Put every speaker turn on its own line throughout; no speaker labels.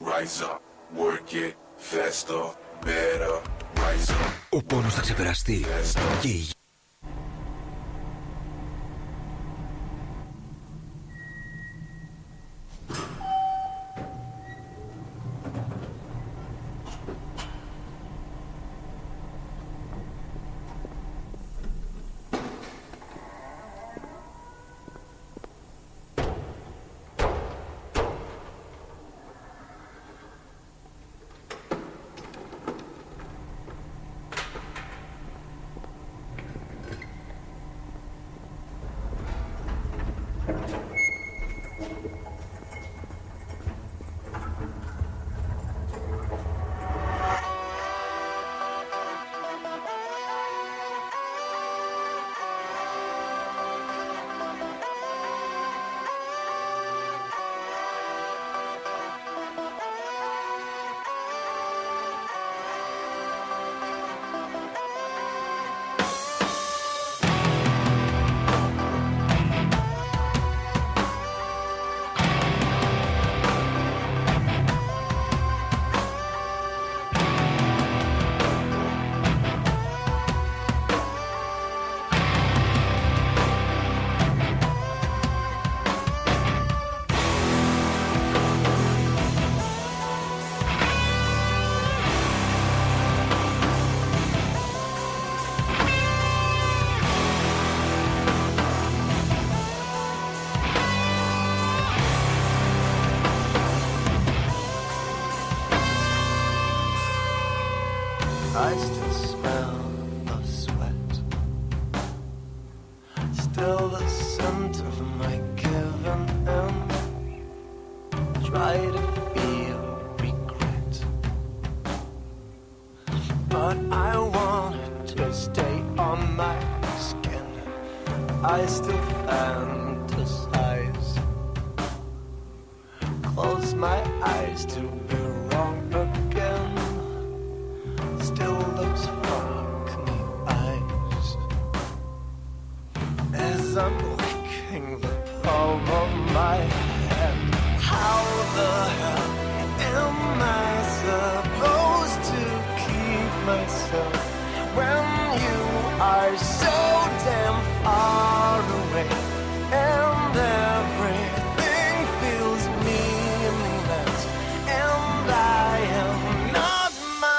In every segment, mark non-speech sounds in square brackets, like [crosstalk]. Rise up, work it, faster, better, rise up.
Ο πόνος θα ξεπεραστεί και η γη
I still smell the sweat. Still the scent of my given end. Try to feel regret. But I wanted to stay on my skin. I still fantasize. Close my eyes to be wrong again still those me eyes as I'm licking the palm of my hand. How the hell am I supposed to keep myself when you are so damn far away and everything feels meaningless and I am not mine.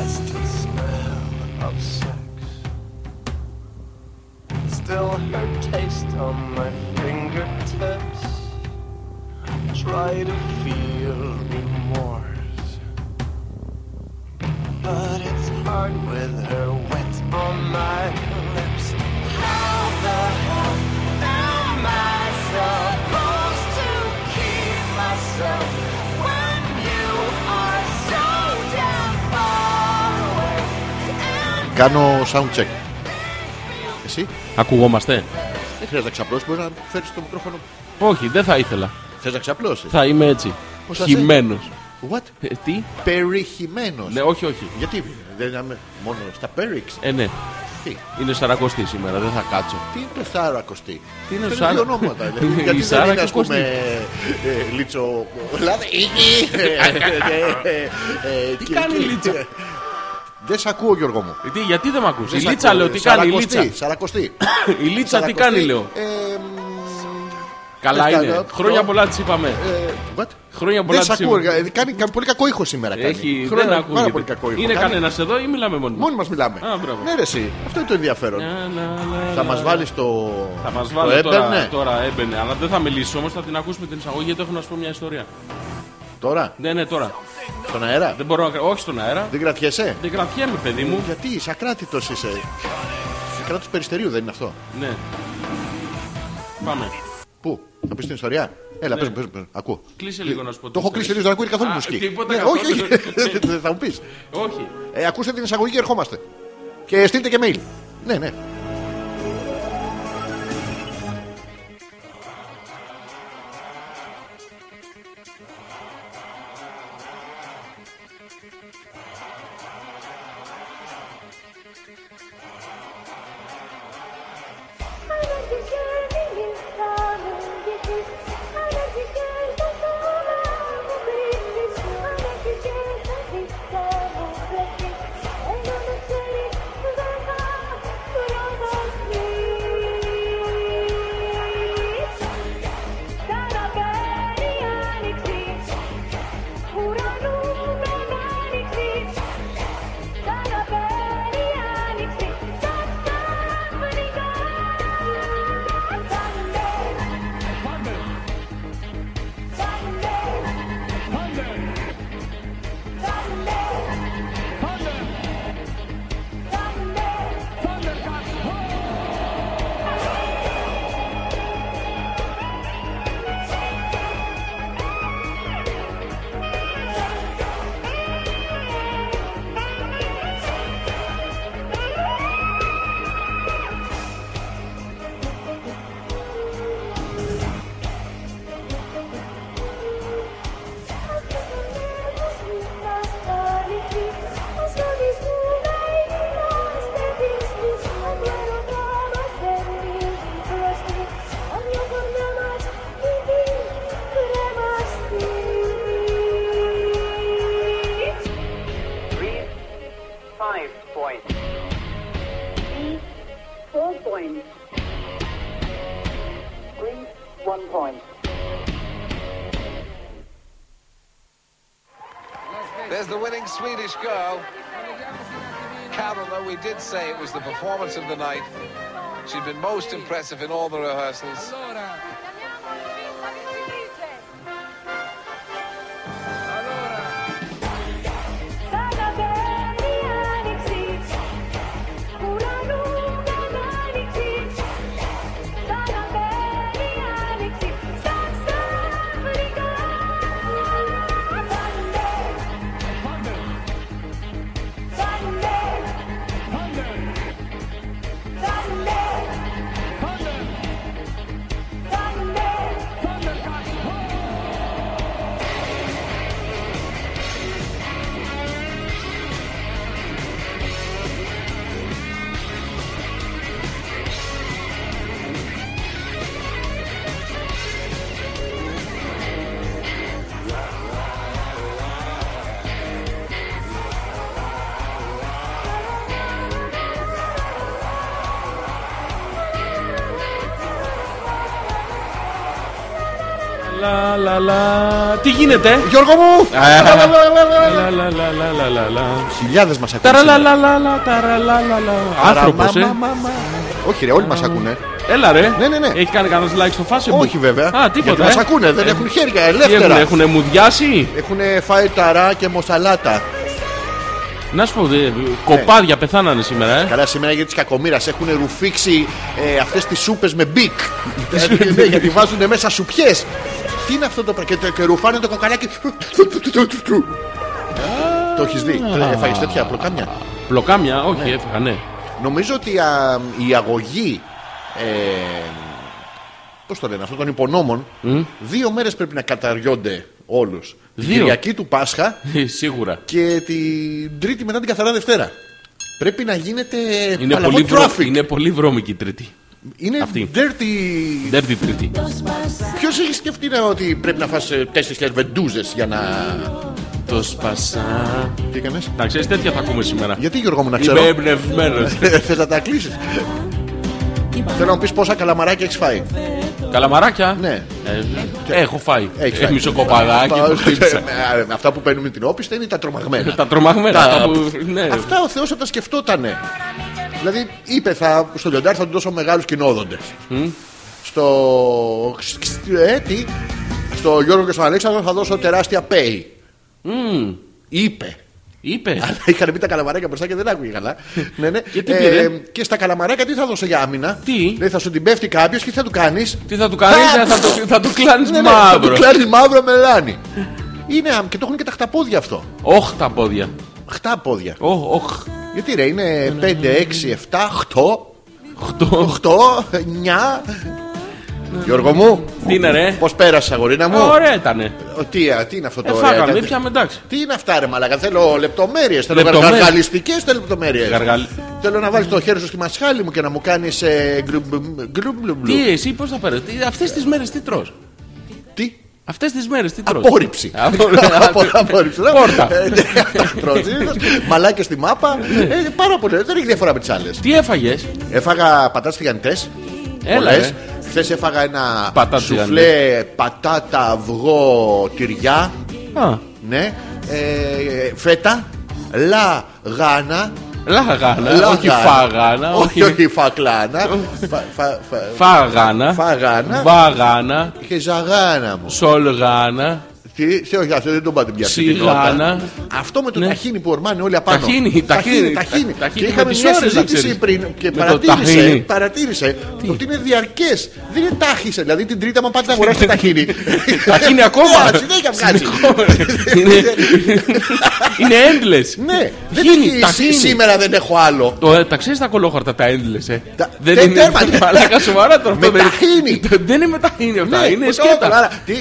I still smell of sex. Still her taste on my fingertips. Try to feel remorse. But it's hard with her wet on my lips. How the hell am I supposed to keep myself? When you are so damn far away and
Κάνω sound check. Εσύ,
Ακουγόμαστε.
δεν χρειάζεται να ξαπλώσει, μπορείς να φέρεις το μικρόφωνο.
Όχι, δεν θα ήθελα.
Θες να ξαπλώσει.
Θα είμαι έτσι.
Πώς θα σε-
Χυμένος.
What?
Τι?
Περιχημένο.
Ναι, όχι, όχι.
Γιατί δεν είμαι μόνο στα Perix.
Ε, ναι.
Τι,
Είναι σαρακοστή σήμερα, δεν θα κάτσω.
τι είναι το Σάρα Κωστή.
Τι είναι ο
Φέρνει
Σάρα?
δύο ονόματα.
[laughs]
δηλαδή.
Είναι η
Γιατί δεν
Σάρα
είναι,
και
ας
ο Κωστής.
πούμε, ε, Λίτσο. Λάδε. ε,
Τι κάνει η Λίτσα?
Δεν σ' ακούω, Γιώργο μου.
Ε, Τι, γιατί δεν με ακούσει. Η
Δεν σ'
Λίτσα
ακούω.
λέω τι κάνει. Η
Σαρακοστή,
Λίτσα.
Σαρακοστή.
Η Λίτσα τι
Σαρακοστή,
κάνει λέω.
ε, μ,
Καλά
καλά,
είναι.
αυτό.
Χρόνια πολλά τη είπαμε.
ε, what?
Χρόνια πολλά
Ε, Δεν σ'
τη
ακούω.
είπαμε.
ε, Κάνει, κάνει πολύ κακό ήχο σήμερα. Κάνει.
Έχει,
Χρόνια-
δεν
ε, πάρα πολύ
ακούγεται.
κακό ήχο.
Είναι
κάνει.
κανένας εδώ ή μιλάμε μόνοι μας?
Μόνοι μας μιλάμε.
Α, μπράβο.
ναι, ρε, εσύ. Αυτό είναι το ενδιαφέρον.
Να, να, να,
Θα
να.
μα βάλεις το.
Θα μας
το ναι.
βάλει τώρα,
έμπαινε.
τώρα έμπαινε. Αλλά δεν θα μιλήσει όμως, θα την ακούσουμε την εισαγωγή γιατί έχω να σου πω μια ιστορία.
Τώρα.
Ναι, ναι, τώρα.
Στον αέρα.
Δεν μπορώ να. κρα- Όχι στον αέρα.
Δεν κρατιέσαι.
Δεν κρατιέμαι, παιδί μου.
Γιατί είσαι ακράτητος είσαι. Ακράτητο περιστερίου δεν είναι αυτό.
Ναι. Πάμε.
Πού, να πεις την ιστορία. Έλα, πες μου, πες μου, πες μου. Ακούω.
Ναι. Κλείσε λίγο να σου πω.
Το έχω κλείσει τελείω, δεν ακούει καθόλου
Α,
μουσική.
τίποτα,
Ναι,
καθόλου.
Όχι, όχι. [laughs] Δεν θα μου πεις.
Όχι.
Ε, ακούστε την εισαγωγή και ερχόμαστε. Και στείλτε και mail. Ναι, ναι.
Three, five points. Three, four points. Three, one point.
There's the winning Swedish girl. Carol, though we did say it was the performance of the night, she'd been most impressive in all the rehearsals.
Λα λα λα. Τι γίνεται.
Γιώργο μου!
Λα λα λα λα λα λα λα.
Χιλιάδε μα
Ταραλα
ακούνε.
λα λα λα ταραλα λα λα. Άνθρωπος ε.
Όχι, ρε, όλοι μας ακούνε.
Έλα ρε.
Ναι, ναι, ναι.
Έχει κάνει κανένας like στο facebook.
Όχι, βέβαια.
Α, τίποτα.
μα
ε.
ακούνε, δεν έχουν χέρια,
Τι έχουν,
ελεύθερα.
έχουν μουδιάσει.
Έχουν φάει ταρά και μοσαλάτα.
Να σου πω, δε,
Ναι.
κοπάδια πεθάνανε σήμερα, ε.
Καλά, σήμερα για τη κακομοίρα έχουν ρουφήξει ε, αυτές τις σούπες με μπικ. Ε, ναι, γιατί βάζουν μέσα σουπιές. Τι είναι αυτό το πράγμα. Και, και ρουφάνε το κοκαλάκι. το έχεις δει. Έφαγε τέτοια απλοκάμια.
Πλοκάμια, όχι, έφυγα, ναι.
Νομίζω ότι α, η αγωγή. Ε, Πώς το λένε, αυτών των υπονόμων. Δύο μέρες πρέπει να καταριώνται όλους. Την
Δύο.
Κυριακή του Πάσχα
Ε, Σίγουρα.
και την Τρίτη μετά την καθαρά Δευτέρα. Πρέπει να γίνεται
Είναι
παλαβό
πολύ, βρο...
traffic.
είναι πολύ βρώμικη η τρίτη.
Είναι
Αυτή. Ναι.
dirty.
Ντέρτη τρίτη.
Ποιος έχει σκεφτεί ρε, ότι πρέπει να φας ε, 4.000 βεντούζες για να.
Το σπασά.
Τι έκανες.
Να ξέρεις, τέτοια θα ακούμε σήμερα.
Γιατί Γιώργο μου να [laughs]
Είμαι
ξέρω.
εμπνευσμένο.
Θες να τα κλείσεις. Θέλω να μου πεις πόσα καλαμαράκια έχεις φάει.
Καλαμαράκια.
Ναι.
Ε, έχω φάει.
Έχεις φάει.
Έχει μισοκοπαδάκι.
Τα-
που χτύπησα.
Ε, ε, Αυτά που παίρνουμε την όπιστα είναι τα τρομαγμένα.
Τα τρομαγμένα.
Τα-
Αυτά που. Ναι.
Αυτά ο Θεός θα τα σκεφτότανε. Δηλαδή είπε θα, στο λιοντάρι θα του δώσω μεγάλους κοινόδοντες. Στο. ε, τι, στο Γιώργο και στον Αλέξανδρο θα δώσω τεράστια pay. Είπε.
Είπε.
Αλλά είχαν πει τα καλαμαράκια μπροστά και δεν άκουγε καλά. ναι, ναι.
Και τι πήρε?
και στα καλαμαράκια τι θα δώσω για άμυνα.
Τι?
Δηλαδή θα σου την πέφτει κάποιος και τι θα του κάνεις.
Τι θα του κάνεις,
Α,
ε, θα, του- θα του κλάνεις
Ναι, ναι, θα του
μαύρο.
κλάνει μαύρο μελάνι. Είναι αμ- και το έχουν και τα χταπόδια αυτό.
Όχ τα πόδια.
Χτά πόδια.
Όχ, όχ.
Γιατί ρε, είναι 5, 6, 7, 8,
Χτώ.
8, 9. Γιώργο μου,
Τι είναι ρε.
πώς πέρασε, αγορίνα μου.
Ωραία ήτανε.
Ο, Τι, α, τι είναι αυτό το
Ε,
ωραία,
φάγαμε,
ήταν-
ήπιαμε εντάξει.
Τι είναι αυτά, ρε Μαλάκα. Θέλω λεπτομέρειες. Θέλω
Λεπτομέρειες.
γαργαλιστικές λεπτομέρειες.
Γαργαλ-
Θέλω να βάλεις το χέρι σου στη μασχάλη μου και να μου κάνεις. Ε, γκλουμ, γκλουμ, γκλουμ, γκλουμ.
Τι εσύ, πώς θα πέρασε. Αυτές τις μέρες τι τρως
Τι?
Αυτές τις μέρες τι τρως
Απόρριψη. [laughs]
[laughs] Απόρριψη.
Απο- Απόρριψη. ναι.
[laughs] Πόρτα.
Ε, ναι, [laughs] αυτά τρώω, συνήθως. Μαλάκια στη μάπα. Ε, Πάρα πολύ. Δεν έχει διαφορά με τις άλλες.
Τι έφαγες.
Έφαγα πατάτες τηγανιτέ.
Έλα. ε.
Πολλέ.
δηλαδή. ρε.
Χθες έφαγα ένα
Πατάτες
σουφλέ πατάτα, αυγό, τυριά.
Α,
Ναι. Ε, φέτα. Λα γάνα.
Λάγανα,
Λα,
όχι
γάνα.
φάγανα.
Όχι, όχι φακλάνα. Φα- φα- φα-
Φάγανα.
Φάγανα.
Βάγανα.
Και ζαγάνα μου.
Σολγάνα.
Τι, σε όχι, αυτό δεν τον πάτε πια. αυτή την
Σιγάνα.
νότα. Αυτό με το
Ναι.
ταχύνι που ορμάνε όλοι απάνω.
Ταχύνι, ταχύνι,
ταχύνι.
τα- ταχύνι
Και
με
είχαμε
τις
μια
ώρες, να
συζήτηση
ξέρεις.
πριν και
Με το
παρατήρησε,
ταχύνι.
παρατήρησε ότι είναι διαρκές. Δεν είναι τάχισε. Δηλαδή την τρίτη, άμα πάτε να
[laughs]
αγοράσετε ταχύνι.
Ταχύνι ακόμα.
Ναι, Συνέχεια βγάζει.
Είναι- Είναι endless.
Ναι, δεν
Ταχύνι,
τυχεί.
ταχύνι.
Σήμερα δεν έχω άλλο.
Το, ε, τα ξέρεις τα κολόχαρτα, τα endless, ε.
Τα-
δεν
τε-
είναι.
τέρμα, ναι.
[laughs] Μαλάκα, σοβαρά τώρα.
Με
αυτό δεν-
ταχύνι.
Το- [laughs] Δεν είναι με ταχύνι
Ναι,
αυτά, είναι
όχι, όχι,
σκέτα.
άρα, τι,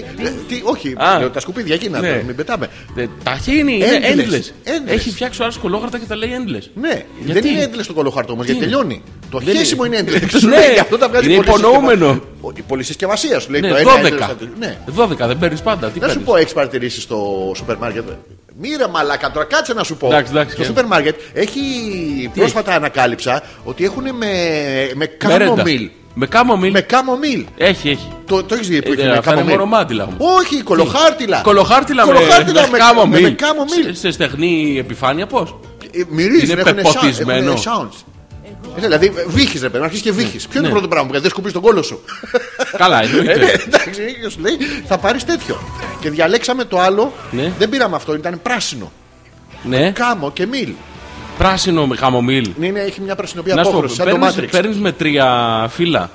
τι, όχι,
Α.
λέω, τα σκουπίδια εκείνα,
Ναι.
τώρα, μην πετάμε.
Ε, Ταχύνι, είναι
Endless,
endless.
endless.
Έχει φτιάξει ο άλλος κολόχαρτα και τα λέει endless.
Ναι,
Γιατί?
δεν είναι έντλες το κολοχάρτο όμως, γιατί
είναι?
τελειώνει. Το
Δεν
χέσιμο
είναι.
είναι έντλε.
Ναι,
Γι' αυτό τα βγάζει
είναι
η πολυσυσκευα-
υπονοούμενο.
Ο- Η πολυσυσκευασία σου λέει
Ναι,
το ένα έντλες θα
12.
τελειώνει. Ναι.
12, δεν παίρνεις πάντα. Τι
Να σου
παίρνεις.
πω, έχεις παρατηρήσει στο σούπερ μάρκετ. Μύρε μαλάκα, τώρα κάτσε να σου πω.
Εντάξει, εντάξει,
στο
ε.
σούπερ μάρκετ έχει πρόσφατα ανακάλυψα ότι έχουν με, με κάμο
Μερέντα.
ε, μίλ.
Με κάμο μίλ.
Με κάμο μίλ.
Έχει, έχει.
Το, το έχεις δει που
Ε,
έχει
ε,
με
αυτά είναι
chamomile.
μόνο μάντιλα όμως.
Όχι, κολοχάρτιλα.
Κολοχάρτιλα,
Κολοχάρτιλα
με, κάμο
με, με
μίλ.
κάμο
Σε,
μίλ.
σε στεγνή επιφάνεια πώς.
Ε, Μυρίζουν,
Είναι
έχουν
πεποτισμένο. Ναι.
sounds. Έχουν sounds. Ε, δηλαδή, βύχει ρε παιδί, αρχίζεις και βύχει. Ποιο είναι το πρώτο πράγμα που κάνεις, δεν σκουπεί τον κόλο σου.
Καλά,
Ε, ναι,
εννοείται.
Εντάξει, και σου λέει, θα πάρεις τέτοιο. Και διαλέξαμε το άλλο,
Ναι.
δεν πήραμε αυτό, ήταν πράσινο.
ναι,
Κάμο και μίλ.
πράσινο με χαμομίλ.
Ναι, ναι, έχει ε, μια πρασινοπία
Να σου πω,
απόχρωση, σαν το
παίρνεις,
Matrix.
παίρνεις με τρία φύλλα.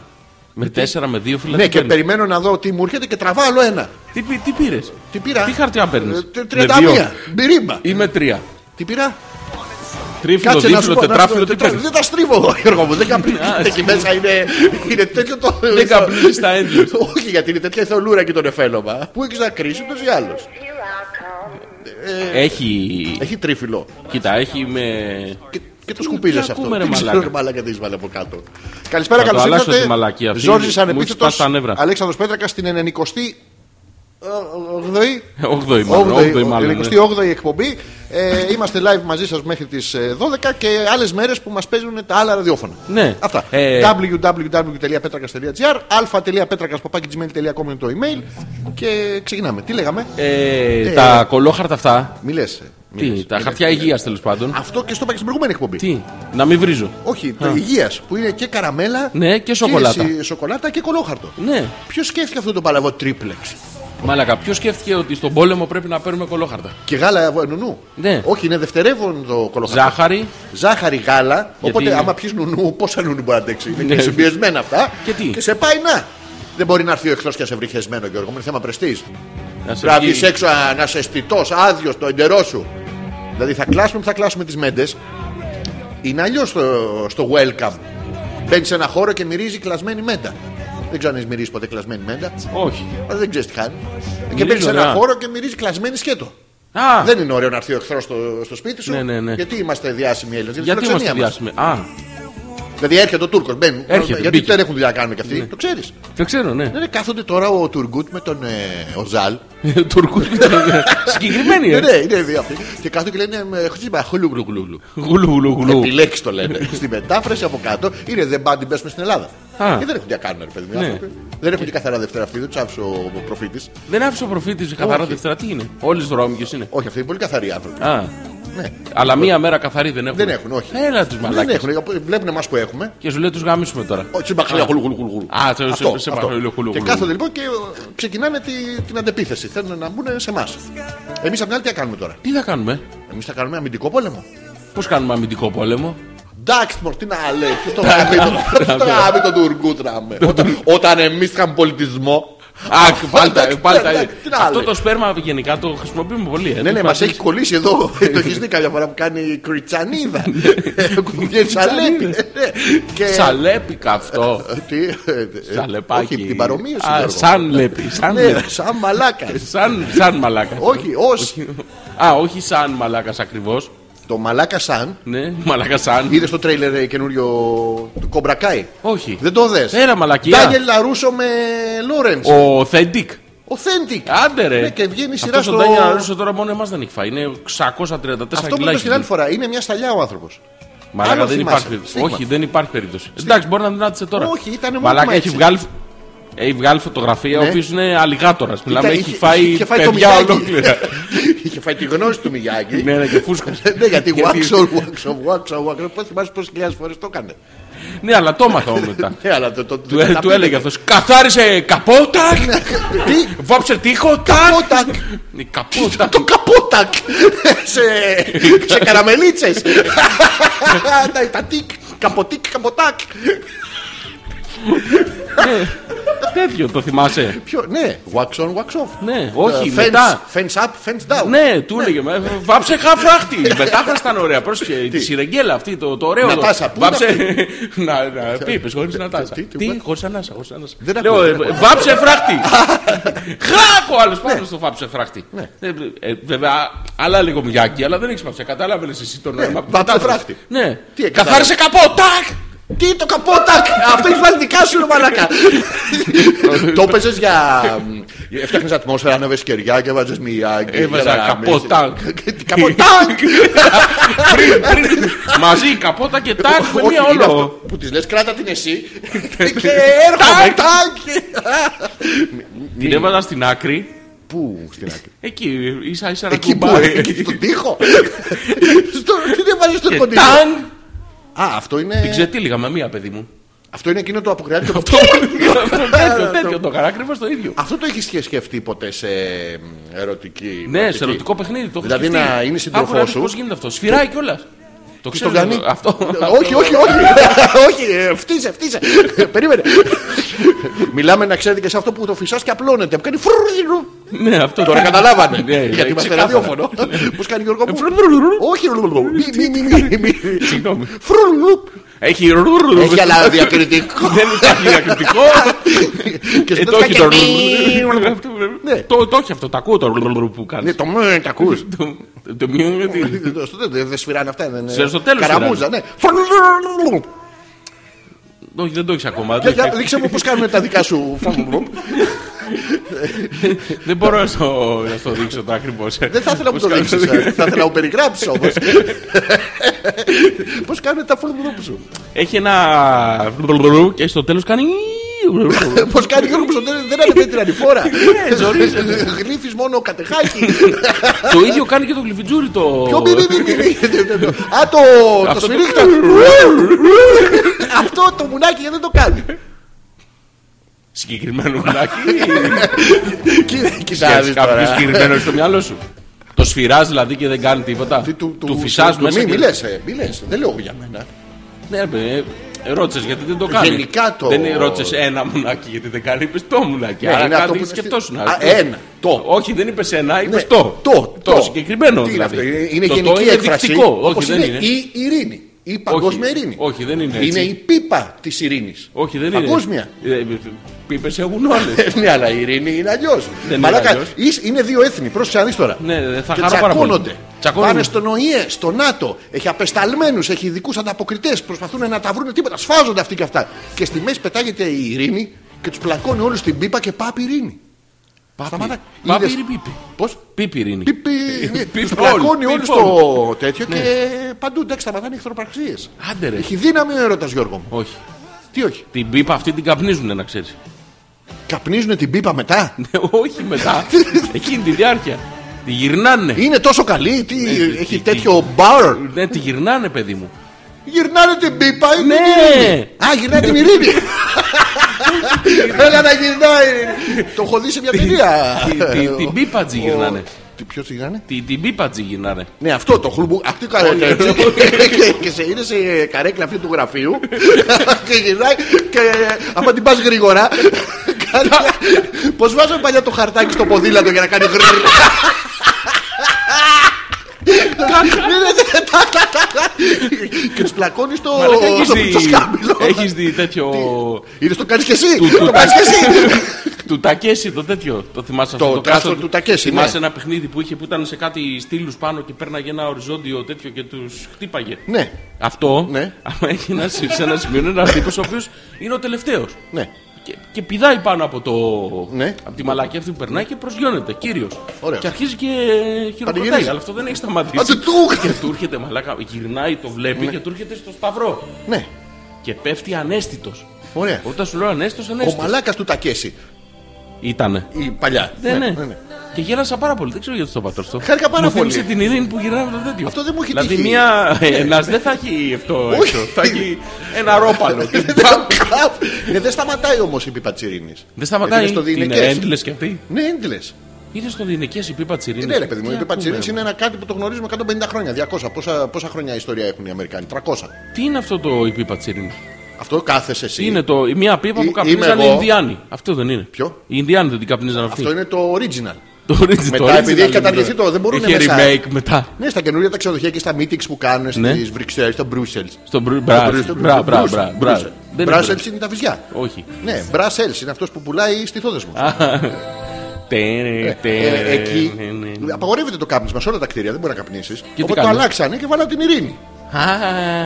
Με τέσσερα, με δύο φύλλα.
Ναι,
τι
και
παίρνεις.
περιμένω να δω τι μου έρχεται και τραβάω άλλο ένα.
Τι, πι- τι πήρες.
Τι πήρα.
Τι χαρτιά παίρνεις.
Ε, τε- 31. Μπυρίμπα.
Ή με τρία.
Τι πήρα.
Τρίφυλλο,
Κάτσε να σου
δίφυλλο,
πω. να σου πω,
τετράφυλλο, τι
τετρά-
παίρνεις.
Δεν τα στρίβω εγώ, Γιώργο
[laughs]
μου. Δεν καπνίζεται.
Α,
Εκεί μέσα είναι, είναι τέτοιο το.
Δεν
[laughs]
καπνίζεις τα έντλες.
Όχι, γιατί είναι τέτοια η θολούρα και τον εφέλωμα. Πού έχεις να κρίσεις ούτως ή άλλως.
Here I come.
Έχει.
Έχει τρίφυλλο.
Κοίτα, έχει με.
Και, και το σκουπίζεις
τι
αυτό.
ακούμε, ρε
Δεν ξέρω,
μαλάκα.
ρε μαλάκα τι βάλε από κάτω. Καλησπέρα,
Θα το
καλώς
αλλάξω
ήρθατε.
τη μαλακία αυτή.
Ζόρζης
Μου έχεις
ανεπίθετος.
σπάσει τα νεύρα.
Αλέξανδρος Πέτρακα στην ε, 90η. 8η.
8η Ε, μάλλον. 8η
8η,
μάλλον. ναι.
28η εκπομπή. Ε, είμαστε live μαζί σας μέχρι τις 12 και άλλες μέρες που μας παίζουν τα άλλα ραδιόφωνα.
Ναι.
Αυτά.
Ε,
www.petrakas.gr αλφα.petrakas.gmail.com είναι το email και ξεκινάμε. Τι λέγαμε.
ε, Τα κολόχαρτα αυτά.
Μη λες, ε, μη λες,
Τι,
μη
τα
λες.
χαρτιά υγείας τέλος πάντων.
Αυτό και στο είπα και στην προηγούμενη εκπομπή.
Τι, να μην βρίζω.
Όχι, το υγείας που είναι και καραμέλα
Ναι, και σοκολάτα.
Και, σοκολάτα και κολόχαρτο.
Ναι,
Ποιος σκέφτηκε αυτό το παλαβό τρίπλεξ.
μάλακα. Ποιο σκέφτηκε ότι στον πόλεμο πρέπει να παίρνουμε κολόχαρτα.
Και γάλα ε, νουνού.
Ναι.
Όχι, είναι δευτερεύον το κολοχαρτό.
Ζάχαρη
Ζάχαρη, γάλα. οπότε,
είναι-
άμα πιεις νουνού, πόσα νουνού μπορεί να αντέξει. Είναι
Ναι.
και συμπιεσμένα αυτά.
Και τι?
σε πάει να. Δεν μπορεί να έρθει ο εχθρός και να σε βρει χεσμένο, Γιώργο. μου, Είναι θέμα πρεστής.
να σε
Πρέπει να
βγει.
βγεις έξω α, να είσαι αισθητό, άδειος, το εντερό σου. Δηλαδή θα κλάσουμε που θα κλάσουμε τις μέντες. Είναι αλλιώς στο, στο welcome. Μπαίνεις σε ένα χώρο και μυρίζει κλασμένη μέντα. Δεν ξέρω αν έχεις μυρίσει ποτέ κλασμένη μέντα.
Όχι.
Αλλά δεν ξέρεις τι κάνει. και μπαίνει σε ένα
ωραία.
χώρο και μυρίζει κλασμένη σκέτο.
ναι. Α,
Δεν είναι ωραίο να έρθει ο εχθρός στο, στο σπίτι σου.
Ναι, ναι, ναι.
Γιατί είμαστε διάσημοι Έλληνες.
γιατί είμαστε διάσημοι. Α,
Δηλαδή έρχεται ο Τούρκος. Μπαίνει.
Έρχεται,
γιατί
μπήκε. Ναι.
δεν έχουν δουλειά να κάνουν και αυτοί. Το ξέρεις.
δεν ξέρω, ναι. [laughs]
Ναι, ναι, κάθονται τώρα ο Τουργκούτ με τον ε, Οζάλ.
Τουρκού. Συγκεκριμένοι,
Ναι,
ε.
ναι, είναι δύο αυτοί. Και κάθονται και λένε ε, χτύπα, χουλουγλουγλουγλου.
Γουλου, γουλου, γουλου.
Επιλέξεις το λένε. Στη μετάφραση από κάτω είναι δεν πάνε την πέσουμε στην Ελλάδα.
Α.
Και δεν έχουν τι να κάνουν, ρε παιδί μου.
Ναι.
άνθρωποι. Δεν έχουν και καθαρά δεύτερα αυτή, δεν τους άφησε ο προφήτης.
Δεν άφησε ο προφήτης καθαρά
Όχι.
δεύτερα. Τι είναι. Όλοι οι δρόμοι είναι.
Όχι, αυτοί είναι πολύ καθαροί άνθρωποι. Ναι,
Α, Αλλά μία μέρα καθαρή δεν έχουν.
Δεν έχουν, όχι.
Έλα τους
Δεν
μαλάκια.
έχουν. Βλέπουν εμάς που έχουμε.
Και σου λέει τους γαμίσουμε τώρα.
Ω, Τσιμπαχαλιά, χουλου, χουλου, χουλου, χουλου.
Α, σε-
Αυτό,
σε- σε
αυτό.
μαχαλιά, χουλου,
Και
χουλου.
κάθονται λοιπόν και ε, ξεκινάνε τη- την αντεπίθεση. Θέλουν να μπουν σε εμάς. Εμείς απ' την άλλη τι θα κάνουμε τώρα.
Τι θα κάνουμε,
Εμείς θα κάνουμε αμυντικό πόλεμο.
Πώς κάνουμε αμυντικό πόλεμο.
Ντάξτμορ, τι να λέει, ποιο το γάμι τον- ποιος το γάμι τον Τουρκούτραμ. Όταν- Όταν εμείς είχαμε πολιτισμό.
Ακ, πάλτα, πάλτα. ε,
Ναι, ναι, τι να
Αυτό
λέει.
το σπέρμα γενικά το χρησιμοποιούμε πολύ.
Ναι, ναι,
ε. Το
μας έχει
παρατηρήσεις.
κολλήσει εδώ.
[laughs]
Ε, το έχεις δει κάποια φορά που κάνει Ε, κριτσανίδα.
Ναι. [laughs]
Κουβιέ σαλέπι. ναι. Και-
Σαλέπικα αυτό.
Τι, ε, ε,
Σαλεπάκι.
Όχι, την παρομοίωση.
Α,
Γιώργο.
Σαν λέπι. Σαν
Ναι,
λέπι.
σαν μαλάκας.
[laughs] Σαν, σαν μαλάκας.
Όχι, ως
Α, όχι σαν μαλάκας ακριβώς.
Το μαλάκα σαν.
Ναι, μαλάκα σαν.
Είδες το τρέιλερ ε, καινούριο του Κομπρακάι.
Όχι.
Δεν το δες.
Έλα, μαλακία.
Ντάνιελ Λαρούσο με Λόρεν.
Ο Θεντικ.
Authentic.
Άντε ρε.
Ναι, και βγαίνει η σειρά στο.
Αυτός ο Ντάνιελ Αρούσο τώρα μόνο εμάς δεν έχει φάει. Είναι 634
Αυτό που είπες την άλλη φορά. Είναι μια σταλιά ο άνθρωπος.
Μαλάκα
Άλλο
δεν
θυμάσαι.
υπάρχει περίπτωση.
Στίγμα.
Όχι, δεν υπάρχει περίπτωση. Εντάξει, μπορεί να την άντησε τώρα.
Όχι, ήταν μόνο
Μαλάκα
έτσι.
έχει βγάλει. Έχει βγάλει φωτογραφία
Ναι.
ο οποίος είναι αλιγάτορας. Μιλάμε, έχει φάει
είχε φάει το
παιδιά
Μιγιάκι.
ολόκληρα.
[laughs] Είχε φάει τη γνώση του Μιγιάκη.
Ναι, ναι, και φούσκα.
[laughs] Ναι, γιατί wax on, wax on, wax on, wax on. Πώς θυμάσαι πόσες χιλιάδες φορές το έκανε.
Ναι, αλλά το μάθαμε μετά.
Ναι, αλλά το- το-
Του,
το- [laughs] τα
του
πήρε. Ναι.
έλεγε αυτός. Καθάρισε καπότα!
Τι,
Βάψε τείχο! Ναι,
Καπότα.
Καπότα! Καπότα!
το καπότακ [laughs] σε, σε
[laughs]
καραμελίτσες. Τα- Τα τικ, καποτίκ, καποτάκ.
Τέτοιο το θυμάσαι.
Ποιο, ναι, wax on, wax off.
Ναι, όχι,
Ε, fence-
μετά.
Fence up, fence down.
Ναι, του έλεγε. «Μα, Βάψε
[laughs]
χαφράχτη. Η μετάφραση ήταν ωραία. Πρόσεχε. Τη σιρεγγέλα αυτή, το, το ωραίο.
Νατάσα, πού
Βάψε. [laughs] Να, να είπες χωρίς να τάσα.
τι, τι,
Τι,
what?
χωρίς ανάσα, χωρίς ανάσα.
Δεν
Λέω,
ακούω,
ε,
δεν ακούω. Ναι.
βάψε
[laughs]
φράχτη. Χράκο άλλο πάνω στο βάψε φράχτη. Ε, ε, Βέβαια, άλλα λίγο μουγιάκι, αλλά δεν έχεις βάψε. Κατάλαβες εσύ το νόημα. που
βάψε
μετάφρασες.
φράχτη.
Ναι.
Τι έκανε,
Καθάρισε καπό.
[laughs]
Τάκ!
Τι το καπότακ! Αυτό έχεις βάλει δικά σου, ρε
[laughs]
μαλακά. Το έπαιζες για. Έφτιαχνες ατμόσφαιρα, ανέβε κεριά και βάζε μία.
Έβαζα καπότακ. [laughs]
Καποτάκ!
Πριν, πριν. Μαζί καπότα και τάκ με μία όλο.
Που της λες, κράτα την
[laughs]
εσύ. Και έρχομαι. Τάκ!
Την έβαζα στην άκρη.
Πού στην άκρη.
Εκεί, ίσα ίσα να
Εκεί που. ε,
κουμπάει.
εκεί Στον τοίχο. Στο- Τι δεν βάζει στο
Και
κοντινό.
τάγκ.
Α, αυτό
Την
είναι.
ξετύλιγα με μία, παιδί μου. Ε,
Αυτό είναι εκείνο το αποκριάτικο. Ε, το- Ε,
τέτοιο, τέτοιο το έκανα ακριβώς το ίδιο.
Αυτό το έχει σκεφτεί ποτέ σε ε, ερωτική.
Ναι,
προοπτική.
σε ερωτικό παιχνίδι το έχω
Δηλαδή
σκεφτεί.
να είναι σύντροφός
Άκου να δεις
σου.
Πώς γίνεται αυτό. Σφυράει κιόλας. Το
Στον
ξέρω.
κάνει.
Αυτό.
Όχι, όχι, όχι. όχι, ε, φτύσε, φτύσε. Περίμενε. Μιλάμε να ξέρετε και σε αυτό που το φυσάς και απλώνεται. Που κάνει φρουρρρρρου.
Ναι, αυτό.
Τώρα
Ναι,
καταλάβανε.
ναι,
Γιατί είμαστε
ξεκάθαρα.
ραδιόφωνο. Πώς κάνει Γιώργο μου.
Φρουρρρρρου.
Όχι, ρουλουλου. Μη, μη, μη, μη, μη.
Συγγνώμη.
Φρουρλουπ.
Έχει ρουρου.
Έχει αλλά [laughs] διακριτικό.
Δεν υπάρχει διακριτικό.
Και
Ε,
στο
Το
τέλος
έχει το
κάνει-
ρουρου. Αυτό,
Ναι.
Το το έχει αυτό. Τα ακούω το ρουρου που κάνεις.
Ναι, το μ, τα ακούς.
Το- Το μείον γιατί.
Στο τέλος Δεν σφυράνε αυτά. δεν είναι-
Σε- στο τέλος
Καραμούζα, ναι. Φρουρρρρρου.
Όχι, δεν το έχεις ακόμα.
Για-
δεν το
για-
έχεις.
Δείξε μου πώς κάνουν τα δικά σου. Φρουρρρρου.
Δεν μπορώ να στο- να στο δείξω το ακριβώς.
Δεν θα ήθελα να μου το δείξει. Θα ήθελα να μου περιγράψεις όμως. Πώς κάνουν τα φόρμα σου.
Έχει ένα. και στο τέλος κάνει. [laughs]
Πώς κάνει Γιώργο που στο τέλος δεν ανεβαίνει την ανηφόρα. Γλύφεις μόνο κατεχάκι.
Το ίδιο κάνει και το γλυφιτζούρι το.
Ποιο μη, μη, μη, μη, μη. Α, το, το
Αυτό το-
σφυρίχτα. Αυτό το μουνάκι γιατί δεν το κάνει.
Συγκεκριμένο
[laughs]
γλάκι.
Κοιτάζει
Κάποιο
τώρα.
συγκεκριμένο στο μυαλό σου. Το σφυράς δηλαδή και δεν κάνει τίποτα.
Τι
Του φυσά μέσα.
Μη,
και-
μη λες, ε, μη λες. Δεν λέω για μένα.
Ναι, ρε παιδί, ε, ρώτησες γιατί δεν το κάνει.
Γενικά το-
Δεν ρώτησες ένα μουνάκι γιατί δεν κάνει, είπες το μουνάκι.
Ναι,
Άρα
είναι αυτό που
κάτι
είναι στη-
σκεφτόσουν.
Α, ένα, το.
Όχι, δεν είπες ένα, είπε
Ναι,
το.
το,
Το συγκεκριμένο.
Τι είναι
δηλαδή.
αυτό, ε, είναι- Είναι
Το
γενική
το είναι
έκφραση.
δεικτικό. Όχι,
όπως
δεν είναι.
Η ειρήνη. Η παγκόσμια ειρήνη.
όχι, δεν είναι
Είναι
έτσι.
η πίπα της ειρήνης.
Όχι, δεν είναι.
Παγκόσμια.
Πίπες έχουν όλες.
[laughs] ναι, αλλά η ειρήνη είναι αλλιώς.
είναι αλλιώς.
είναι δύο έθνη. Πρόσεχε να δεις τώρα.
Ναι, θα
και
χαρώ πάρα πολύ.
τσακώνονται.
Τσακώνονται.
Πάνε στον ΟΗΕ, στο ΝΑΤΟ. Έχει απεσταλμένους, έχει ειδικούς ανταποκριτές. Προσπαθούν να τα βρουν τίποτα. Σφάζονται αυτοί και αυτά. Και στη μέση πετάγεται η ειρήνη και τους πλακώνει όλους στην πίπα και πάπη ειρήνη. Σταμάτα.
Πάπη
Είδες-
ή πίπη.
Πώς?
Πίπη ειρήνη. [laughs]
Πίπη.
Πιπ
Του πλακώνει
all,
όλου
πιπ
στο τέτοιο και παντού εντάξει σταματάνε οι εχθροπραξίε.
Ναι. Άντε ρε.
Έχει δύναμη ο έρωτας Γιώργο μου.
Όχι.
Τι όχι.
Την πίπα αυτή την καπνίζουν να ξέρεις.
Καπνίζουν την πίπα μετά. [laughs]
Ναι, όχι μετά. Εκείνη τη διάρκεια. Τη γυρνάνε.
Είναι τόσο καλή, τι,
Ε,
έχει
τι-
τέτοιο μπαρ.
Ναι, τη γυρνάνε, παιδί μου.
Γυρνάνε την πίπα, είναι
Ναι.
την ειρήνη. Α, γυρνάει την
[laughs]
ειρήνη. Έλα να γυρνάει. Το έχω δει σε μια ταινία.
Τη- τη- Την πίπα τη γυρνάνε.
Τι- Ποιος τη γυρνάνε.
Τη- Την πίπα τη γυρνάνε.
Ναι, αυτό το χλουμπού. Αυτή η καρέκλα. έτσι.
ναι.
[laughs] και σε είναι σε καρέκλα αυτή του
[laughs]
γραφείου. και γυρνάει. Και άμα την πας
[laughs]
γρήγορα. Πώς βάζω παλιά το χαρτάκι στο ποδήλατο για να κάνει
[laughs]
γρήγορα. [laughs] και τους πλακώνεις στο,
Μαλάκα, έχεις
στο,
δει-
στο σκάμπιλο.
Έχεις δει τέτοιο.
Είδες το κάνεις και εσύ.
Του- του-
Το κάνεις και εσύ.
του Τακέση το τέτοιο. Το θυμάσαι
Το
αυτό.
κάστρο του Τακέση, ναι.
Θυμάσαι ένα παιχνίδι που είχε που ήταν σε κάτι στήλους πάνω και παίρναγε ένα οριζόντιο τέτοιο και τους χτύπαγε.
[laughs] ναι,
Αυτό.
Ναι.
Αλλά έχει ένα, σε ένα σημείο ένας τύπος ο οποίος είναι ο τελευταίος.
ναι.
Και, και πηδάει πάνω από, το,
Ναι.
από τη μαλακή αυτή που περνάει και προσγειώνεται κύριος.
Ωραία.
Και αρχίζει και χειροκροτάει.
Πανηγυρίζει.
Αλλά αυτό δεν έχει
Άντε Ναι.
σταματήσει.
του!
και του έρχεται μαλάκα, γυρνάει, το βλέπει και του έρχεται στο σταυρό.
Ναι,
Και πέφτει ανέστητος.
ωραία.
Όταν σου λέω ανέστητος,
Ο
ανέστητο.
μαλάκας του Τακέση.
Ήτανε.
Η παλιά.
Ναι, ναι.
ναι, ναι.
Και γέλασα πάρα πολύ. Δεν ξέρω γιατί το πατώ αυτό.
Χάρηκα πάρα
μου
πολύ.
θύμισε την ειρήνη που γυρνάμε το τέτοιο.
Αυτό δεν μου έχει
δηλαδή,
τύχει. Ναι.
μία. Ένας δεν θα έχει αυτό έξω. Θα έχει ένα
[laughs]
ρόπαλο. Και μπαμ.
Ναι, δεν σταματάει όμως η πίπα τη ειρήνη.
δεν σταματάει.
Είναι στο
Είναι
διηνεκές.
έντλε κι αυτή.
Ναι, έντλε.
Είναι στο διηνεκέ η πίπα τη ειρήνη.
Ναι, ρε παιδί μου, η πίπα τη ειρήνη είναι ένα κάτι που το γνωρίζουμε 150 χρόνια. 200. Πόσα, πόσα χρόνια ιστορία έχουν οι Αμερικάνοι. 300.
Τι είναι αυτό το η πίπα τη ειρήνη.
Αυτό κάθεσαι εσύ.
Τι είναι το. η Μία πίπα
Ε,
που καπνίζαν οι
είμαι εγώ.
Ινδιάνοι. Αυτό δεν είναι.
Ποιο?
Οι Ινδιάνοι δεν την καπνίζαν αυτή.
Αυτό είναι το original.
Το original.
Μετά,
το original
επειδή έχει
είναι.
καταργηθεί το- δεν μπορούνε
Είχε
μέσα.
remake μετά.
Ναι, στα καινούργια τα ξενοδοχεία και στα meetings που κάνουν στι
Ναι.
Βρυξέλλες, στο Μπρούσελ.
Στον Μπρου- Μπρά- Μπρά- Μπρά- Μπρά- Μπρά- Δεν είναι
Μπρούσελ
Μπρά-
είναι τα βυζιά.
Όχι.
Ναι, Μπράσελ είναι αυτός που πουλάει στη Θόδεσμο.
Τέρε,
Ε,
τέρε,
εκεί
ναι, ναι.
απαγορεύεται το κάπνισμα σε όλα τα κτίρια, δεν μπορεί να καπνίσεις.
τι
Οπότε το
κάνουν?
αλλάξανε και βάλανε την ειρήνη.
Α,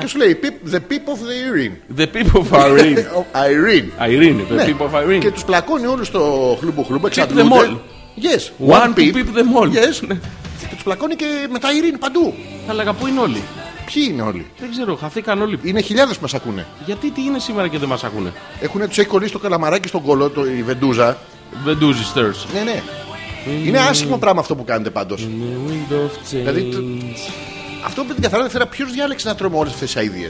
Και σου λέει «Peep- The peep of the Irene.
The people of
[laughs]
Irene.
Of Irene.
Irene, the
Ναι.
people of Irene.
Και τους πλακώνει όλους στο χλούμπο χλούμπο.
them all.
Yes.
One to peep them all.
Yes. και τους πλακώνει και μετά Irene παντού.
Θα λέγα πού είναι όλοι.
Ποιοι είναι όλοι.
Δεν ξέρω, χαθήκαν όλοι.
Είναι χιλιάδες που μας ακούνε.
Γιατί τι είναι σήμερα και δεν μας ακούνε.
Έχουν, τους έχει κολλήσει το καλαμαράκι στον κολό, το, η βεντούζα.
Δεν του stirs.
Ναι, ναι. Είναι
Mm.
άσχημο πράγμα αυτό που κάνετε πάντως. Δηλαδή, το- Αυτό με την καθαρά θέρα, ποιος διάλεξε να τρώμε όλες αυτές τις αειδίε.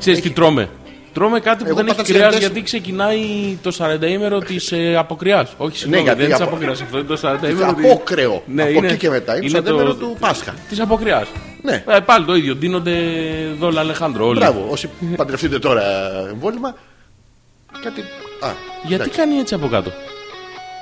Ξέρεις τι τρώμε. Τρώμε κάτι που
Εγώ
δεν έχει
πατάτες
κρυά
τριαντές-
γιατί ξεκινάει το 40ημερο της ε, αποκριά. Όχι, συγγνώμη,
Ναι, γιατί η
δεν είναι της
απο-
αποκριά. Αυτό είναι το 40ημερο.
Απόκρεο.
Ναι,
Ε, Από
είναι-
εκεί και μετά. Είναι,
είναι
το σαντέμερο
το-
του Πάσχα.
Της αποκριά.
Ναι.
Ε, πάλι το ίδιο. Δίνονται δόλα Αλεχάνδρο. Όλοι.
Μπράβο, όσοι παντρευτείτε τώρα εμβόλυμα. Κάτι. Α,
Γιατί κάνει έτσι από κάτω.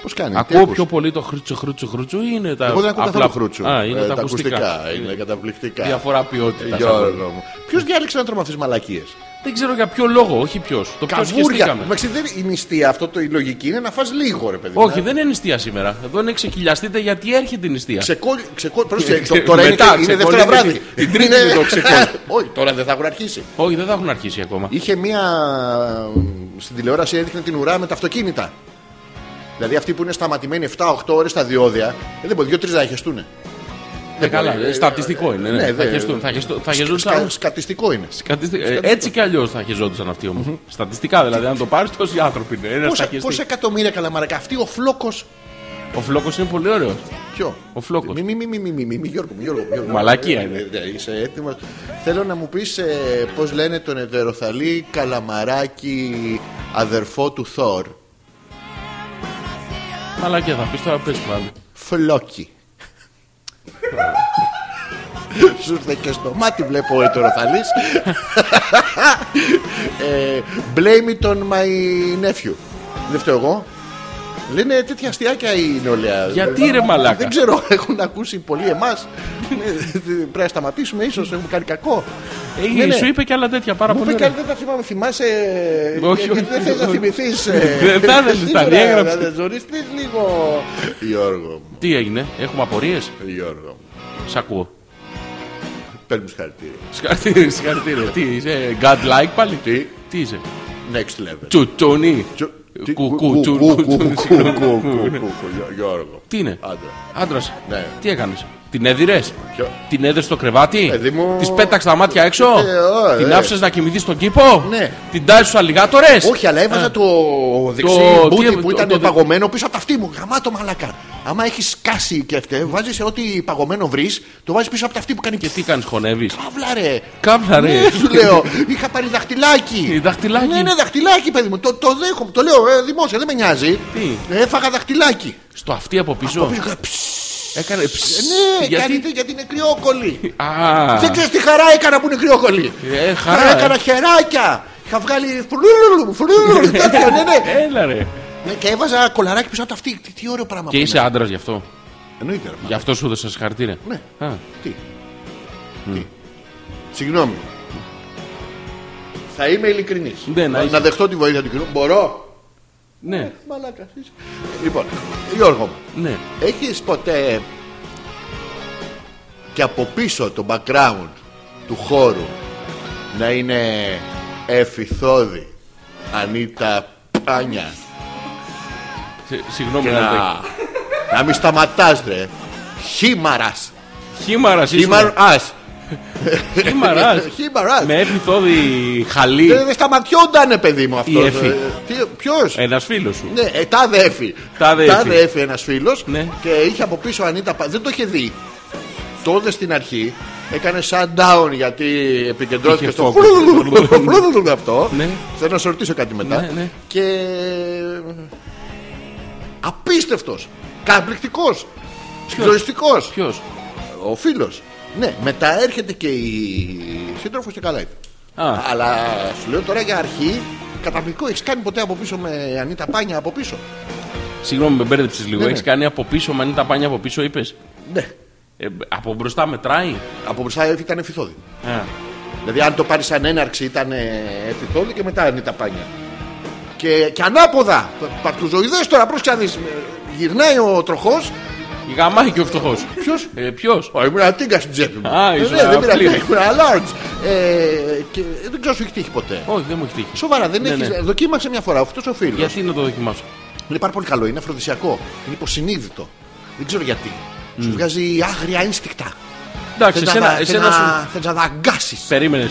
Πώς κάνει. τι
Ακούω
ακούς?
πιο πολύ το χρούτσο, χρούτσο, χρούτσο ή είναι τα.
Εγώ δεν ακούω
απλά-
καθόλου χρούτσου.
Α, είναι
Ε,
τα ακουστικά. Ε,
Είναι καταπληκτικά. Ε,
Διαφορά ποιότητας.
Γιώργο μου. Ποιος διάλεξε να τρώμε αυτέ τι μαλακίες.
Δεν ξέρω για ποιο λόγο, όχι ποιος. Το ποιο
Καβούρια.
σκεφτήκαμε.
Εντάξει, δεν η νηστεία αυτό, το, η λογική είναι να φας λίγο, ρε παιδί.
Όχι,
να-
δεν είναι νηστεία σήμερα. Εδώ είναι ξεκυλιαστείτε γιατί έρχεται η νηστεία.
Ξεκόλ, ξεκόλ, πρόσεξε, το- τώρα είναι,
Ε, Μετά,
και- είναι
ξεκόλ,
δεύτερα
είναι
βράδυ.
την- την τρίτη
Είναι-
το ξεκόλ.
[laughs] Όχι, τώρα δεν θα έχουν αρχίσει.
Όχι, δεν θα έχουν αρχίσει ακόμα.
Είχε μία. Στην τηλεόραση έδειχνε την ουρά με τα αυτοκίνητα. Δηλαδή αυτοί που είναι σταματημένοι 7-8 ώρες στα διόδια, ε, δεν μπορεί, δύο-τρει να χεστούν.
Ε, καλά,
μπορεί,
ε, στατιστικό είναι. ναι.
ναι,
θα
δεν-
χεστούν. Θα, χεστούν, θα χεζόντουσαν.
Σκατιστικό είναι.
Κατιστη- ε, Έτσι κι αλλιώς θα χεζόντουσαν αυτοί όμως. Στατιστικά δηλαδή, αν το πάρεις, τόσοι άνθρωποι είναι. Ένας θα
Πόσα,
χεστεί.
πόσα εκατομμύρια καλαμαρικά. Αυτή ο φλόκος.
Ο φλόκος είναι πολύ ωραίος.
Ποιο.
Ο φλόκος.
Μη, μη, μη, μη, μη, μη, μη, Γιώργο, μη, Γιώργο, μη, Γιώργο.
Μαλακία
Ε,
είναι.
ε, ε, Είσαι έτοιμος. Θέλω να μου πεις ε, πώς λένε τον ετεροθαλή καλαμαράκι αδερφό του Θόρ.
Αλλά και θα πεις τώρα πες πάλι.
Φλόκι. Σου ήρθε και στο μάτι βλέπω ο ετεροθαλής ε, Blame it on my nephew Δεν φταίω εγώ Λένε τέτοια αστιάκια η νεολαία
Γιατί, ρε μαλάκα?
Δεν ξέρω [laughs] έχουν ακούσει πολλοί εμάς Ε, Πρέπει να σταματήσουμε ίσως έχουν κάνει κακό
Ε,
Ναι, ναι.
Σου είπε και άλλα τέτοια πάρα
Μου
πολύ.
πει
ωραία.
κάτι δεν τα θυμάμαι, θυμάσαι.
Όχι,
γιατί Δεν
όχι.
θες να θυμηθείς ε,
Δεν
[laughs]
θα ήθελες, τα
σήμερα,
διέγραψες.
Να ζοριστείς λίγο. Γιώργο μου,
Τι έγινε, έχουμε απορίες.
Γιώργο μου.
Σ' ακούω.
Παίρνουμε συγχαρητήρια.
Συγχαρητήρια, συγχαρητήρια. Τι είσαι, godlike πάλι.
Τι?
Τι είσαι,
Next level.
τσουτσούνι.
Τι-
Κου-
κου-
κου-
κου-
τσου-
κου-
κου-
κου-
τσου-
κου-
συγγνώμη.
κου- κου- κου- Γιώ- Γιώργο.
Τι είναι,
Άντρα.
άντρας.
Ναι.
Τι έκανες, την έδιρες.
Ποιο?
Την έδε στο κρεβάτι,
Παιδί μου.
της πέταξε τα μάτια έξω,
Ε, ωραία.
την άφησες να κοιμηθεί στον κήπο,
Ναι.
την τάζει στους αλιγάτορες.
Όχι, αλλά έβαζα το δεξί
Το- τι
μπούτι
έβα-
που
το-
ήταν
το-
παγωμένο πίσω από τα αυτή μου. Γαμάτο μαλακά. Άμα έχεις σκάσει και αυτό, βάζει ό,τι παγωμένο βρεις, το βάζεις πίσω από τα αυτή που κάνει
Και τι κάνεις, χωνεύεις.
Παύλα ρε.
Κάβλα ρε.
Ναι, σου λέω. Είχα πάρει δαχτυλάκι.
Ε, δαχτυλάκι.
Ναι, ναι, δαχτυλάκι, παιδί μου. Το, το δέχομαι. Το λέω ε, δημόσια, δεν με νοιάζει.
Τι?
Έφαγα δαχτυλάκι.
Στο αυτή από πίσω.
Πήγα, ψ,
Έκανε. ψ,
Ναι,
γιατί-
γιατί... γιατί είναι κρυόκολλη.
Α,
Δεν ξέρει τι χαρά έκανα που είναι κρυόκολλη.
Ε, χαρά, ε.
Έκανα χεράκια. Είχα βγάλει φρούλουλου, φρούλουλου, τέτοιο, ναι,
[laughs]
ναι.
έλα ρε.
Ναι, Και έβαζα κολαράκι πίσω από τα αυτή. Τι, τι ωραίο πράγμα.
Και
που
είσαι
είναι.
άντρας γι' αυτό.
Εννοείται. ρε,
Γι' αυτό σου έδωσα συγχαρητήρια.
Ναι.
Α,
Τι. Τι. Συγγνώμη. Θα είμαι ειλικρινής.
Ναι, να είσαι.
να δεχτώ τη βοήθεια του κοινού. Μπορώ.
ναι,
Μαλάκα. είσαι. Λοιπόν, Γιώργο μου,
ναι.
έχεις ποτέ και από πίσω το background του χώρου να είναι εφηθόδη Ανίτα Πάνια
Σε- Συγγνώμη
και
να
να,
το
να μην σταματάς ρε Χήμαρας
Χήμαρας, είσαι.
Χήμαρας
Χήμαρα.
Χήμαρας
Με έφηθόδη χαλί.
Ε, Δεν σταματιόντανε, παιδί μου αυτός.
Η Εφη.
Ποιος.
Ένας φίλος σου.
Ναι, ε, τάδε έφη.
Τάδε Εφη.
έφη ένας φίλος
Ναι.
και είχε από πίσω Ανίτα. Πα- Δεν το είχε δει. Το είδε στην αρχή. Έκανε shutdown γιατί επικεντρώθηκε
Είχε
στο.
focus.
φρουλουλουλουλουλουλου αυτό.
Ναι.
Θέλω να σου ρωτήσω κάτι μετά.
Ναι, ναι.
Και. Απίστευτος. Καταπληκτικός. Συγκλονιστικό.
Ποιος.
Ο φίλος. Ναι, μετά έρχεται και η σύντροφος και καλά είπε.
Α,
Αλλά σου λέω τώρα για αρχή, καταπληκτικό. Έχεις κάνει ποτέ από πίσω με Ανίτα Πάνια από πίσω.
συγγνώμη, με μπέρδεψες λίγο.
Ναι,
Έχει
ναι.
κάνει από πίσω, μανί τα πάνια από πίσω, είπες.
Ναι.
από μπροστά μετράει.
Από μπροστά ήταν εφηθόδη.
Α,
Δηλαδή, αν το πάρεις σαν έναρξη, ήταν εφηθόδη και μετά Ανίτα Πάνια. Και, και ανάποδα, παρτουζοειδές τώρα, πρόσεχε να δεις. Γυρνάει ο τροχός.
η γαμάει και ο φτωχός.
Ποιος.
Ε, Ποιος.
Ο ήμουν ένα τίγκα στην τσέπη μου.
Α,
Ε,
ήσουν
ναι,
ένα
δεν πειράζει,
πλήρη.
ήμουν ένα large. Ε, και δεν ξέρω, σου έχει τύχει ποτέ.
Όχι, δεν μου έχει τύχει.
Σοβαρά, δεν
Ναι,
έχεις,
ναι.
Δοκίμαξε μια φορά αυτός ο φίλος.
Γιατί να το δοκιμάσω.
Είναι πάρα πολύ καλό, είναι αφροδισιακό. Είναι υποσυνείδητο. Δεν ξέρω γιατί. Σου βγάζει άγρια ένστικτα.
Mm. Εντάξει,
Θες να
εσένα,
δα-
εσένα
θες να-
σου.
θες να δαγκάσει.
Περίμενε.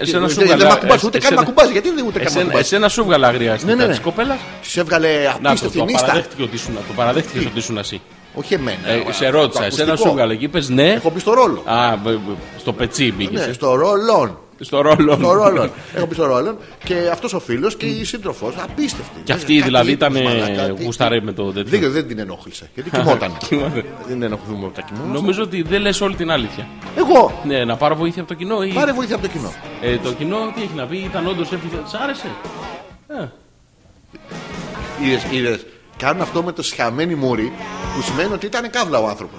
Εσένα σου
Ναι, Δεν
βγαλά.
μακουμπάς, ούτε καν
εσένα-
μακουμπάς. Γιατί δεν ούτε καν
εσένα-
μακουμπάς.
Εσένα σου βγαλά αγριά
Ναι, ναι, ναι.
της κοπέλας.
Σε έβγαλε
Να το, το
απίστευτη νύστα.
παραδέχτηκε ότι ήσουν, το παραδέχτηκε ότι ήσουν εσύ.
Όχι εμένα.
Ε,
εγώ,
σε
Ναι, το
ρώτησα,
ακουστικό.
εσένα σου βγάλε και είπε ναι.
Έχω μπει στο ρόλο.
Α, μπ, μπ, στο πετσί μπήκες.
Ναι, στο ρόλον.
Στο ρόλο.
Στο ρόλον. Έχω μπει στο ρόλον και αυτός ο φίλος και η σύντροφο. Απίστευτη.
Και αυτή
Κάτι
δηλαδή
λίπος,
ήταν
μαλάκα, τι-
γουσταρέ με το τέτοιο.
Δεν, δεν την ενόχλησε. Γιατί κοιμόταν.
Κοιμόταν.
δεν ενοχλούμε όταν κοιμόμαστε.
Νομίζω ότι δεν λες όλη την αλήθεια.
Εγώ.
Ναι, να πάρω βοήθεια από το κοινό ή.
Πάρε βοήθεια από το κοινό.
Ε, το κοινό τι έχει να πει, ήταν όντως έφυγε. Σ' άρεσε.
Είδες, είδες. Κάνουν αυτό με το σχαμένη μούρι που σημαίνει ότι ήταν καύλα ο άνθρωπος.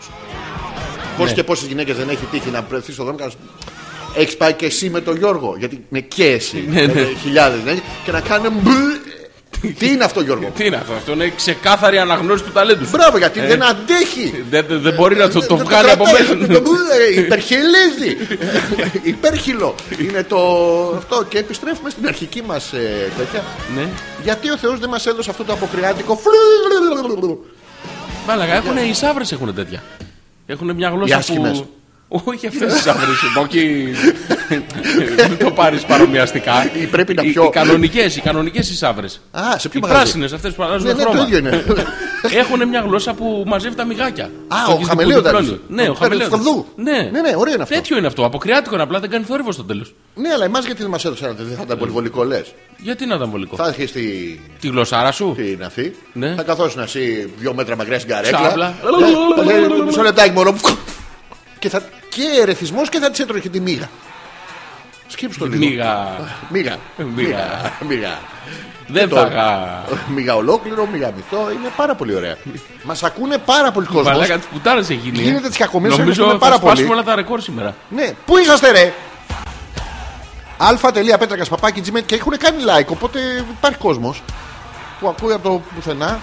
Πόσε και πόσες γυναίκες δεν έχει τύχει να βρεθεί στο δρόμο και να σου Έχεις πάει και εσύ με τον Γιώργο. Γιατί είναι και εσύ. Χιλιάδε και να κάνουν. μπλ. Τι είναι αυτό, Γιώργο.
Τι Ε. είναι αυτό, αυτό είναι ξεκάθαρη αναγνώριση του ταλέντου σου.
Μπράβο, γιατί δεν αντέχει.
Δεν δεν- δεν μπορεί να το, το
Δεν
βγάλει από
κρατάει.
μέσα.
Ε, Υπερχελίζει. Υπέρχυλο. Είναι το. Αυτό. Και επιστρέφουμε στην αρχική μας τέτοια.
Ναι.
Γιατί ο Θεός δεν μας έδωσε αυτό το αποκριάτικο.
Μάλακα, έχουν, οι σαύρες έχουν τέτοια. Έχουν μια γλώσσα
άσχημες.
που. [laughs] Όχι αυτές τις σαύρε. Όχι. Μην το πάρεις παρομοιαστικά.
Ή πρέπει να
Οι-
πιω.
Οι κανονικές, οι κανονικές οι σαύρε.
Α, σε ποιο
Οι
μαγαζί?
πράσινες αυτές που αλλάζουν
Ναι, ναι,
χρώμα.
το ίδιο
[laughs]
είναι.
Έχουν μια γλώσσα που μαζεύει τα μυγάκια.
Α, ο
Το έχεις δει που
χαμελέοντας.
διπλώνει. Ναι, ο
Ο
χαμελέοντας.
σκορδού.
Ναι.
Ναι, ναι, ωραίο είναι αυτό.
Τέτοιο είναι αυτό. Αποκριάτικο είναι απλά δεν κάνει θόρυβο στο τέλος.
ναι, αλλά εμάς γιατί δεν μα έδωσε ένα τέτοιο. Θα ήταν πολυβολικό λες.
Γιατί να ήταν βολικό.
Θα έρχεσαι στη...
Τη γλωσσάρα σου.
στην Αθή.
Ναι.
Θα καθόσουν εσύ δύο μέτρα μακριά στην
Ξάπλα.
καρέκλα. Ναι, θα λέει, Μισό λεπτάκι μόνο. Και, θα... και ερεθισμός και θα τη έτρωγε και τη μύγα. Σκέψου το λίγο.
Μίγα.
Μίγα.
Μίγα.
Μίγα.
Δεν
το-
θα
[laughs]
γα.
Μίγα ολόκληρο, μίγα μυθό. Είναι πάρα πολύ ωραία. μας ακούνε πάρα πολλοί κόσμο.
Μαλάκα τη πουτάρα έχει γίνει. ε.
Γίνεται τις κακομοίρες,
Νομίζω
ευχαριστούμε
θα
πάρα
σπάσουμε
πολύ.
όλα τα ρεκόρ σήμερα.
Ναι, πού είσαστε, ρε! αλφα.πέτρακα παπάκι gmail και έχουν κάνει like. Οπότε υπάρχει κόσμος που ακούει από το πουθενά.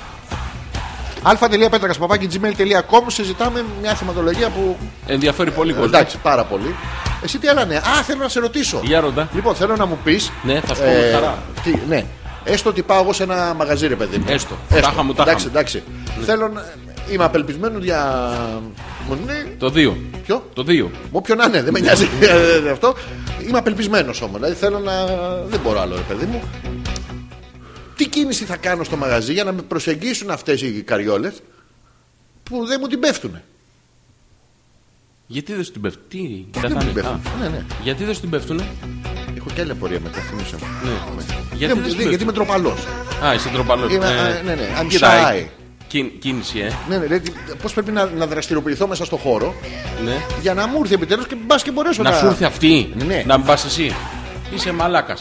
αλφα.πέτρακα παπάκι gmail.com συζητάμε μια θεματολογία που.
Ενδιαφέρει πολύ κόσμο.
Εντάξει, πάρα πολύ. Εσύ τι άλλα ναι. Α, θέλω να σε ρωτήσω.
Για ρωτά.
Λοιπόν, θέλω να μου πεις.
Ναι, θα σου πω με χαρά.
τι, ναι. Έστω ότι πάω εγώ σε ένα μαγαζί, ρε παιδί μου.
Έστω. Τάχα μου, τάχα
εντάξει,
μου. Ναι.
εντάξει. Θέλω να... Είμαι απελπισμένος για. Ναι,
Το 2.
ποιο?
Το Ναι. 2.
Με όποιον να είναι, δεν με νοιάζει Ε, αυτό. Είμαι απελπισμένος όμως. Δηλαδή θέλω να. Δεν μπορώ άλλο, ρε παιδί μου. Τι κίνηση θα κάνω στο μαγαζί για να με προσεγγίσουν αυτές οι καριόλες που δεν μου την πέφτουνε.
Γιατί δεν σου την πέφτουν. Τι,
Δεν μου
καθάνε.
την πέφτουνε.
Α,
Ναι, ναι.
Γιατί δεν σου την πέφτουνε.
Έχω και άλλη απορία μετά, θυμίσα μου.
Ναι.
Γιατί,
Γιατί
μου
δεν
τις
σου
λέει, γιατί
πέφτουνε.
είμαι τροπαλός.
Α, είσαι ντροπαλός.
Είμαι,
Ε,
α, ναι, ναι, I'm
κοίτα,
shy.
ε, κίν- Κίνηση, ε.
Ναι, ναι, πώς πρέπει να, να δραστηριοποιηθώ μέσα στο χώρο
Ναι.
για να μου έρθει επιτέλους και μπας και μπορέσω να.
Να σου έρθει αυτή.
Ναι.
Να μην πας εσύ. Είσαι μαλάκα.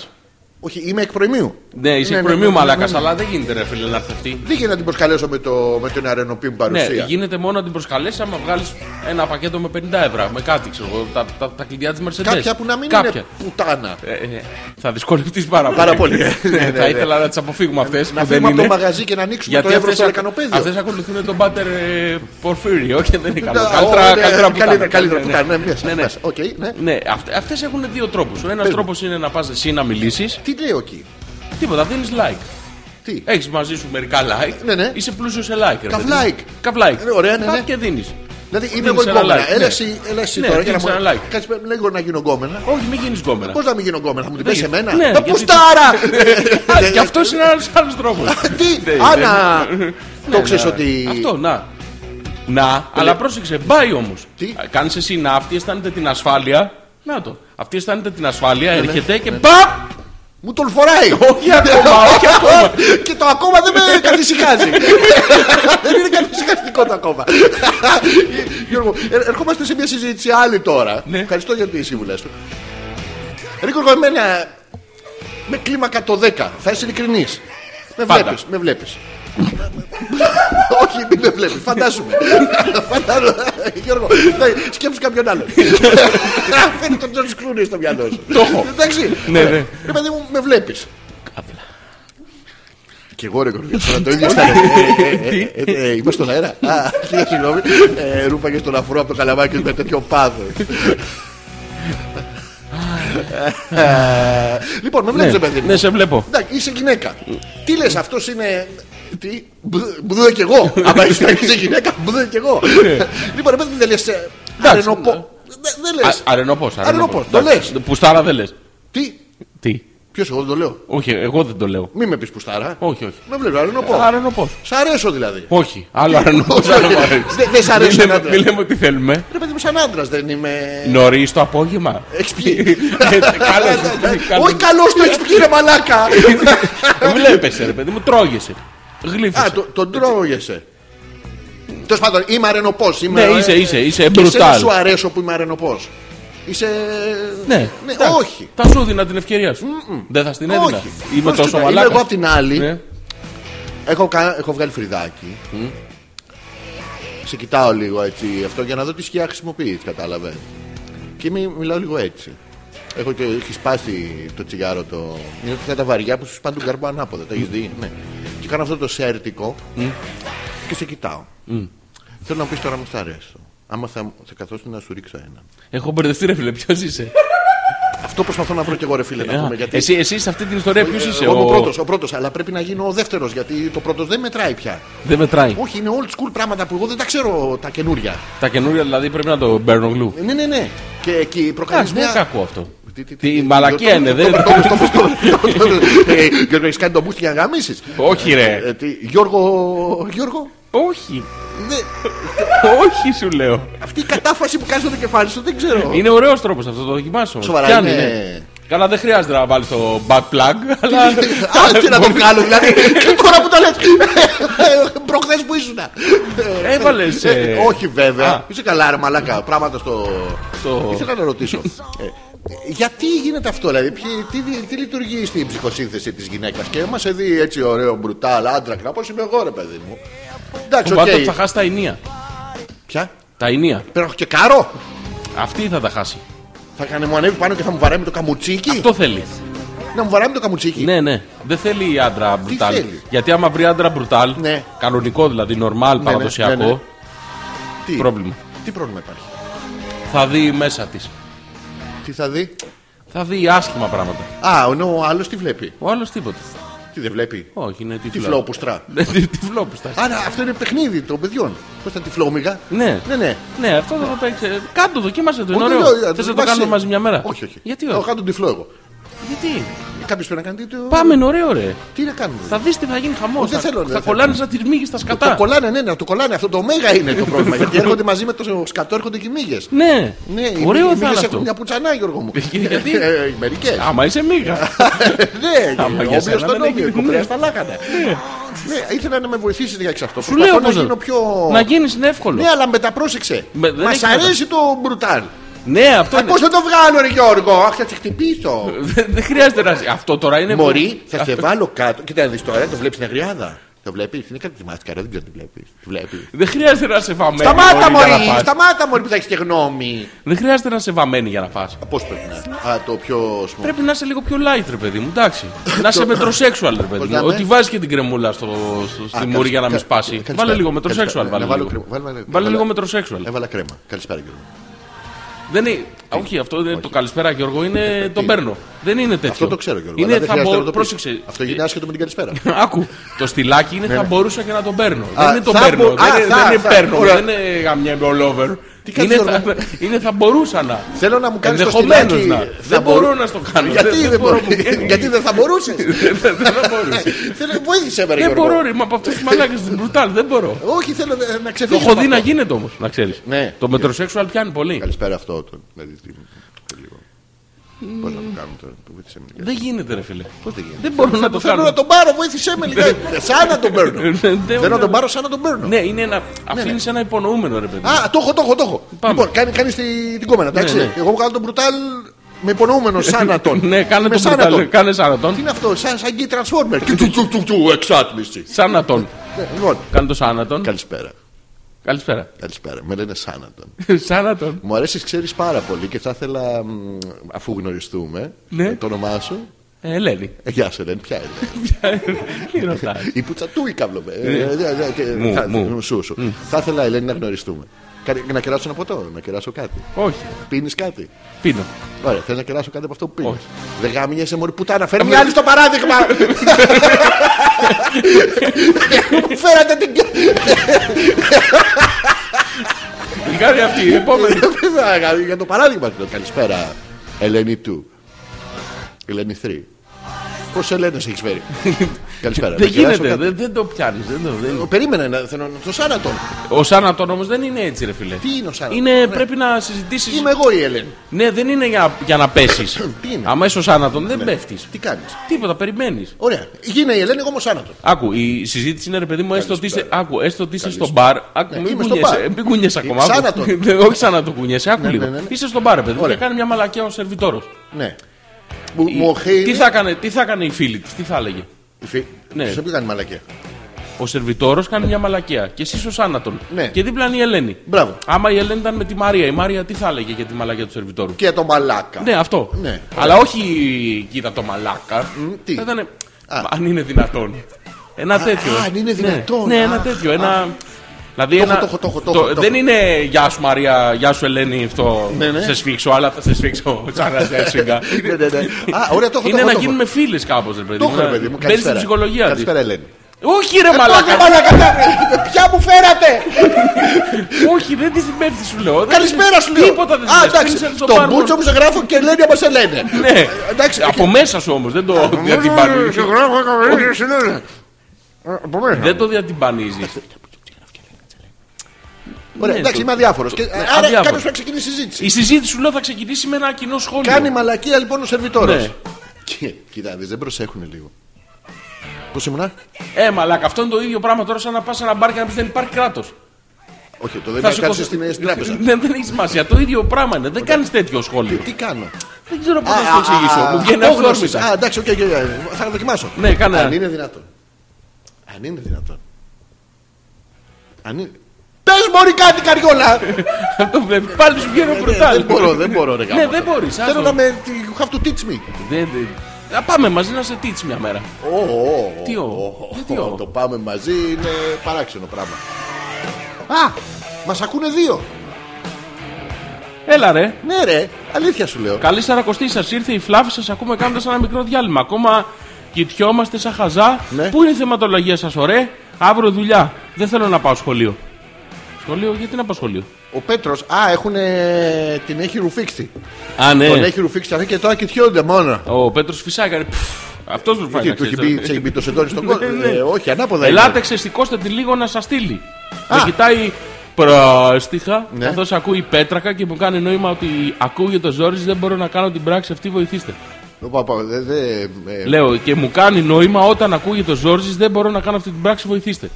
Όχι, είμαι εκ προημίου.
Ναι, είσαι ναι, προημίου μαλάκα, αλλά δεν γίνεται ρε φίλε να έρθει αυτή.
Δεν γίνεται να την προσκαλέσω με, το, με την αρενοπή μου
Ναι,
παρουσία.
γίνεται μόνο να την προσκαλέσει άμα βγάλεις ένα πακέτο με 50 ευρώ. Με κάτι, ξέρω εγώ. Τα, τα, τα κλειδιά της Mercedes.
Κάποια που να μην
Κάποια.
είναι πουτάνα.
Ε, ε, θα δυσκολευτείς πάρα πολύ.
Πάρα πολύ, ε.
Ναι,
Ναι, ναι,
θα
ναι.
ήθελα να τις αποφύγουμε αυτέ.
Να φύγουμε από το μαγαζί και να ανοίξουμε το εύρο στο λεκανοπέδιο.
αυτές ακολουθούν τον πάτερ ε, Πορφύρι. Όχι, δεν είναι καλό.
Α,
Καλύτερα-
ναι,
Καλύτερα που
καλύτερα-
ήταν.
καλύτερα
Ναι,
που
ναι.
ήταν, ναι, μιας,
Ναι, ναι.
μιας. Οκ, ναι.
Ναι, αυτές έχουν δύο τρόπους. Ο ένας τρόπος είναι να πας εσύ να μιλήσεις.
Τι λέω εκεί.
Τίποτα, δίνεις like.
Τι.
Έχεις μαζί σου μερικά like.
Ναι, ναι.
Είσαι πλούσιος σε like. ρε
Καυ
παιδί μου.
like.
Καυ like.
Ε, ωραία, ναι,
Πας
ναι.
Και δίνεις.
Δηλαδή είμαι
Δίνεις
εγώ
ένα
γκόμενα.
like,
Έλα
ναι.
εσύ, έλα εσύ
Ναι,
τώρα για να
δίνεις
μου.
ένα like.
Κάτσε με- λίγο να γίνω γκόμενα.
Όχι, μην γίνεις γκόμενα.
Πώς να μην γίνω γκόμενα, θα μου την
Δεν
πει
γίνεται.
εμένα.
Ναι,
Τα
γιατί-
πουστάρα!
[laughs] Α, Και αυτός είναι ένας άλλος τρόπος.
[laughs] Τι, Άννα! Το ξέρεις ότι.
Ναι, Αυτό, να. Να, αλλά πρόσεξε, μπάει όμως.
Τι?
Κάνεις εσύ να, αυτή αισθάνεται την ασφάλεια. Να το. Αυτή αισθάνεται την ασφάλεια,
Ναι,
έρχεται και παπ!
Μου τον φοράει!
Όχι ακόμα, όχι ακόμα.
[laughs] Και το ακόμα δεν με
[laughs]
καθησυχάζει. Δεν είναι καθησυχαστικό το ακόμα. Γιώργο, ε, ερχόμαστε σε μια συζήτηση άλλη τώρα.
Ναι.
Ευχαριστώ για τη σύμβουλα σου. Ρε Γιώργο, εμένα με κλίμακα το 10. Θα είσαι ειλικρινής. Με
Πάντα.
βλέπεις, με βλέπεις. [laughs] Όχι, μην με βλέπεις. Φαντάζομαι. [laughs] Φαντάζομαι. Γιώργο, θα- σκέψου κάποιον
[laughs]
άλλον. Φέρνει τον Τζον Κλούνι στο μυαλό σου.
Το έχω.
Εντάξει. Ε,
Ναι, ναι.
Ρε παιδί μου, με βλέπεις.
Καύλα.
Κι εγώ ρε κορδί, τώρα το ίδιο αισθάνομαι. Ε, ε, ε, ε, Είμαι στον αέρα. Α, [laughs] χίλια συγγνώμη. Ε, Ρούφαγες τον αφρό από το καλαμάκι με τέτοιο πάθος. Λοιπόν, με βλέπεις, παιδί μου.
Ναι, σε βλέπω.
Εντάξει, είσαι γυναίκα. Τι λες, αυτός είναι. Τι. Μπουδέ κι εγώ. Άμα είσαι είσαι γυναίκα, μπουδέ κι εγώ. Λοιπόν, ρε παιδί μου, δεν λες.
Ναι. Εντάξει. ναι.
Δεν λες.
Αρενοπός.
Αρενοπός, το λες.
Πουστάρα δεν λες.
Τι.
Τι.
Ποιος εγώ δεν το λέω.
Όχι, εγώ δεν το λέω.
Μη με πεις πουστάρα.
Όχι, όχι.
Με βλέπεις, αρενοπό.
Αρενοπός.
Σ' αρέσω δηλαδή.
Όχι, άλλο αρενοπό.
Όχι, δεν- δεν σ' αρέσει
Μην λέμε-
ένα-
Μην λέμε ότι θέλουμε.
Ρε παιδί μου, σαν άντρας δεν είμαι.
Νωρίς το
[laughs]
απόγευμα.
Έχεις πιει.
[laughs] Ε, καλώς, καλώς.
Ναι, Όχι καλός το έχεις πιει, ρε
[laughs]
μαλάκα.
Ε, Βλέπεσαι, ρε παιδί μου, τρώγεσαι.
Α,
Γλύφεσαι.
το- τον τρώγεσαι. Τέλος πάντων, είμαι αρενοπός.
Ναι, είσαι, είσαι, είσαι
Δεν
brutal.
σου αρέσω που είμαι αρενοπός. Είσαι.
Ναι, εντάξει.
όχι.
Θα σου δίνα την ευκαιρία σου. Δεν θα στην έδινα.
Όχι.
Είμαι
Πρόσεξε
τόσο
τώρα,
μαλάκα.
είμαι εγώ απ' την άλλη.
Ναι.
Έχω, κα- έχω βγάλει φρυδάκι. Σε κοιτάω λίγο έτσι αυτό για να δω τι σκιά χρησιμοποιείς, κατάλαβες. Και μι, μιλάω λίγο έτσι. Έχω και έχεις σπάσει το τσιγάρο το. Είναι αυτά τα βαριά που σου σπάνε τον καρπό ανάποδα. Τα έχεις δει, ναι. Και κάνω αυτό το σερτικό και σε κοιτάω. Θέλω να πεις τώρα μου θα αρέσω. Άμα θα, θα καθόσουν να σου ρίξω ένα.
Έχω μπερδευτεί, ρε φίλε, ποιος είσαι.
Αυτό προσπαθώ να βρω και εγώ, ρε φίλε, να
Ε, Α,
πούμε. Γιατί
Εσύ, εσύ σε αυτή την ιστορία ποιος είσαι.
εγώ είμαι ο πρώτος, ο πρώτος, αλλά πρέπει να γίνω ο δεύτερος γιατί το πρώτος δεν μετράει πια.
Δεν μετράει.
Όχι, είναι old school πράγματα που εγώ δεν τα ξέρω τα καινούρια.
Τα καινούρια δηλαδή πρέπει να το παίρνω γλου.
Ναι, ναι, ναι. Και εκεί προκαλεί
Εντάξει, δεν είναι
μια.
κακό αυτό.
Τι- τι- τι-
Τι μαλακία
το-
είναι,
το-
δεν.
το- το- το- το- το- το- Ε, Γιώργο, έχεις κάνει το μπουστ για να γαμίσεις.
Όχι, ρε.
Γιώργο, Γιώργο,
Όχι.
ναι,
Όχι, σου λέω.
αυτή η κατάφαση που κάνεις στο κεφάλι σου δεν ξέρω.
Είναι ωραίος τρόπος αυτό, το δοκιμάσω.
Σοβαρά,
Πιάνει,
είναι-
ναι. Καλά, δεν χρειάζεται να βάλεις το back plug, αλλά.
Α, τι να το βγάλω,
[laughs]
δηλαδή. Και τώρα που το [laughs] λες. Προχθές που ήσουν.
Έβαλες.
Ε, Όχι,
Α.
βέβαια. Είσαι καλά, ρε μαλάκα. Πράγματα στο.
Στο-
Ήθελα να ρωτήσω. Ε, Γιατί γίνεται αυτό, δηλαδή, ποιοι- τι, δι- τι λειτουργεί στην ψυχοσύνθεση της γυναίκας και μας δει έτσι ωραίο μπρουτάλ άντρα κάπω είμαι εγώ, ρε παιδί μου. Εντάξει, οκ.
θα χάσει τα ενία.
Ποια?
Τα ενία.
Πέρα έχω και κάρο.
Αυτή θα τα χάσει.
Θα κάνει μου ανέβει πάνω και θα μου βαράει με το καμουτσίκι.
Αυτό θέλει.
Να μου βαράει με το καμουτσίκι.
Ναι, ναι. Δεν θέλει η άντρα μπρουτάλ.
θέλει?
Γιατί άμα βρει άντρα μπρουτάλ,
Ναι.
κανονικό δηλαδή, normal, παραδοσιακό,
ναι, ναι. τι,
πρόβλημα.
τι πρόβλημα υπάρχει.
θα δει μέσα της.
Τι θα δει.
Θα δει άσχημα πράγματα.
Α, ενώ ο άλλος τι βλέπει.
Ο άλλος τίποτα.
Τι δεν βλέπει.
Όχι, είναι τυφλό.
Τυφλό πουστρά.
[laughs] Ναι, τι- τυφλό που στάζει.
Άρα αυτό είναι παιχνίδι των παιδιών. Πώς ήταν τυφλό μηγα.
Ναι.
Ναι, ναι.
Ναι, αυτό θα το παίξει. Κάντο, δοκίμασε το. Είναι
Όχι,
ωραίο.
λέω,
Θες να το
δοκιμάσαι.
κάνουμε μαζί μια μέρα.
Όχι, όχι.
Γιατί
Θα
όχι.
κάνω τον τυφλό εγώ.
Γιατί.
Κάποιος πρέπει να κάνει το.
Πάμε, είναι ωραίο, ρε.
Τι να κάνουμε.
Θα δεις τι θα γίνει χαμός.
Δεν
Θα,
θέλω,
θα
δεν
κολλάνε σαν τη μύγη στα
Το
σκατά.
κολλάνε, ναι, να το κολλάνε. Αυτό το ωμέγα είναι το
[laughs]
πρόβλημα. γιατί έρχονται μαζί με το σκατό, έρχονται και οι μύγες.
Ναι,
Ναι, οι
ωραίο
μύγες
θα είναι
έχουν
αυτό.
μια πουτσανά, Γιώργο μου. Ε,
Γιατί?
Μερικές.
Άμα είσαι μύγα.
[laughs] Ναι,
Άμα για
όμπλιο
σένα
στον
δεν
όμπλιο,
έχει-
κοπρέα
ναι.
στα λάκανα. Ναι, ήθελα να με βοηθήσεις για εξ' αυτό.
Σου λέω
να
πώς
γίνω πιο.
Να γίνεις είναι εύκολο.
Ναι, αλλά με τα πρόσεξε.
Με- δεν
Μας
έχει μετά.
αρέσει το μπρουτάλ.
Ναι, αυτό
Μα
είναι.
πώς θα το βγάλω, ρε Γιώργο, Αχ, θα σε χτυπήσω.
Δεν δεν χρειάζεται να. Αυτό τώρα είναι.
Μωρή, θα σε βάλω κάτω. Κοίτα, να δεις τώρα, το βλέπεις την αγριάδα. Το βλέπεις, είναι κάτι τη μάσκαρα, δεν ξέρω τι βλέπεις. Βλέπεις.
Δεν χρειάζεται να σε βαμμένη.
Σταμάτα,
όλοι για να
Μωρή,
ναι, πας.
σταμάτα, Μωρή που θα έχεις και γνώμη.
Δεν χρειάζεται να σε βαμμένη για να πας.
Πώ πρέπει να είναι. Α, το πιο. smooth.
Πρέπει να είσαι λίγο πιο light, ρε παιδί μου, εντάξει. να είσαι μετροσέξουαλ, ρε παιδί
Πώς να
μου.
είμαι?
Ότι βάζεις και την κρεμούλα στο, στο,
Α,
στη μούρη για να μην
καλησπέρα.
σπάσει.
Καλησπέρα.
Βάλε λίγο
Καλησπέρα.
μετροσέξουαλ.
Να
Βάλε
ε, βάλω Ε,
λίγο.
κρεμ- βάλε-
Βάλε λίγο
βάλε-
μετροσέξουαλ.
Έβαλα κρέμα. Καλησπέρα, Γιώργο.
Δεν είναι.
ε,
Όχι, αυτό είναι το καλησπέρα Γιώργο, είναι τον παίρνω. Δεν είναι τέτοιο.
Αυτό το ξέρω, Γιώργο.
Είναι
αλλά δεν
θα
χρειάζεται
μπο-
να το πεις.
Πρόσεξε. Ε,
Αυτό γίνεται άσχετο με την καλησπέρα.
[laughs] Άκου, το στυλάκι είναι θα μπορούσα και να τον παίρνω.
Ναι, Α,
δεν είναι το
θα
παίρνω.
μπο-
δεν
α,
είναι,
θα-
δεν είναι
θα-
παίρνω.
ωραία.
Δεν είναι γαμιέμαι all over.
κάνεις,
είναι, θα,
Γιώργο?
είναι θα μπορούσα να.
Θέλω να μου κάνεις το
Ενδεχομένως
στυλάκι.
να.
θα
Δεν
μπορού- Ε,
μπορώ να στο κάνω.
Γιατί δεν
μπορώ.
μπορώ. Γιατί δεν θα
[laughs]
μπορούσες.
Δεν- δεν- δεν θα
[laughs]
μπορούσα.
Βοήθησε με, ρε
Δεν
Γιώργο.
μπορώ, ρε, μα από αυτές τις μαλάκες στην Μπρουτάλ δεν μπορώ.
Όχι, θέλω να- να
Το
ξεφύγω.
έχω
από
δει να
αυτό.
γίνεται όμως, να ξέρεις.
Ναι.
Το μετροσέξουαλ πιάνει πολύ.
Καλησπέρα αυτό. το- Δηλαδή, τι- το λίγο. Πώς να το κάνουμε τώρα. που βοήθησε με.
Δεν γίνεται, ρε φίλε.
Πώς δεν γίνεται.
Δεν μπορώ να το
Θέλω να
κάνω.
τον πάρω, βοήθησέ με λιγάκι. ε, Σαν να τον παίρνω.
Ναι, ναι,
Θέλω να
ναι.
τον πάρω σαν να τον παίρνω.
Ναι, είναι ένα. Αφήνει ένα υπονοούμενο, ρε παιδί.
Α, το έχω, το έχω, το έχω.
Πάμε.
Λοιπόν, κάνει, κάνεις τη- την κόμενα, εντάξει.
ναι.
Εγώ κάνω τον Μπρουτάλ με υπονοούμενο σάνατον.
[laughs] Ναι, κάνε
Με
τον
σάνατον.
Μπρουτάλ. Κάνε σάνατον.
Τι είναι αυτό, σαν, σαν γκί Transformer. Και του, του, του, του, εξάτμιση.
Σάνατον.
Ναι, Λοιπόν,
Κάνε το σάνατον.
καλησπέρα.
Καλησπέρα.
Καλησπέρα. Με λένε Σάνατον.
[laughs] Σάνατον.
Μου αρέσει, ξέρεις πάρα πολύ και θα ήθελα, μ, αφού γνωριστούμε,
Ναι.
το όνομά σου.
Ε, Ελένη.
Ε, Γεια σου, Ελένη, ποια είναι. ε,
Τι ρωτάει.
Η πουτσα του ή καύλωμε. Ε, ε, ε, ε, και-
Ναι. Μου,
θα-
μου.
Σου, σου. Θα ήθελα, Ελένη, να γνωριστούμε. Κάτι- Να κεράσω ένα ποτό, να κεράσω κάτι.
Όχι.
Πίνεις κάτι.
Πίνω.
Ωραία, θες να κεράσω κάτι από αυτό που πίνεις.
Όχι.
Δεν γάμιεσαι μόλι πουτάνα. Φέρε μια άλλη στο
[laughs]
παράδειγμα. Μου Φέρατε την
Τι κάνει αυτή η
[laughs]
επόμενη.
κέφα. Για το παράδειγμα. λέω, Καλησπέρα, Ελένη του. Ελένη 3. Πώ Ελένε έχει
[laughs]
φέρει. Καλησπέρα.
Δεν
να κεράσω
γίνεται.
κάτι.
δεν- Δεν το πιάνεις.
Ο, Περίμενε, να- θέλω να το σάνατον.
Ο Σάνατον όμως δεν είναι έτσι, ρε φίλε.
Τι είναι ο Σάνατον?
Είναι,
Ναι.
πρέπει να συζητήσεις.
Είμαι εγώ η Ελένη.
Ναι, δεν είναι για, για να πέσεις.
[clears throat] Τι είναι? Ναι.
Αμέσω Σάνατον δεν πέφτεις.
Τι κάνεις.
Τίποτα, περιμένεις.
Ωραία. Γίνε η Ελένη, εγώ όμω σάνατον.
Άκου, η συζήτηση είναι ρε παιδί μου, έστω ότι είσαι,
Καλησπέρα.
άκου, έστω ότι είσαι στο μπαρ. Άκου,
Ναι,
μην
είμαι στο
κουνιέσαι, ε,
μπαρ.
μην κουνιέσαι ακόμα. άκου.
Σάνατον.
Ναι, [laughs] Όχι σαν να το κουνιέσαι, άκου
Ναι,
λίγο.
ναι, ναι, ναι.
Είσαι στο μπαρ, ρε παιδί μου, και
Ωραία.
κάνει μια μαλακιά ο σερβιτόρος.
Ναι. Μου- Μου
Τι
οχέει.
θα έκανε- Τι θα έκανε η φίλη της, τι θα έλεγε. Ναι.
Σε ποιο κάνει μαλακία.
Ο σερβιτόρος κάνει μια μαλακία και εσύ ο Σάνατον.
Ναι.
Και δίπλα είναι η Ελένη.
Μπράβο.
Άμα η Ελένη ήταν με τη Μαρία, η Μαρία τι θα έλεγε για τη μαλακία του σερβιτόρου.
Και το μαλάκα.
Ναι, αυτό.
Ναι.
Αλλά όχι κοίτα το μαλάκα.
τι?
Θα ήτανε,
Α.
αν είναι δυνατόν. Ένα τέτοιο.
α, αν είναι δυνατόν.
Ναι, ναι,
Α,
ένα τέτοιο. ένα... Δηλαδή
Το
ένα...
έχω, το έχω, το έχω, το έχω.
Δεν είναι γεια σου Μαρία, γεια σου Ελένη, αυτό
Ναι, ναι.
σε σφίξω, αλλά θα σε σφίξω. [laughs] Τσάρα, σε σφίγγα.
[laughs] Ναι, ναι, ναι. Α, ωραία, το έχω, το έχω,
Είναι να
το έχω.
γίνουμε φίλες κάπως, ρε παιδί
Το έχω,
να-
ρε παιδί μου.
Μπαίνεις στην
Καλησπέρα.
ψυχολογία της.
Καλησπέρα, Ελένη.
Όχι, ρε
Όχι,
μαλάκα.
μαλάκα, ποια- ποια μου φέρατε! Ε,
Όχι, δεν τη συμπέφτει, σου λέω. Δεν-
Καλησπέρα σου λέω!
Τίποτα δεν
Α,
συμπέφτει.
εντάξει, στον μπούτσο μου σε γράφω και Ελένη όπως Ελένη.
Ναι,
Εντάξει,
από μέσα σου όμως, δεν το διατυμπανίζει. Δεν το διατυμπανίζεις.
Ωραία,
ναι,
εντάξει,
το-
είμαι αδιάφορος. Και- ε, Άρα κάποιος
αδιάφορος.
πρέπει να ξεκινήσει συζήτηση.
Η συζήτηση σου λέω θα ξεκινήσει με ένα κοινό σχόλιο.
Κάνει μαλακία λοιπόν ο σερβιτόρος.
Ναι.
Και- Κοίτα, δεις, δεν προσέχουν λίγο. Πώς ήμουνα?
Ε, μαλάκα, αυτό είναι το ίδιο πράγμα τώρα σαν να πας σε ένα μπαρ και να πεις δεν υπάρχει κράτος.
Όχι, το δεν με κάτσε στην στην τράπεζα.
Ναι, Δεν, δεν έχει σημασία. Το ίδιο πράγμα είναι. Δεν κάνεις τέτοιο σχόλιο.
Τι κάνω.
Δεν ξέρω πώς θα το εξηγήσω. Μου βγαίνει
αυτό. Α,
[laughs] αυθόρμητα.
εντάξει, οκ, οκ, οκ, θα δοκιμάσω.
Ναι, κάνε.
Αν είναι δυνατόν. Αν είναι δυνατόν. Αν είναι. Πες μπορεί κάτι καριόλα!
Αυτό βλέπει. Πάλι σου βγαίνει ο
Ε, ναι, δεν
μπρουτάλ.
μπορώ, δεν μπορώ, ρε γάμο
Ναι,
το.
δεν μπορείς.
Θέλω να με. You have to teach me.
Να πάμε μαζί να σε τίτσει μια μέρα.
Ω, ω, ω,
Τι ω,
ω,
γιατί
ω,
ω.
Το πάμε μαζί είναι παράξενο πράγμα. Α! Μας ακούνε δύο.
Έλα ρε.
Ναι, ρε, αλήθεια σου λέω.
Καλή Σαρακοστή, σας ήρθε η φλάβη, σας ακούμε κάνοντας ένα μικρό διάλειμμα. Ακόμα κοιτιόμαστε σαν χαζά.
Ναι.
Πού είναι η θεματολογία σας, ωραία. Αύριο δουλειά. Δεν θέλω να πάω σχολείο. Σχολείο, γιατί να πάω σχολείο.
Ο Πέτρος, α, έχουν, ε, την έχει ρουφήξει.
Α, ναι.
Τον έχει ρουφήξει αρχή και τώρα κοιτιόνται μόνο.
Ο Πέτρος φυσάει, κάνει. Αυτός τους φάει.
Γιατί
να
του έχει
ξέρεις,
μπει, της έχει μπει το σεντόνι στον κόσμο.
Ναι, ναι.
Ε, όχι, ανάποδα. είναι.
Ελάτε, ξεστικώστε τη λίγο να σας στείλει.
Α.
Με κοιτάει πρόστιχα,
Ναι.
καθώς ακούει η πέτρακα και μου κάνει νόημα ότι ακούγεται ο Ζόρις, δεν μπορώ να κάνω την πράξη αυτή, βοηθήστε.
Ω, πα, πα, δε- δε, ε,
Λέω και μου κάνει νόημα όταν ακούγεται ο Ζόρις, δεν μπορώ να κάνω αυτή την πράξη, βοηθήστε.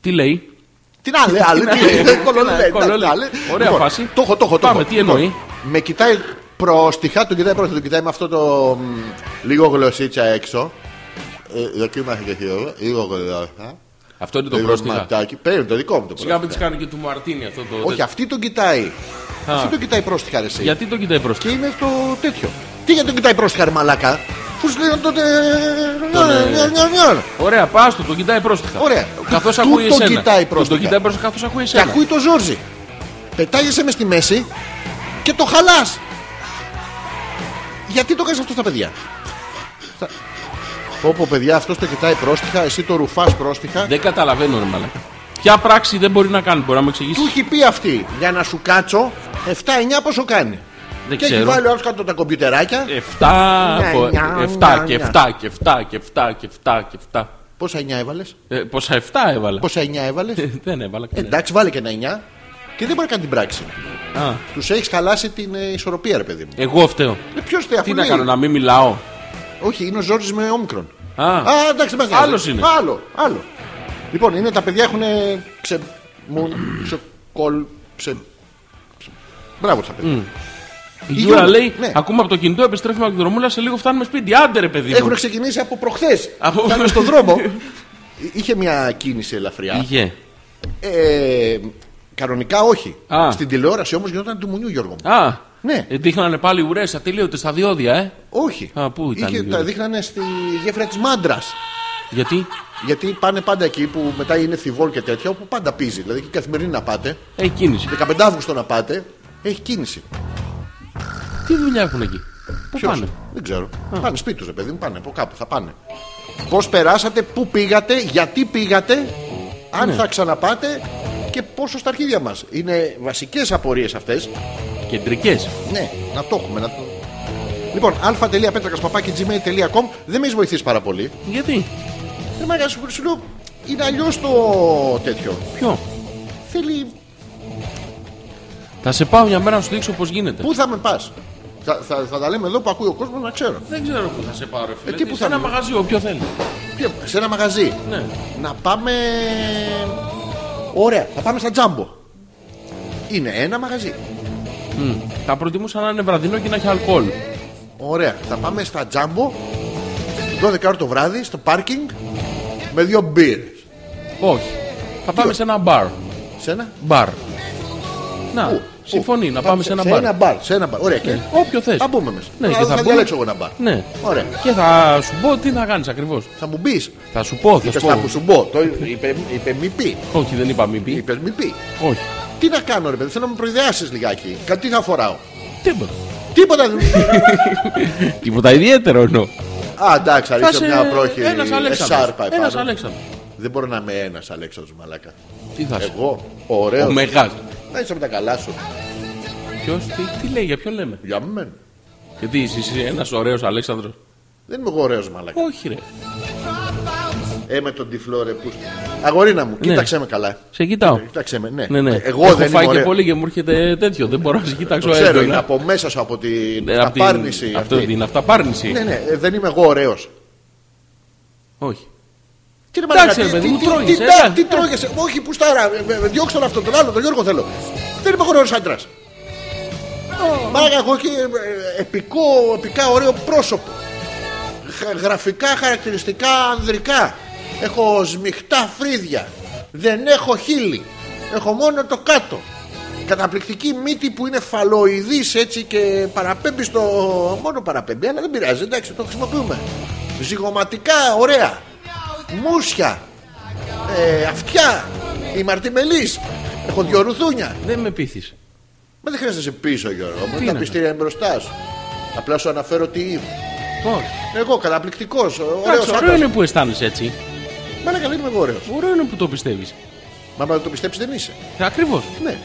Τι λέει,
Τι να λέει, άλλη, τι λέει, δεν κολώνει,
να-
λέει,
κολώνει.
εντάξει, άλλη.
Ωραία
Λοιπόν,
φάση.
Το έχω, το έχω, το
Πάμε,
έχω.
τι εννοεί?
Λοιπόν, Με κοιτάει προστιχά, τον κοιτάει πρόστιχα, τον κοιτάει με αυτό το μ, λίγο γλωσσίτσα έξω. Ε, δοκίμασε και χειρό, λίγο γλωσσά.
Αυτό είναι το
λίγο
πρόστιχα.
ματάκι. Παίρνει το δικό μου το πρόστιχα.
Σιγά μην της κάνει και του Μαρτίνι αυτό το.
Όχι, αυτή τον κοιτάει.
Α.
Αυτή τον κοιτάει πρόστιχα, ρε εσύ.
Γιατί το κοιτάει μπροστά.
Και είναι στο τέτοιο. Τι γιατί τον κοιτάει πρόστιχα, ρε μαλάκα. Που σου λένε τότε.
ε, Ωραία, πας του, τον κοιτάει πρόστιχα.
Ωραία.
Καθώς
Του
ακούει
τον
εσένα.
κοιτάει
Του
πρόστιχα.
Τον κοιτάει πρόστιχα καθώς ακούει
Και
εσένα.
ακούει το Ζόρζι. Πετάγεσαι μες στη μέση και το χαλάς. Γιατί το κάνεις αυτό στα παιδιά. Στα- Πω πω παιδιά, αυτός το κοιτάει πρόστιχα, εσύ το ρουφάς πρόστιχα.
Δεν καταλαβαίνω, ρε μαλάκα. Ποια πράξη δεν μπορεί να κάνει, μπορεί να μου
Του
εξηγήσει.
έχει πει αυτή για να σου κάτσω 7-9 πόσο κάνει.
Δεν
και έχει
ξέρω.
βάλει όλου κάτω τα κομπιουτεράκια.
7
Νια,
πο-
νια, νια,
εφτά και
νια.
7 και 7 και 7 και 7 και 7.
Πόσα 9 έβαλες.
Ε, Πόσα 7 έβαλα.
Πόσα 9 έβαλε.
[laughs] Δεν έβαλα
Ε,
κανένα.
Εντάξει, βάλε και ένα 9. Και δεν μπορεί να κάνει την πράξη.
Α,
Τους έχεις χαλάσει την ε, ισορροπία, ρε παιδί μου.
Εγώ φταίω.
Ε, Ποιος θέλει
Τι να κάνω, να μην μιλάω.
Όχι, είναι ο Ζόρζης με όμικρον.
Α.
Α, εντάξει, δεν
Άλλος
νοιάζει.
είναι.
Άλλο, άλλο. Λοιπόν, είναι τα παιδιά έχουν ξε. μου. ξε. κολ. ξε. ξε- Μπράβο τα παιδιά.
Η
Η
Γιούρα
Γιούρα,
λέει:
ναι.
Ακούμε από το κινητό, επιστρέφουμε από τη δρομούλα, σε λίγο φτάνουμε σπίτι. Άντε, ρε παιδί μου.
Έχουν ξεκινήσει από προχθές.
Από-
Ήταν στον
[laughs]
δρόμο. Εί- Είχε μια κίνηση ελαφριά.
Είχε.
Ε, κανονικά όχι.
Α.
Στην τηλεόραση όμως γινόταν του μουνιού, Γιώργο μου.
Α,
Ναι.
ε, δείχνανε πάλι ουρές ατελείωτες στα διόδια, ε.
Όχι.
Α, πού ήταν
Είχε,
η
τα
Γιούρα?
δείχνανε στη γέφυρα της Μάντρας.
Γιατί
Γιατί πάνε πάντα εκεί που μετά είναι θυβόλ και τέτοια, όπου πάντα πίζει. Δηλαδή και καθημερινή να πάτε.
έχει Ε, κίνηση.
15 Αύγουστο να πάτε, έχει κίνηση.
Τι δουλειά έχουν εκεί. Πού
Ποιος?
πάνε.
Δεν ξέρω. Πάνε σπίτι τους, ρε παιδί μου, πάνε από κάπου, θα πάνε. Πώς περάσατε, πού πήγατε, γιατί πήγατε, αν θα ξαναπάτε και πόσο στα αρχίδια μας. Είναι βασικές απορίες αυτές.
Κεντρικές.
Ναι, να το έχουμε. Να το... Λοιπόν, α.πέτρακα.gmail.com δεν με έχεις βοηθήσει πάρα πολύ.
Γιατί.
Δεν μ' αρέσει, σου λέω, είναι αλλιώς το τέτοιο.
Ποιο.
Θέλει.
Θα σε πάω μια μέρα να σου δείξω πώς γίνεται.
Πού θα με πας. Θα, θα, θα τα λέμε εδώ που ακούει ο κόσμος να ξέρω.
Δεν ξέρω πού θα σε πάω, ρε φίλε.
Ε, τι που
σε
θα
ένα
είμαι.
μαγαζί, όποιο θέλει.
Ποιο- Σε ένα μαγαζί.
Ναι.
Να πάμε. Ωραία, θα πάμε στα τζάμπο. Είναι ένα μαγαζί.
Θα προτιμούσα να είναι βραδινό και να έχει αλκοόλ.
Ωραία, θα πάμε στα τζάμπο 12 ώρα το βράδυ στο πάρκινγκ με δύο μπύρε.
Όχι. Θα πάμε σε ένα μπαρ.
Σε ένα.
Μπαρ. Να,
Πού,
συμφωνεί,
πού.
να πάμε σε ένα
σε
μπαρ. Ναι,
Ένα μπαρ, σε ένα μπαρ. Ωραία, και.
Όποιο θες.
Θα μπούμε μέσα.
Ναι,
θα,
και
θα
θα μπούμε.
διαλέξω εγώ ένα μπαρ.
Ναι.
Ωραία.
Και θα σου πω τι θα κάνεις ακριβώς.
Θα μου πεις.
Θα σου πω, θα
Είπες
σου
να που
πω.
σου πω. Το είπε, είπε μη πει.
Όχι, δεν είπα μη πει.
Είπες μη πει.
Όχι.
Τι να κάνω, ρε παιδί, θέλω να με προειδεάσεις λιγάκι. Κάτι τι θα φοράω.
Τίποτα.
Τίποτα δεν.
Τίποτα ιδιαίτερο εννοώ.
Α, εντάξει, θα ρίξω μια πρόχειρη.
Ένας
εσάρπα
Αλέξανδρο. Ένας
επάνω.
Αλέξανδρος.
Δεν μπορώ να είμαι ένας Αλέξανδρος μαλάκα.
Τι θα σου
Εγώ, ωραίος.
Ο Μεγά.
Να είσαι με τα καλά σου.
Ποιος, τι, τι λέει, για ποιον λέμε.
Για μένα.
Γιατί εσύ είσαι ένας ωραίος Αλέξανδρος.
Δεν είμαι εγώ ωραίος μαλάκα.
Όχι, ρε.
Ε, με τον τυφλό ρε που. Αγορίνα μου, κοίταξέ με καλά.
Σε κοιτάω.
Κοίταξέ με, ναι.
Ναι, ναι.
Εγώ
Έχω
δεν
φάει
είμαι
και
ωραίο.
πολύ και μου έρχεται τέτοιο. Δεν μπορώ να σε
Το
κοιτάξω
ξέρω,
έντονα.
είναι από μέσα σου, από την
Ε, απ' ε. την-
απάρνηση.
Αυτό
αυτή.
την αυταπάρνηση.
Ναι, ναι, ε, δεν είμαι εγώ ωραίος.
Όχι.
Τι ρε
Εντάξει,
μαλάκα,
ρε
τι-
παιδί
τι-
μου,
τι-
τρώγεσαι,
τι-
εντάξει.
Τι τρώγεσαι, όχι που στάρα, διώξτε ε, τον αυτόν τον άλλο, τον Γιώργο θέλω. Δεν είμαι εγώ ωραίο άντρα. Μάγα, εγώ έχω ε, επικό, επικά ωραίο πρόσωπο. Χα- Γραφικά χαρακτηριστικά ανδρικά. Έχω σμιχτά φρύδια. Δεν έχω χείλη. Έχω μόνο το κάτω. Καταπληκτική μύτη που είναι φαλοειδής έτσι και παραπέμπει στο. Μόνο παραπέμπει, αλλά δεν πειράζει, εντάξει, το χρησιμοποιούμε. Ζυγοματικά ωραία. Μούσια. Ε, αυτιά. Η Μαρτιμελή. Έχω δυο ρουθούνια.
Δεν με πείθεις.
Μα δεν χρειάζεται να σε πίσω, Γιώργο. Μου
Τι
τα
να
πιστήρια είναι μπροστά σου. Απλά σου αναφέρω τι είμαι.
Όχι.
Εγώ καταπληκτικός.
Εντάξει,
Ωραίο
ωραίο
άντρας.
είναι που αισθάνεσαι έτσι.
Πάλι καλή είμαι εγώ ωραίος.
Ωραίο είναι που το Ε, πιστεύεις.
Μα να το πιστέψεις δεν είσαι.
Ακριβώς.
Ναι.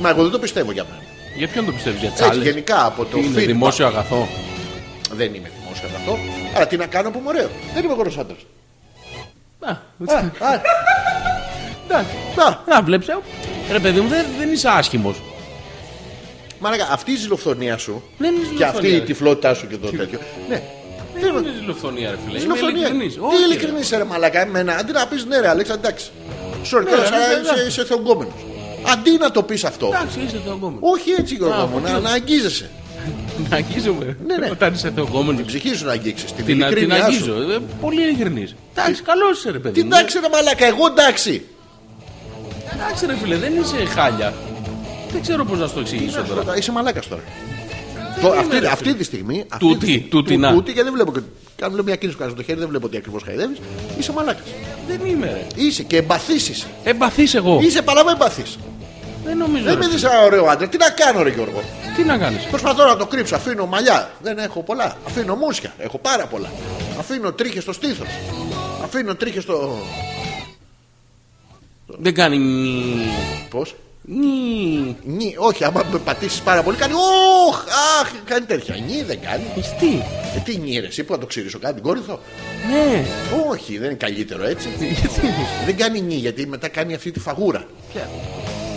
Μα εγώ δεν το πιστεύω για μένα.
Ε, Για ποιον το πιστεύεις, για
Έτσι,
τσάλες.
γενικά από το
Τι είναι,
feedback.
δημόσιο αγαθό.
Δεν είμαι δημόσιο αγαθό. Άρα τι να κάνω που είμαι ωραίο. Δεν είμαι εγώ άντρας.
Α,
Εντάξει. ε, Να.
Να βλέπει. Ρε παιδί μου, δεν, δεν είσαι άσχημος.
Μαλάκα, αυτή η ζηλοφθονία σου
Δεν είναι
και
ζηλοφθονία,
αυτή η
ρε.
τυφλότητά σου και το τέτοιο. Ναι.
Δεν είναι ζηλοφθονία, ρε φίλε. Είμαι
Ζηλοφθονία.
ειλικρινής.
Τι
Όχι, ρε.
ειλικρινής ρε μαλακά, εμένα. Αντί να πεις ναι, ρε Αλέξα, εντάξει. Sorry, τώρα
ρε,
σαν να
ναι,
είσαι,
ναι.
είσαι θεογκόμενος. Αντί να το πεις αυτό.
Εντάξει, είσαι θεογόμενο.
Όχι έτσι, Γιώργο
Α,
μου, να,
αποκλείω.
να αγγίζεσαι.
Να αγγίζομαι.
Ναι, ναι.
Όταν είσαι θεογόμενο.
Την ψυχή σου να αγγίξεις. Την,
Την, την
ειλικρίνειά σου.
αγγίζω. Ε, Πολύ ειλικρινής. Εντάξει, καλός είσαι, ρε παιδί.
Τι
μου.
Ε, εντάξει, ρε μαλακά, εγώ εντάξει.
Εντάξει, ρε φίλε, δεν είσαι χάλια. Δεν ξέρω πώς να σου το εξηγήσω
Να σου
τώρα.
πω, Είσαι μαλάκας τώρα. Το,
είμαι,
αυτή,
ρε,
αυτή τη στιγμή. αυτή
Τούτη,
τη στιγμή-
τούτη,
του-
να.
Τούτη, γιατί δεν βλέπω. και- Κάνω μια κίνηση που κάνω στο χέρι, δεν βλέπω ότι ακριβώς χαϊδεύεις. Είσαι μαλάκας.
Δεν είμαι, ρε.
Είσαι και εμπαθής είσαι.
Εμπαθής εγώ.
Είσαι παρά με εμπαθής.
Δεν νομίζω.
Δεν
ρε
με
φίλε.
δεις ένα ωραίο άντρα. Τι να κάνω, ρε Γιώργο.
Τι να κάνεις.
Προσπαθώ να το κρύψω. Αφήνω μαλλιά. Δεν έχω πολλά. Αφήνω μουσια. Έχω πάρα πολλά. Αφήνω τρίχες στο στήθος. Αφήνω τρίχες στο.
Δεν κάνει. νι-
Πώς.
νι-
Νι, όχι, άμα με πατήσεις πάρα πολύ κάνει. Οχ, αχ, κάνει τέτοια. Νι δεν κάνει.
Εις Τι.
Ε, τι νι, ρε, εσύ που να το ξύρισω κάτι, την κόρυθο.
Ναι. [laughs]
Όχι, δεν είναι καλύτερο έτσι. δεν κάνει νι γιατί μετά κάνει αυτή τη φαγούρα.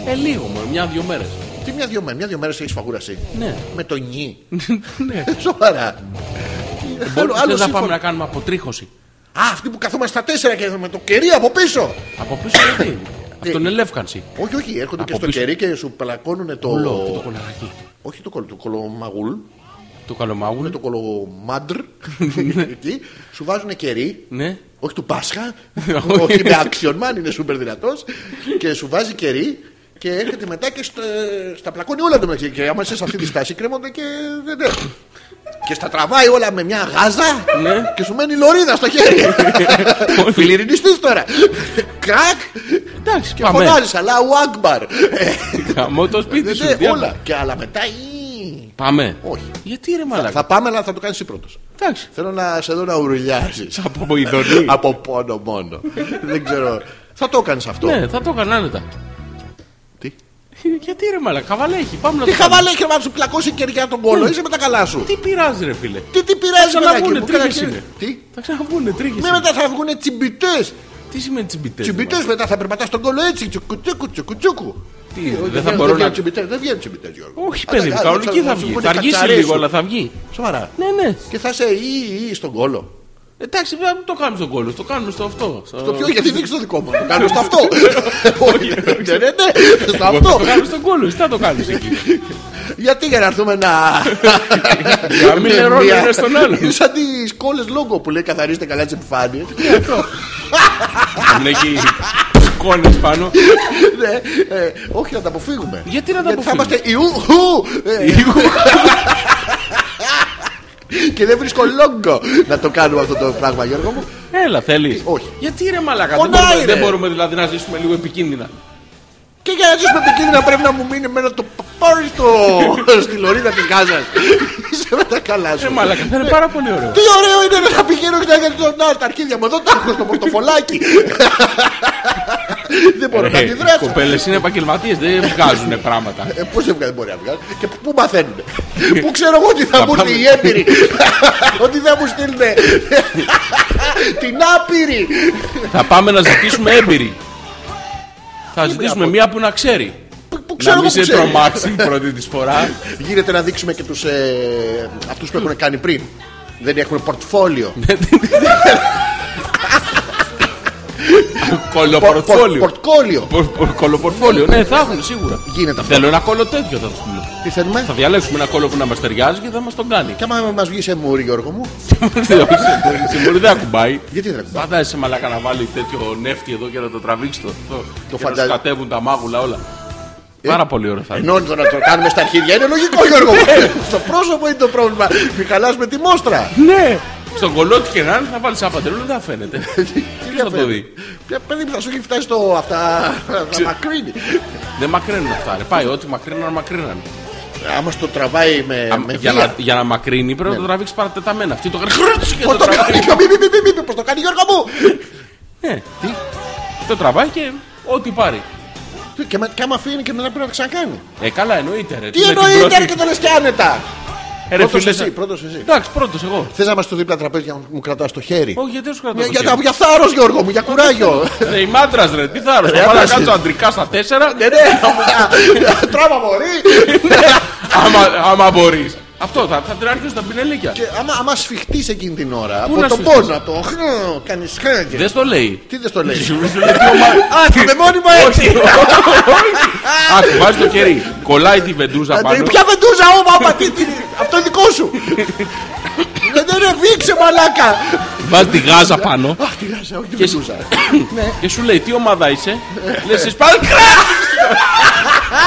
Ε, λίγο μόνο, μια-δυο μέρες.
Τι μια-δυο μέρες, μια-δυο μέρες έχεις φαγούρα εσύ.
Ναι.
Με το νι.
[laughs]
[laughs]
ναι.
Σοβαρά. Άλλο, άλλο
Μπορούμε να πάμε
σύμφωνο.
να κάνουμε αποτρίχωση.
Α, αυτοί που καθόμαστε στα τέσσερα και με το κερί από πίσω.
Από πίσω γιατί.
Ε,
Από τον ελεύκανση.
Όχι, όχι, έρχονται και
Από
στο
πίσω.
κερί και σου πλακώνουν το.
Κολό και το κολαράκι.
όχι το κολο, το κολομαγούλ,
Το καλομάγουλο.
Ε, το κολομάντρ. [laughs] Εκεί σου βάζουν κερί.
Ναι.
Όχι του Πάσχα.
[laughs] Όχι.
όχι με Action Man, είναι σούπερ δυνατός. και σου βάζει κερί και έρχεται μετά και στα, στα πλακώνει όλα το μεταξύ. Και άμα είσαι σε αυτή τη στάση, κρέμονται και δεν έχουν. Και στα τραβάει όλα με μια γάζα
Ναι.
και σου μένει λωρίδα στο χέρι.
[laughs]
Ε, Φιλιρινιστής τώρα. Κρακ
Εντάξει,
και
πάμε.
φωνάζεις, αλλά ουάγκμπαρ.
Χαμό το σπίτι σου.
Ναι,
διάλο.
όλα. Και αλλά μετά. «Ι».
Πάμε.
Όχι.
Γιατί ρε
Θα
μαλάκα.
πάμε, αλλά θα το κάνεις εσύ πρώτος.
Εντάξει.
Θέλω να σε δω να ουρλιάζεις.
[laughs] Από Μοϊδονή.
Από πόνο μόνο. Δεν ξέρω. Θα το έκανε αυτό.
Ναι, θα το έκανα άνετα.
Τι.
[laughs] Γιατί ρε μαλάκα, καβαλέχει. Πάμε να
Τι
το κάνουμε.
χαβάλα έχει να σου πλακώσει κεριά τον κόλο, είσαι με τα καλά σου.
Ναι. Τι πειράζει ρε φίλε.
Τι, τι πειράζει
Θα
παιδάκι
βγουνε,
μου,
τρίχες
καταρχήν-
είναι.
Τι.
Θα ξαναβγούνε τρίχες.
Με μετά θα βγουν τσιμπητέ.
Τι σημαίνει τσιμπιτές.
Τσιμπητέ μετά θα περπατάς τον κόλο έτσι. Τσουκουτσούκου, τσουκουτσούκου.
Τι,
Όχι,
δεν θα μπορώ
βγαίνουν
να...
τσιμπητές, Δεν βγαίνουν τσιμπητέ, Γιώργο.
Όχι παιδί μου,
Α,
κανονική
ξέρω,
θα
σου
βγει.
πούνε
Θα αργήσει
κατσαρίσου.
λίγο, αλλά θα βγει.
Σοβαρά.
Ναι, ναι.
Και θα σε ή ή στον κόλο.
Εντάξει, βέβαια, μην το κάνουμε στον κόλλο, το κάνουμε στο αυτό. Ε, Στο,
Το πιο γιατί δείξει το δικό μου. Το κάνω στο αυτό. Όχι, ναι, ναι, ναι, στο
Το
αυτό.
κάνουμε στον κόλλο, τι θα το
[laughs]
κάνεις εκεί.
Γιατί για να έρθουμε να.
Για να μην
με
νερώνει
μια-
ένα
[laughs]
στον άλλον.
Σαν τις κόλλες λόγο που λέει καθαρίστε καλά τις επιφάνειες.
Αν έχει σκόνες πάνω.
[laughs] Ναι, ε, όχι να τα αποφύγουμε.
Γιατί να τα
Γιατί θα
αποφύγουμε?
είμαστε ιού. χου, ε, Και δεν βρίσκω λόγο να το κάνουμε αυτό το πράγμα, Γιώργο μου.
[laughs] Έλα, θέλεις.
Όχι.
Γιατί ρε μαλάκα, δεν
Πονάει,
μπορούμε-
ρε.
δεν μπορούμε δηλαδή να ζήσουμε λίγο επικίνδυνα.
Και για να ζήσουμε επικίνδυνα πρέπει να μου μείνει εμένα το παπάρι στο- στη λωρίδα της Γάζας. Είσαι με τα καλά
Ρε
σου.
Ε, μαλάκα, θα είναι πάρα πολύ ωραίο.
Τι ωραίο είναι ρε, να πηγαίνω και να κάνω το- να, τα αρχίδια μου εδώ τα έχω στο πορτοφολάκι. δεν μπορώ να
Ε, Οι
αντιδράσω.
κοπέλες είναι επαγγελματίες, δεν βγάζουν πράγματα.
Ε, Πώς δεν βγα- δεν μπορεί να βγάλει. Και πού
[laughs]
μαθαίνουν. πού ξέρω εγώ ότι θα μου έρθει η έμπειρη. [laughs] ότι θα μου στείλουν [laughs] την άπειρη.
Θα πάμε να ζητήσουμε έμπειρη. Θα ζητήσουμε μία που να ξέρει.
Πού- Πού ξέρω
Να
εγώ
μην
που
σε
ξέρει.
τρομάξει την πρώτη της
[laughs]
φορά.
Γίνεται να δείξουμε και τους ε, αυτούς που έχουν κάνει πριν. Δεν έχουν πορτφόλιο.
Ναι, Κολοπορτφόλιο.
Πορτκόλιο.
Πο- πο- Κολοπορτφόλιο, ναι, θα έχουν σίγουρα.
Γίνεται αυτό.
Θέλω ένα κόλλο τέτοιο, θα τους πούμε.
Τι θέλουμε.
Θα διαλέξουμε ένα κόλλο που να μας ταιριάζει και θα μας τον κάνει. [laughs]
Και άμα μας βγει σε μουρ, Γιώργο μου,
Σε μπορεί δεν ακουμπάει.
γιατί δεν ακουμπά.
Φαντάζεσαι μαλάκα να βάλει τέτοιο νεύτη εδώ και να το τραβήξει το Ε, θό. Και να
φαντάζ-
σου κατέβουν τα μάγουλα όλα. Πάρα πολύ ωραίο θα είναι.
Ενώ το να το κάνουμε στα αρχίδια είναι λογικό, Γιώργο μου. Στο πρόσωπο είναι το πρόβλημα. Μη χαλάσουμε τη μόστρα.
Ναι! Στον κολλό του και να είναι θα βάλεις ένα παντελόνι δεν θα [laughs] φαίνεται. Τι θα το δει.
Ποια παιδί μου θα σου έχει φτάσει το αυτά. Θα μακρύνει.
Δεν μακραίνουν αυτά. Ρε. Πάει ό,τι μακρύναν, μακρύναν.
Άμα στο τραβάει με,
Α,
με
για, να,
βία.
για να μακρύνει [laughs] πρέπει να το τραβήξεις παρατεταμένα. Αυτή το Ναι. κάνει. χρρρτς και
Πώ
το
το
τραβάει.
κάνει, μη, μη, μη, μη, μη, πώς το κάνει, Γιώργο μου.
Ναι.
Τι?
Το τραβάει και ό,τι πάρει.
Τι, Και, με- και άμα αφήνει και μετά πρέπει να το ξανακάνει.
Ε, καλά, εννοείται. Ρε.
Τι
Με την
εννοείται
πρώτη-
ρε και το λες και άνετα.
Ε, ρε,
Πρώτος
φίλε,
εσύ,
θα-
πρώτος εσύ.
Εντάξει, πρώτος εγώ.
Θες να είμαστε στο δίπλα τραπέζι για να μου κρατάς το χέρι.
Όχι, γιατί δεν σου κρατάω.
Ε, Για,
το
για,
χέρι.
για θάρρος, Γιώργο μου, για κουράγιο.
Ρε, η μάντρας, ρε, τι θα
Ρε,
ρε. Πάω να
άντρας
κάτσω
Ε, είναι.
αντρικά στα τέσσερα. Ναι,
Ναι, ναι, τράβα μωρή.
άμα, άμα μπορείς. Αυτό θα, θα την αρχίσω στα πινελίκια.
Και άμα, άμα σφιχτείς εκείνη την ώρα,
να
από τον
σφιχτείς?
πόνο, το κάνει χάγκε.
Δεν στο λέει.
Τι δεν στο λέει.
Σου λέει, τι ομάδα-
Α, θα με μόνιμα έτσι.
Άκου, βάζεις το χέρι. Κολλάει τη βεντούζα πάνω.
Ποια βεντούζα όμα, άμα, τι, τι, αυτό είναι δικό σου. Δεν ναι, ρε, βήξε μαλάκα.
Βάζει τη γάζα πάνω.
Αχ, τι γάσα, όχι τη βεντούζα.
Και σου λέει τι ομάδα είσαι.
Ε.
Λες εσύ πάλι
[laughs]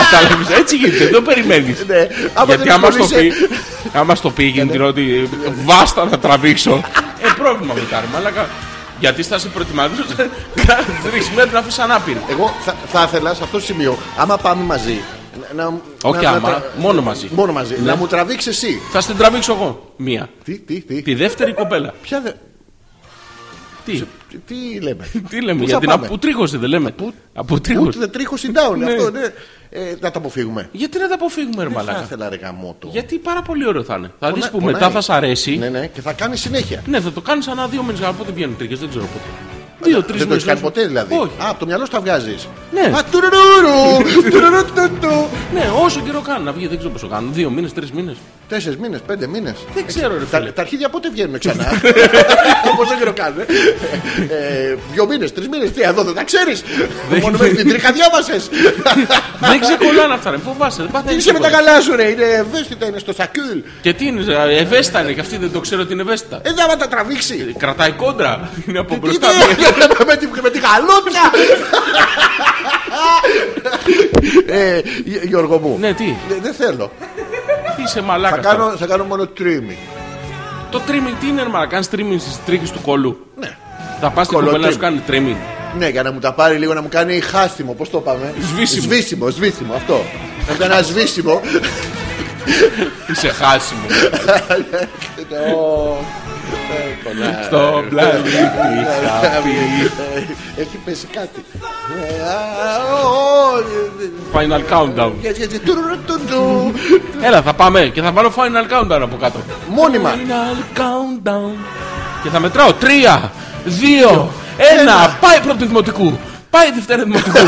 Κατάλαβες. Έτσι γίνεται. Δεν το περιμένεις.
Ναι, άμα
Γιατί
δεν
άμα στο πει.
ασχολείσαι-
Άμα στο πει γίνει την ότι βάστα να τραβήξω. Ε, πρόβλημα μετά, ρε μαλάκα. Γιατί στάση προετοιμασμένο. Τρει μέρε να αφήσει ανάπηρη.
Εγώ θα, θα ήθελα σε αυτό το σημείο, άμα πάμε μαζί. να- να-
Όχι
να- να
άμα,
τρα-
μόνο μαζί.
Μόνο μαζί.
Ναι.
Να μου τραβήξεις εσύ.
Θα στην τραβήξω εγώ. Μία.
Τι, τι, τι.
Τη δεύτερη κοπέλα.
Ποια δε...
Τι,
τι- Τι λέμε.
[laughs] τι λέμε
Πού
για
θα
την
πάμε?
αποτρίχωση, δεν λέμε.
Πού-
Αποτρίχωση.
Ούτε δεν τρέχω στην down.
Ναι.
Αυτό ναι. Ε, να τα αποφύγουμε.
Γιατί να τα αποφύγουμε, ρε
Θα
μαλάκα.
ήθελα ρε γαμότο.
Γιατί πάρα πολύ ωραίο θα είναι. Θα δει
Πονά-
που
πονάει.
μετά θα σ' αρέσει.
Ναι, ναι, και θα κάνει συνέχεια.
Ναι, θα το κάνεις ανά δύο μήνες γάμο. Πότε βγαίνουν τρίκε, δεν ξέρω πότε. Δύο-τρει
Δεν
μήνε.
το έχεις κάνει ποτέ δηλαδή.
Όχι.
Α, από το μυαλό σου τα βγάζεις.
Ναι.
Α, τουρουρουρου, τουρουρουρου.
Ναι, όσο καιρό κάνει να βγει, δεν ξέρω πόσο κάνουν. Δύο μήνες, τρεις μήνες.
Τέσσερις μήνες, πέντε μήνες.
Δεν ξέρω, ρε
Τα,
φίλε.
τα αρχίδια πότε βγαίνουν ξανά.
[laughs]
Όπως δεν ξέρω καν. ε. Ε, Δύο μήνες, τρεις μήνες, τι εδώ δεν τα ξέρεις. Μόνο με την τρίχα διάβασες.
δεν ξεκολλάνε αυτά, ρε. Φοβάσαι, δεν παθαίνει.
Είσαι με τα
τίποτα.
καλά σου, ρε. Είναι ευαίσθητα, είναι στο σακούλ.
Και τι είναι, ε, ευαίσθητα είναι και αυτή δεν το ξέρω ότι είναι ευαίσθητα.
Ε, δεν θα τα τραβήξει.
Κρατάει κόντρα. Είναι από
Τι
μπροστά.
[laughs] με- με την- Με την
[laughs]
καλόπια. Ε, Γι- Γιώργο μου.
Ναι, τι,
Ε, Δεν θέλω.
τι είσαι
Θα
μαλάκα. τώρα.
κάνω, θα κάνω μόνο τρίμι.
Το trimming τι είναι, ρε, να κάνει trimming στις τρίχες του κολού.
Ναι.
Θα πας στην
Κολοτρίμ.
κοπέλα να σου κάνει trimming.
Ναι, για να μου τα πάρει λίγο να μου κάνει χάστιμο, πώς το είπαμε.
Σβήσιμο.
Σβήσιμο, σβήσιμο, αυτό. Να μου κάνει ένα σβήσιμο.
Είσαι
[laughs]
χάσιμο.
Ω, ε, κολλά.
Στο πλανήτη θα πει.
Έχει πέσει κάτι. Ε, α, ω, ω,
Final countdown.
ε, ε, ε, τουρουρου, τουρουρου.
Έλα, θα πάμε και θα βάλω final countdown από κάτω.
Μόνιμα.
Final countdown. Και θα μετράω. Τρία, δύο, ένα.
ένα.
Πάει πρώτη δημοτικού. Πάει δευτέρα
[laughs]
δημοτικού.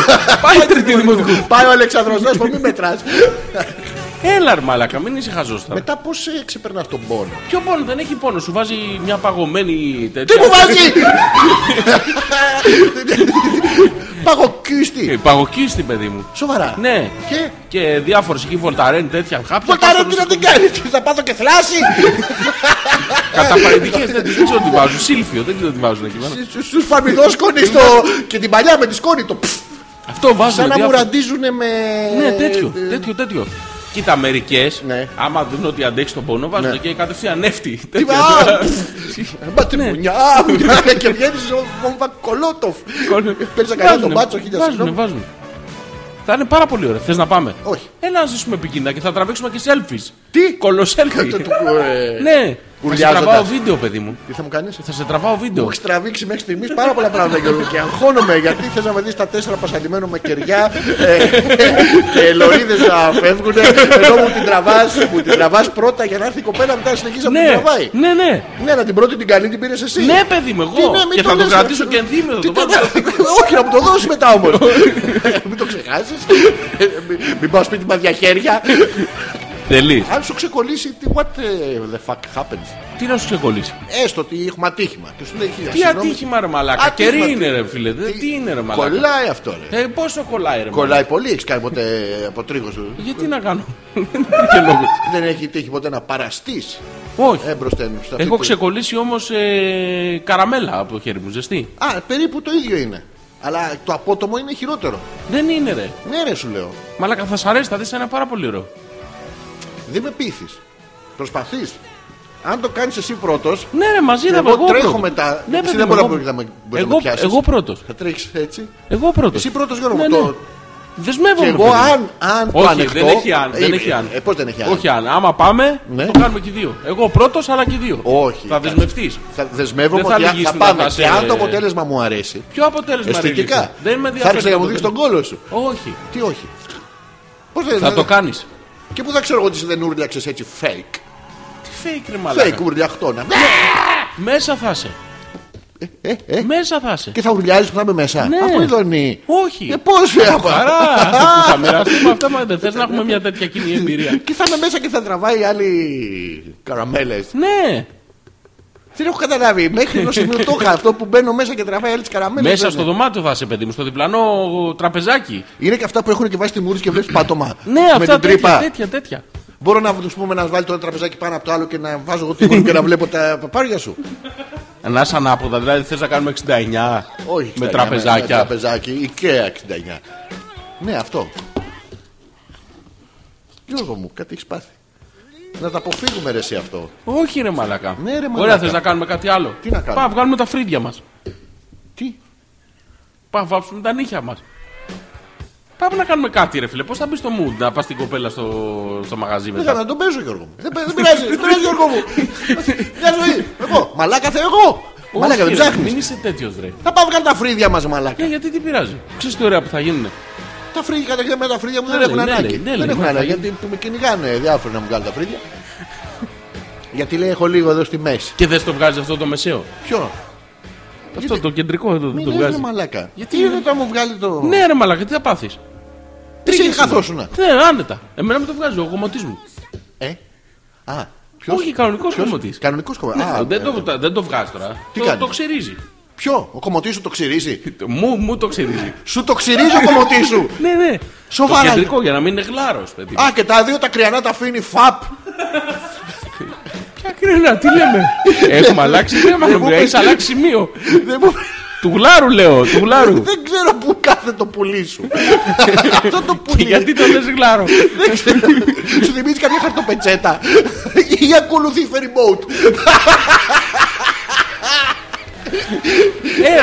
Πάει τρίτη δημοτικού.
Πάει ο Αλεξανδρός Δέσπο, μην μετράς.
Έλα, ρε μαλάκα, μην είσαι χαζός τώρα.
Μετά πώς ε, ξεπερνάς τον πόνο.
Ποιο πόνο, δεν έχει πόνο. Σου βάζει μια παγωμένη
Τι
τέτοια.
μου βάζει! Παγοκίστη.
Ε, Παγωκίστη, παιδί μου.
Σοβαρά.
Ναι.
Και
Και διάφορες εκεί βολταρέν, τέτοια χάπια.
Βολταρέ τι να την κάνει, τι θα πάθω και θλάση.
Καταπαραγωγικές δεν τις- δεν ξέρω τι βάζουν. Σύλφιο, δεν ξέρω τι βάζουν εκεί. μάλλον.
Στου φαμιδόσκονοι στο. και την παλιά με τη σκόνη το. πφ,
Αυτό βάζουν.
Σαν να μου
διάφορα-
ραντίζουνε με.
Ναι, τέτοιο,
ε,
τέτοιο, τέτοιο. Κοίτα, μερικές,
Ναι.
άμα δουν ότι αντέξει τον πόνο, βάζουν και κατευθείαν νεύτη.
Τι
Τέτοια.
βα-
[laughs]
ε, Μπα
Ναι.
τη μπουνιά, μπουνιά, και βγαίνεις βόμβα κολότοφ. [laughs] Παίρνει να κάνει τον
Βάζουνε,
μπάτσο χίλια
Βάζουνε,
συγγνώμη.
βάζουνε. Θα είναι πάρα πολύ ωραία. Θες να πάμε.
Όχι.
Έλα να ζήσουμε επικίνδυνα και θα τραβήξουμε και selfies.
Τι?
Κολοσέλφι.
[laughs] Το- το- ε,
ναι. Θα σε
Ουρλιάζοντας.
τραβάω βίντεο, παιδί μου.
Τι θα μου κάνεις.
Θα σε τραβάω βίντεο.
Έχεις τραβήξει μέχρι στιγμής πάρα πολλά πράγματα Γιώργο και αγχώνομαι γιατί θες να με δεις τα τέσσερα πασαλιμένο με κεριά ε, και λωρίδες να φεύγουν. Ενώ μου την τραβάς- μου την τραβάς πρώτα για να έρθει η κοπέλα μετά να συνεχίσει να την
Ναι,
τραβάει.
ναι, ναι.
Ναι, αλλά την πρώτη την καλή την πήρες εσύ.
Ναι, παιδί μου, εγώ.
Τι ναι, μην
και θα το
λες,
κρατήσω
ρε.
και ενδύμενο.
Τι
το βάλω
το-
[laughs]
Όχι, να μου το δώσεις μετά όμως. [laughs] Μην το ξεχάσεις. Μην πάω σπίτι με διαχέρια.
Τελείς.
Αν σου ξεκολλήσει, τι- what the fuck happens.
Τι να σου ξεκολλήσει.
Έστω ότι έχουμε ατύχημα. Και σου λέει, «Χίλια,
Τι
συγγνώμη».
ατύχημα ρε μαλάκα.
Ατύχημα,
Κερί
τι-
είναι ρε φίλε. Δεν- Τι είναι ρε μαλάκα.
Κολλάει αυτό, ρε.
Ε, πόσο κολλάει ρε μαλάκα.
Κολλάει πολύ, έχεις κάνει ποτέ από τρίγο.
Γιατί να κάνω. Δεν υπήρχε λόγο.
Δεν έχει τύχει ποτέ να παραστείς Ε,
Όχι.
έμπροσθεν στο
Έχω ξεκολλήσει όμως καραμέλα από το χέρι μου, ζεστή.
Α, περίπου το ίδιο είναι. Αλλά το απότομο είναι χειρότερο.
Δεν είναι ρε.
Ναι, ρε, σου λέω.
Μαλάκα θα σ' αρέσει, θα δεις ένα πάρα πολύ ωραίο.
Δεν με πείθεις. Προσπαθείς. Αν το κάνεις εσύ πρώτος,
Ναι, ρε, μαζί θα
Εγώ
πάω.
τρέχω
πρώτος.
μετά.
Ναι,
Εσύ
παιδί
δεν
μου,
μπορεί να
εγώ-
μπορεί να με- μπορεί να με
εγώ,
πιάσεις.
εγώ πρώτος.
θα τρέξεις έτσι.
Εγώ πρώτος.
Εσύ πρώτος, Γιώργο.
Ναι,
μου,
ναι.
Το... Και
Δεσμεύομαι.
εγώ,
παιδί μου.
αν, αν το
Όχι,
ανεχτώ.
δεν έχει αν. δεν
Ε,
έχει
ε,
αν.
ε, Πώς δεν έχει αν.
Όχι αν. Άμα πάμε,
Ναι.
το κάνουμε και οι δύο. Εγώ πρώτος, αλλά και οι δύο.
Όχι.
Θα δεσμευτείς.
Θα δεσμεύομαι
Δεν θα
ότι θα,
λυγίσεις
θα
να
πάμε.
πας,
Και αν
ε,
το αποτέλεσμα μου αρέσει,
Ποιο αποτέλεσμα ρε,
αισθητικά,
Λύση. Δεν με
θα
ενδιαφέρει.
έρθει
το
να μου δείξει τον Ε,
αποτέλεσμα.
κόλο σου.
Όχι.
Τι όχι. Πώς δεν
Θα το κάνεις.
Και πού θα ξέρω εγώ ότι δεν ούρλιαξε έτσι fake.
Τι fake ρε
Fake
μαλάκα.
ουρλιαχτώνα.
Μέσα θα είσαι.
Ε, ε,
Μέσα θα είσαι.
Και θα ουρλιάζει που θα είμαι μέσα.
Ναι.
Από ειδονή.
Όχι.
Ε, πώς
Άρα
[laughs]
θα μοιραστούμε αυτά, μα δεν θες να έχουμε μια τέτοια κοινή εμπειρία.
Και θα είμαι μέσα και θα τραβάει άλλη καραμέλες.
Ναι,
Δεν έχω καταλάβει. Μέχρι ενός σημείου το είχα αυτό που μπαίνω μέσα και τραβάει άλλες καραμέλες.
μέσα στο δωμάτιο θα είσαι παιδί μου, στο διπλανό τραπεζάκι.
Είναι και αυτά που έχουν και βάσει τη μούρη και βλέπεις πάτωμα.
[clears throat] Ναι,
με
αυτά
την
τέτοια,
τρύπα.
τέτοια, τέτοια.
Μπορώ να τους πούμε να βάλει το ένα τραπεζάκι πάνω από το άλλο και να βάζω εγώ τη μούρη και να βλέπω τα παπάρια σου.
Να είσαι ανάποδα, δηλαδή θες να κάνουμε 69
Όχι,
με
69, Με
τραπεζάκια.
τραπεζάκι, IKEA 69. Ναι, αυτό. Γιώργο μου, κάτι έχεις πάθει. Να τα αποφύγουμε ρε εσύ αυτό.
Όχι ρε μαλακά.
Ναι, ρε,
Ωραία,
μαλάκα.
θες να κάνουμε κάτι άλλο.
Τι να κάνουμε.
Πάμε, βγάλουμε τα φρύδια μας.
Τι.
Πάμε, βάψουμε τα νύχια μας. Πάμε να κάνουμε κάτι ρε φίλε. Πώς θα μπει στο mood να πας την κοπέλα στο, στο μαγαζί
Δεν θα
μετά.
να τον παίζω Γιώργο μου. Δεν, πα- δεν πειράζει, δεν πειράζει Γιώργο μου. Μια ζωή. Εγώ. Μαλάκα θα εγώ. Μαλάκα δεν
Όχι, ρε, Μην
ψάχνει.
είσαι τέτοιος ρε.
Θα πάω βγάλω τα φρύδια μας, μαλάκα.
Ναι, γιατί τι πειράζει. Ξέρεις τι ωραία που θα γίνουνε.
Τα φρύδια κατά κύριο, με τα φρύδια μου δεν
Ναι,
έχουν
ναι,
ανάγκη.
ναι, ναι,
Δεν
ναι,
έχουν
ναι,
ανάγκη
ναι.
γιατί που με κυνηγάνε διάφοροι να μου βγάλουν τα φρύδια. Γιατί λέει έχω λίγο εδώ στη μέση.
Και δεν το βγάζει αυτό το μεσαίο.
Ποιο.
Αυτό το κεντρικό εδώ δεν
Μην
το
λες ρε
βγάζει.
μαλάκα.
Γιατί
Γιατί
είναι-
δεν θα μου βγάλει το.
Ναι, ρε μαλακά, τι θα πάθεις.
Εσύ καθόσουνα.
Ναι, άνετα. Εμένα με το βγάζει ο γομωτής μου.
Ε. Α. Ποιος?
Όχι, κανονικός κομμωτή.
Κανονικό κομμωτή. Α,
Ναι, Δεν
ε,
το- τα- δεν το βγάζει τώρα.
Τι
Το-
κάνει?
Το ξυρίζει.
Ποιο. Ο κομμωτής σου το ξυρίζει.
Το- Μου, μου το ξυρίζει.
Σου το ξυρίζει ο κομμωτής
[laughs]
σου.
ναι, ναι.
Σοβαρά. ε.
Το κεντρικό για να μην είναι γλάρος, παιδί.
Α, και τα δύο τα κρυανά τα αφήνει φαπ.
Ποια κρίνα, τι λέμε. [laughs] Έχουμε αλλάξει θέμα,
ναι, Δεν μου πες.
έχεις αλλάξει σημείο.
Δεν μου-
Του γλάρου λέω, του γλάρου.
Δεν ξέρω πού κάθε το πουλί
[laughs]
σου. Αυτό το
Και
πουλί.
γιατί το λες
[laughs]
γλάρο.
Δεν ξέρω. Σου θυμίζει καμιά χαρτοπετσέτα. Ή ακολουθεί ferry boat.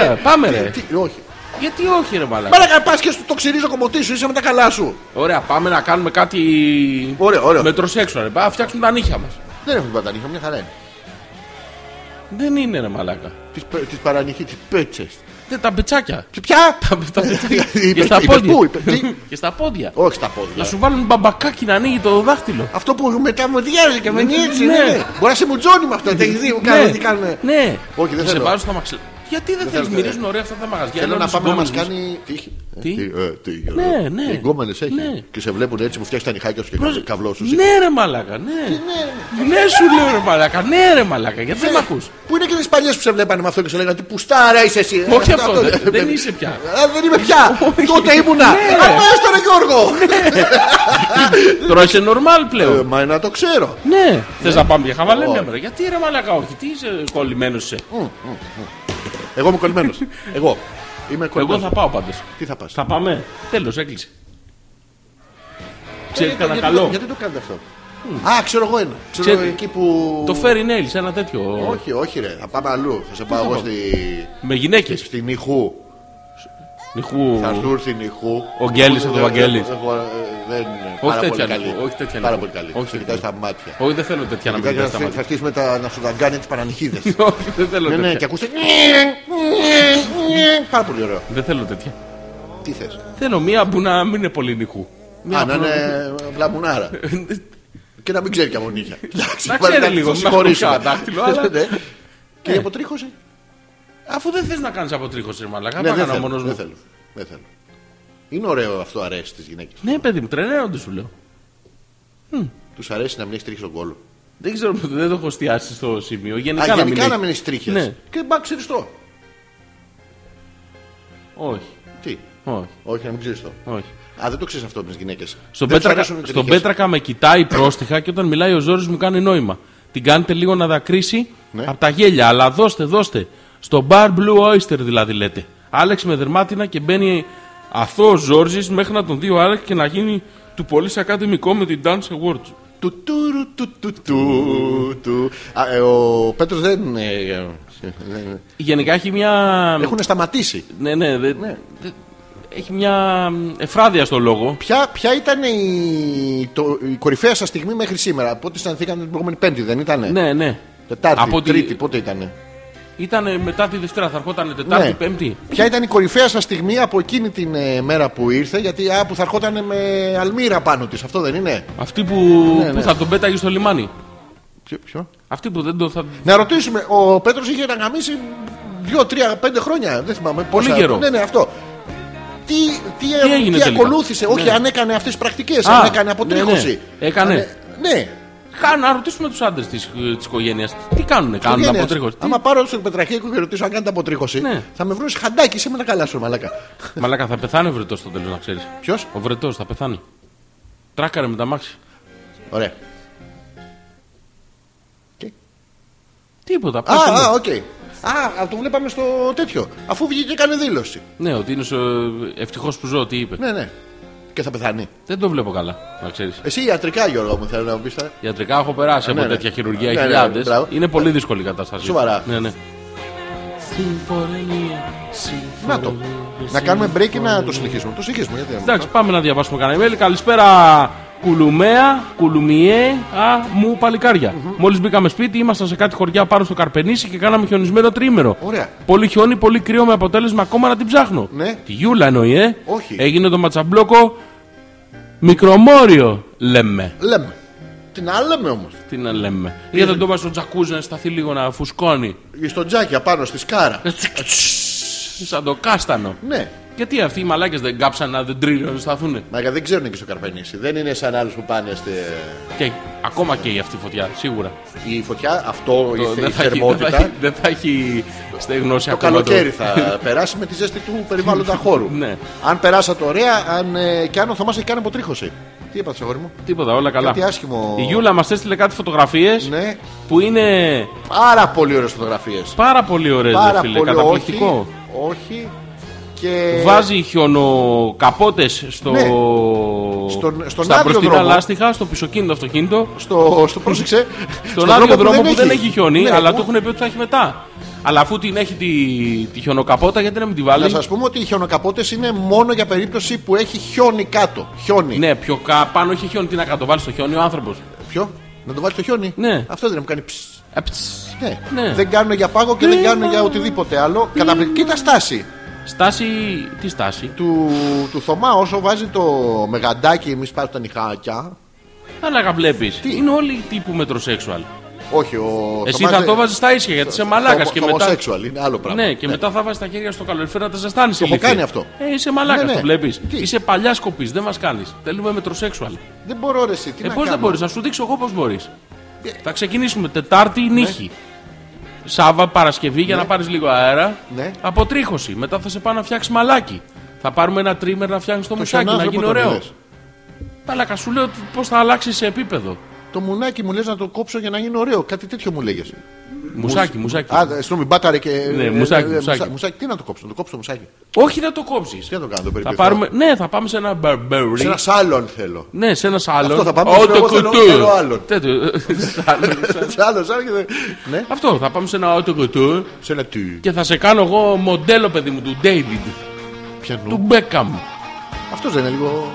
Ε, πάμε ρε.
Τι, όχι.
Γιατί όχι ρε μαλακά.
Μαλάκα πας και σου το ξυρίζω κομμωτή σου, είσαι με τα καλά σου.
Ωραία, πάμε να κάνουμε κάτι.
Ωραίο, ωραίο.
Μετροσέξουαλ, ρε. Πάμε να φτιάξουμε τα νύχια μας.
Δεν έχουν πατανίχα, μια χαρά είναι.
Δεν είναι ρε μαλάκα.
Τις παρανυχή, τι πέτσε.
Ναι, τα μπετσάκια.
Και πια.
Τα μπε- τα μπετσάκια. Και
Ε, Είπες-
στα
είπες πού,
πόδια.
είπες- τι?
Και στα πόδια.
Όχι στα
Να
πόδια.
σου βάλουν μπαμπακάκι να ανοίγει το δάχτυλο.
Αυτό που μετά μου διάζει και με έτσι.
Ναι.
ναι. Μπορεί να σε μουτζώνει με αυτό. Τα έχει δει, μου κάνουν τι κάνουν.
Ναι.
Όχι, δεν
Σε
θέλω.
βάζουν στα μαξιλάρια. Γιατί δεν θέλεις,
θέλω,
μυρίζουν ωραία αυτά τα μαγαζιά.
Θέλω
είναι
να
όλους
πάμε να μας
γκόμενους.
κάνει. Τι είχε.
Τι?
ε, τι, ε,
Ναι, ναι.
οι γκόμενες έχει.
Ναι.
Και σε βλέπουν έτσι που φτιάξει τα νυχάκια σου και
Πρόσεχε.
καβλώσου.
Ναι, ρε μαλάκα, ναι. Ναι, σου λέω ρε μαλάκα, ναι, ρε μαλάκα, γιατί δεν με ακούς.
Που είναι και τις παλιές που σε βλέπανε με αυτό και σε λέγανε Τι πουστάρα είσαι εσύ. Ε,
Όχι αυτό, δεν- δεν είσαι πια.
Α, δεν είμαι πια.
Όχι.
Τότε ήμουνα.
Ναι.
Απέσαι τώρα Γιώργο.
Τώρα είσαι normal
Ε,
πλέον.
Μα να το ξέρω.
Ναι, θες να πάμε για χαβαλέ,
Όχι.
ναι, μωρέ. Γιατί ρε μαλάκα, όχι, τι είσαι κολλημένος είσαι.
Εγώ είμαι κολλημένος. Εγώ. Είμαι
Εγώ
κολλημένος.
θα πάω πάντως.
Τι θα πας. Ε,
Θα πάμε. Τέλος, έκλεισε. Ξέρεις
Γιατί-
κανένα
Ε, γιατί το-
καλό.
Γιατί το κάνετε αυτό. Α, ξέρω εγώ ένα. Ξέρω
Ξέρετε-
εκεί που.
Το Fairy Nails, ένα τέτοιο.
Όχι, όχι, ρε. Θα πάμε αλλού. Θα σε πάω εγώ στη-
Με γυναίκες.
στην Ιχού.
Νυχού.
Θα σου έρθει η Νυχού.
Ο Γκέλης, ο Βαγγέλης.
Εγώ, ε, Δεν είναι πάρα
τέτοια
πολύ
Νυχού,
καλή.
όχι τέτοια
Πάρα
Νυχού.
πολύ καλή.
Όχι
Σε
τέτοια
κοιτάει στα
Νυχού.
μάτια.
Όχι, δεν θέλω τέτοια να
Και
μην κοιτάς
θα-
τα
Θα θα
μάτια.
αρχίσουμε τα- να σου δαγκάνε τις παρανυχίδες.
[laughs] Όχι, δεν θέλω
Ναι, ναι, και
τέτοια.
ακούστε. Πάρα πολύ ωραίο.
Δεν θέλω τέτοια.
Τι θες.
Θέλω μία που να μην είναι πολύ νυχού.
Α, ναι, να είναι βλαμουνάρα. Και να μην ξέρει και από νύχια.
Να ξέρει λίγο. Να έχω
συγχωρήσω. Ναι.
ένα δάχτυλο. αλλά- Ναι.
Και η αποτρίχωση.
[laughs] Αφού δεν θες να κάνεις αποτρίχωση, ρε μαλακά.
Ναι,
Να
δεν
κάνω
θέλω.
μόνος
Δεν
μου.
θέλω. Δεν θέλω. Είναι ωραίο αυτό αρέσει τις γυναίκες.
Ναι, παιδί μου, τρελαίνονται σου λέω.
Τους αρέσει να μην έχεις τρίχει στον κόλο.
Δεν ξέρω, δεν το έχω εστιάσει στο σημείο.
Α,
Γενικά να μην.
γενικά να
έχει.
μην έχεις τρίχες.
Ναι.
Και μπα ξυριστό.
Όχι,
Τι.
όχι,
Όχι, να μην ξυριστό.
όχι.
Α, δεν το ξέρεις αυτό με τις γυναίκες.
Στον Πέτρακα, στον Πέτρακα με κοιτάει πρόστιχα και όταν μιλάει ο Ζόρις μου κάνει νόημα. Την κάνετε λίγο να δακρύσει
Ναι.
από τα γέλια, αλλά δώστε, δώστε. Στο bar Blue Oyster δηλαδή λέτε. Άλεξ με δερμάτινα και μπαίνει αθώο Ζόρζης μέχρι να τον δει ο Άλεξ και να γίνει του πολύ ακαδημικό με την Dance Awards.
Του τουρου, του του του του. Α, ε, Ο Πέτρος δεν. ε, ε, δεν-
Γενικά έχει μια.
Έχουν σταματήσει.
Ναι, ναι, δε...
Ναι.
δε- έχει μια εφράδια στο λόγο.
Ποια, ποια ήταν η, το, η κορυφαία σας στιγμή μέχρι σήμερα, από ό,τι συναντηθήκαμε την προηγούμενη Πέμπτη, δεν ήταν.
Ναι, ναι.
Τετάρτη,
Από τη-
Τρίτη, πότε ήταν.
Ήταν μετά τη Δευτέρα, θα ερχόταν Τετάρτη,
Ναι.
Πέμπτη.
Ποια ήταν η κορυφαία σας στιγμή από εκείνη την ε, μέρα που ήρθε, γιατί α, που θα ερχόταν με αλμύρα πάνω της, αυτό δεν είναι.
Αυτή που,
Ναι,
που
ναι.
θα τον πέταγε στο λιμάνι.
Ποιο, ποιο?
Αυτή που δεν τον θα.
Να ρωτήσουμε, ο Πέτρος είχε να γαμίσει 2-3-5 χρόνια. Δεν θυμάμαι.
Πολύ
πόσα.
καιρό.
Ναι, ναι, αυτό. Τι, τι, τι,
έγινε τελικά?
ακολούθησε, όχι
Ναι.
αν έκανε αυτές τις πρακτικές,
Α,
αν έκανε αποτρίχωση.
ναι, ναι. Έκανε.
Αν, ε, Ναι,
Χα, να ρωτήσουμε τους άντρες της οικογένεια. ε, Τι κάνουνε, κάνουν
Οικογένειας.
από τρίχο.
Άμα πάρω στον Πετραχίκο και ρωτήσω αν κάνετε αποτρίχωση,
Ναι.
θα με βρουν χαντάκι, είσαι με τα καλά σου, μαλακά.
Μαλάκα, θα πεθάνει ο βρετός στο τέλος, να ξέρεις.
Ποιος?
Ο βρετός θα πεθάνει. Τράκαρε με τα μάξι.
Ωραία.
Τίποτα.
Α,
πέθανε.
α, οκ. Α, α, το βλέπαμε στο τέτοιο. Αφού βγήκε και έκανε δήλωση.
Ναι, ότι είναι ευτυχώς που ζω, τι είπε.
Ναι, ναι. Και θα πεθάνει.
Δεν το βλέπω καλά, να ξέρεις.
Εσύ ιατρικά, Γιώργο μου, θέλω να μου πεις.
Ιατρικά έχω περάσει από
ναι, ναι.
τέτοια χειρουργία
Ναι, ναι,
χιλιάδες.
μπράβο.
είναι πολύ δύσκολη η κατάσταση.
Σοβαρά.
Ναι, ναι.
Να το. Να κάνουμε break ή να το συνεχίσουμε. Το συνεχίσουμε, γιατί δεν
Εντάξει, πάμε να διαβάσουμε κανένα email. Καλησπέρα, Κουλουμέα, Κουλουμιέ, α, μου παλικάρια. Μόλις μπήκαμε σπίτι, ήμασταν σε κάτι χωριά πάνω στο Καρπενήσι και κάναμε χιονισμένο τρίμερο.
Ωραία.
Πολύ χιόνι, πολύ κρύο με αποτέλεσμα ακόμα να την ψάχνω.
Ναι.
Τη Γιούλα εννοεί, ε.
Όχι.
Έγινε το ματσαμπλόκο μικρομόριο, λέμε.
Λέμε. Την άλλη λέμε όμω.
Τι να λέμε. Ή δεν το πα στο τζακούζι να σταθεί λίγο να φουσκώνει.
Στο τζάκι απάνω στη
Ε,
σκάρα.
Σαν το κάστανο.
ναι.
Γιατί αυτοί οι μαλάκες δεν κάψαν να δεν τρίγωνε να σταθούν.
Μα δεν ξέρουν και στο Καρπενήσι. Δεν είναι σαν άλλους που πάνε στη...
Και ακόμα καίει αυτή η φωτιά, σίγουρα.
Η φωτιά, αυτό, η,
Το-
θε- η
δεν, θα έχει, δεν, θα
θερμότητα.
έχει, δεν θα έχει στεγνώσει
Το
ακόμα
καλοκαίρι θα περάσει με τη ζέστη του περιβάλλοντα χώρου.
Ναι.
Αν περάσατε ωραία, αν, ε, και αν ο Θωμάς έχει κάνει αποτρίχωση. Τι έπαθες αγόρι μου.
[laughs] Τίποτα, όλα καλά.
Κάτι άσχημο.
Η Γιούλα μας έστειλε κάτι φωτογραφίες
Ναι.
που είναι
Πάρα πολύ ωραίες φωτογραφίες.
πάρα πολύ ωραίες,
Πάρα
Ε, φίλε.
πολύ όχι,
Καταπληκτικό.
όχι. Και
Βάζει χιονοκαπότες στο...
Ναι. Στον- στον
στα
άδειο
μπροστινά
δρόμο.
λάστιχα, στο πισωκίνητο αυτοκίνητο.
στο, στο πρόσεξε.
Στον άδειο
που
δρόμο που δεν έχει χιονί,
Ναι,
αλλά
εγώ-
του έχουν πει ότι θα έχει μετά. Αλλά αφού την έχει τη, τη χιονοκαπότα, γιατί να μην τη βάλει.
Να σας πούμε ότι οι χιονοκαπότες είναι μόνο για περίπτωση που έχει χιόνι κάτω. Χιόνι.
Ναι, πιο κα... πάνω έχει χιόνι. Τι να κάνω, το βάλει στο χιόνι ο άνθρωπος.
Ποιο? Να το βάλει το χιόνι.
Ναι.
Αυτό δεν μου κάνει ψ. Ναι.
Ε, Ναι.
Δεν κάνουν για πάγο και δεν κάνουν για οτιδήποτε άλλο. Καταπληκτική τα στάση
Στάση. Τι στάση.
του, του Θωμά όσο βάζει το μεγαντάκι εμείς πάρουμε τα νυχάκια.
Αλλά βλέπεις.
Τι?
Είναι όλοι τύπου μετροσέξουαλ.
Όχι, ο
Εσύ
Θωμάς
θα
δεν-
το βάζεις στα ίσια γιατί είσαι μαλάκα
Θωμο-
και μετά.
θωμοσέξουαλ, είναι άλλο πράγμα.
Ναι, και μετά θα βάζεις τα χέρια στο καλοριφέρ να τα ζεστάνει. Το
έχω κάνει αυτό.
Ε, είσαι μαλάκας,
Ναι, ναι.
το βλέπεις.
Τι?
Είσαι παλιά σκοπής, δεν μας κάνεις. Θέλουμε μετροσέξουαλ.
Δεν μπορώ ρε εσύ, τι
Ε,
να
πώς δεν
κάνω. Ε.
μπορεί, να σου δείξω εγώ πώς μπορείς. Θα ξεκινήσουμε Τετάρτη
Ναι.
νύχη. Σάβα, Παρασκευή για να πάρεις λίγο αέρα.
Ναι.
Αποτρίχωση. Μετά θα σε πάω να φτιάξεις μαλάκι. Θα πάρουμε ένα τρίμερ να φτιάξεις το,
Το
μουσάκι, να
χιονάνθρωπο
γίνει
τον
ωραίο.
είδες.
Μαλάκα, σου λέω πώς θα αλλάξεις σε επίπεδο.
Το μουνάκι μου λες να το κόψω για να γίνει ωραίο. Κάτι τέτοιο μου λέγες.
Μουσάκι, μουσάκι.
Α, ε, συγγνώμη, μπάταρε και.
Ναι, μουσάκι,
ε, ε,
μουσάκι.
μουσα- μουσάκι. Τι να το κόψω, να το κόψω το μουσάκι.
Όχι να το κόψεις.
Τι να το κάνω, το
Θα
περιπέτειο.
πάρουμε... Ναι, θα πάμε σε ένα μπαρμπέρι.
Σε ένα σάλον θέλω.
Ναι, σε ένα σάλον.
Αυτό θα πάμε,
Auto
εγώ θέλω-
couture.
θέλω άλλον.
Τέτοιο. ε, Σάλον, σαν-
Σε άλλο σάλον και δεν. Ναι,
Αυτό, θα πάμε σε ένα auto couture
σε ένα τι.
και θα σε κάνω εγώ μοντέλο, παιδί μου, του David,
Πιανού.
του Beckham.
Αυτός δεν είναι λίγο.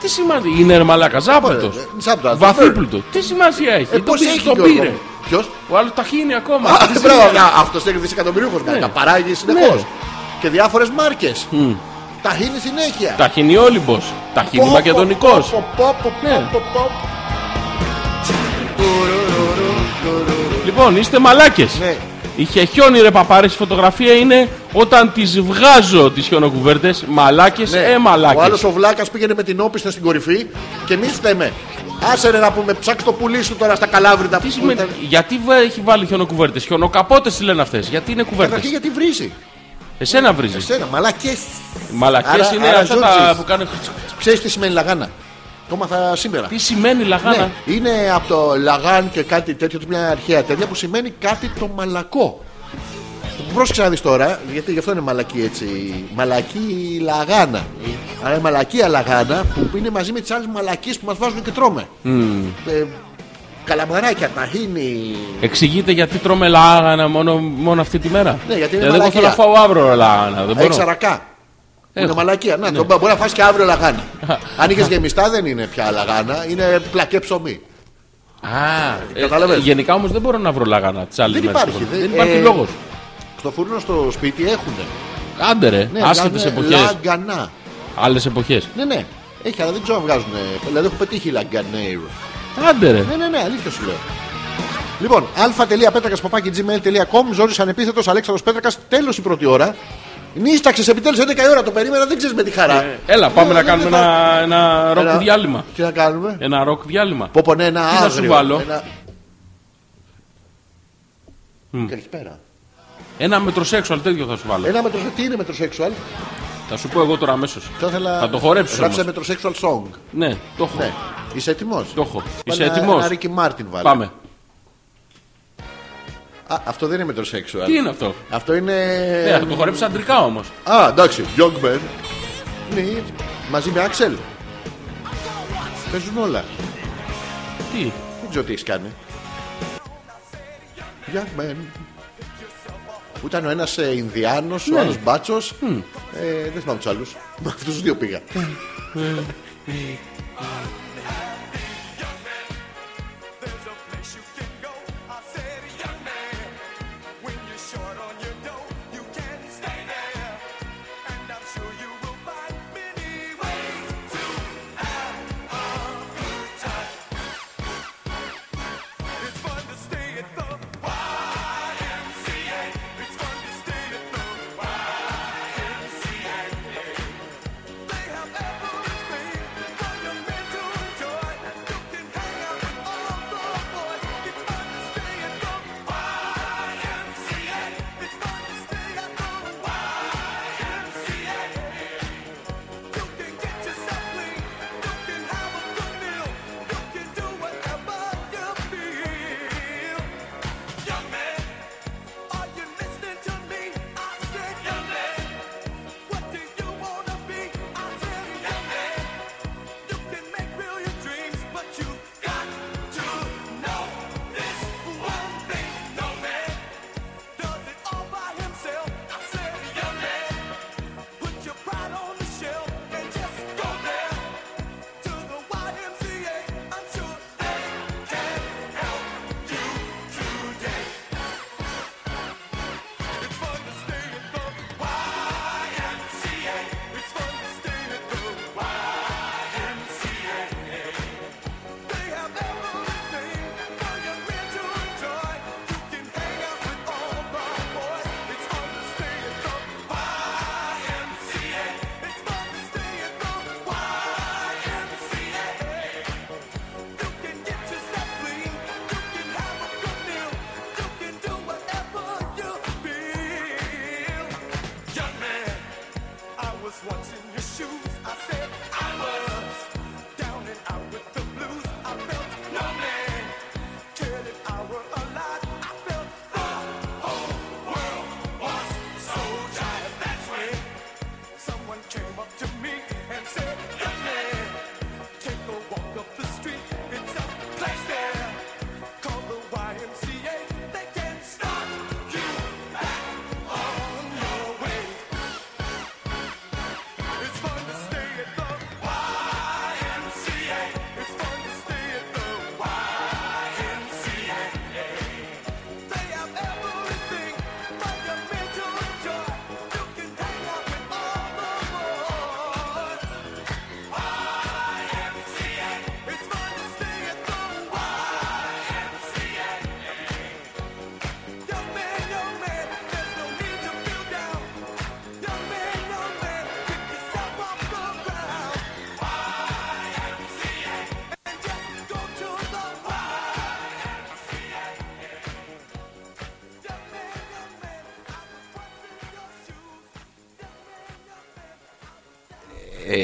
Τι σημασία είναι, ρε μαλάκα, ζάπατο.
Ωραία, ε, ζάπατος.
Βαθύπλουτο. Τι σημασία έχει.
Ε,
Το
πώς
πήρε,
έχει
το πήρε.
Ποιος.
Ο άλλος τα χύνει ακόμα. Τι σημασία.
Μπράβο, αυτός έχει δισεκατομμυρίουχο.
Ναι.
Τα παράγει συνεχώ.
Ναι.
Και διάφορες μάρκες. Τα χύνει συνέχεια.
Τα χύνει όλυμπος. Τα χύνει
Πω,
μακεδονικός.
πω, πω, πω, πω,
Ναι.
πω, πω.
Λοιπόν, είστε μαλάκες.
Ναι.
Η χιονι ρε παπάρες, η φωτογραφία είναι όταν τις βγάζω τις χιονοκουβέρτες, μαλάκες,
Ναι.
ε
Ο άλλος
μαλάκες.
ο Βλάκας πήγαινε με την όπιστα στην κορυφή και εμεί θέμε. Άσε ρε να πούμε, ψάξ το πουλί σου τώρα στα καλάβριντα
Τι
που
σημαίνει,
ήταν.
γιατί βα- έχει βάλει χιονοκουβέρτες, χιονοκαπότες τι λένε αυτές, γιατί είναι
Καταρχήν
κουβέρτες.
γιατί βρίζει.
Εσένα βρίζεις.
Εσένα, μαλακές.
Μαλακές
Άρα-
είναι
άρα
αυτά τα
ζόρτζεις.
που κάνουν...
Ξέρεις τι σημαίνει λαγάνα. Το μάθα σήμερα.
Τι σημαίνει λαγάνα.
Ναι, είναι από το λαγάν και κάτι τέτοιο, μια αρχαία τέτοια που σημαίνει κάτι το μαλακό. Πρόσεξε να δει τώρα, γιατί γι' αυτό είναι μαλακή έτσι. Μαλακή λαγάνα. Αλλά η μαλακία λαγάνα που είναι μαζί με τις άλλες μαλακίες που μας βάζουν και τρώμε. Ε, καλαμαράκια, ταχύνι.
Εξηγείτε γιατί τρώμε λάγανα μόνο, μόνο αυτή τη μέρα.
Ναι, γιατί είναι
Δηλαδή, εγώ
μαλακία.
θέλω να φάω αύριο λάγανα. Δεν μπορώ.
Εξαρακά. Είναι μαλακία.
Ναι.
Να, τον, μπορεί να φας και αύριο
[laughs]
λαγάνα. Αν είχες γεμιστά δεν είναι πια λαγάνα, είναι πλακέ ψωμί.
Α, ε,
καταλαβαίνω.
γενικά όμως δεν μπορώ να βρω λαγανά τις άλλες
Δεν
μέρες.
υπάρχει,
Δεν,
δεν-
υπάρχει
ε,
λόγος.
Στο φούρνο στο σπίτι έχουν.
Άντε ρε,
ναι,
άσχετες εποχέ.
Λαγκανά.
Άλλες εποχές.
Ναι, ναι. Έχει, αλλά δεν ξέρω αν βγάζουν. Δηλαδή έχω πετύχει λαγκανέιρο.
Άντε ρε.
Ναι, ναι, ναι, αλήθεια σου λέω. Λοιπόν, α.πέτρακα.gmail.com Ζόρις ανεπίθετος Αλέξανδρος Πέτρακας. Τέλος η πρώτη ώρα. Νίσταξε επιτέλου 11 η ώρα το περίμενα, δεν ξέρεις με τη χαρά.
Ε,
Ε, Έλα, πάμε
Ναι,
να
ναι,
κάνουμε
ναι,
ένα, ένα ροκ
Ένα-
διάλειμμα.
Τι να κάνουμε.
Ένα ροκ διάλειμμα.
Πω πω ναι, ένα
Τι θα σου
άγριο.
βάλω?
Ένα... Καλησπέρα.
Ένα μετροσέξουαλ τέτοιο θα σου βάλω.
Ένα μετρο... Τι είναι μετροσεξουαλ.
Θα σου πω εγώ τώρα αμέσως.
Θα, ήθελα...
Θα το χορέψω
Γράψε
όμως.
μετροσεξουαλ song.
Ναι, το έχω.
Ναι. Είσαι έτοιμος.
Το έχω. Είσαι έτοιμος?
Ένα Ρίκι Μάρτιν βάλε.
Πάμε.
Α, αυτό δεν είναι μετροσεξουαλ.
Τι είναι αυτό.
Αυτό είναι.
Ναι, θα το χορέψω αντρικά όμως.
Α, εντάξει. Young man. Ναι. Μαζί με Άξελ. Παίζουν όλα.
Τι.
Δεν ξέρω τι έχεις κάνει. Young man. Που ήταν ο ένας ε, Ινδιάνος,
Ναι.
ο άλλος Μπάτσος. Ε, δεν θυμάμαι τους [laughs] άλλους. Με αυτούς τους δύο πήγα.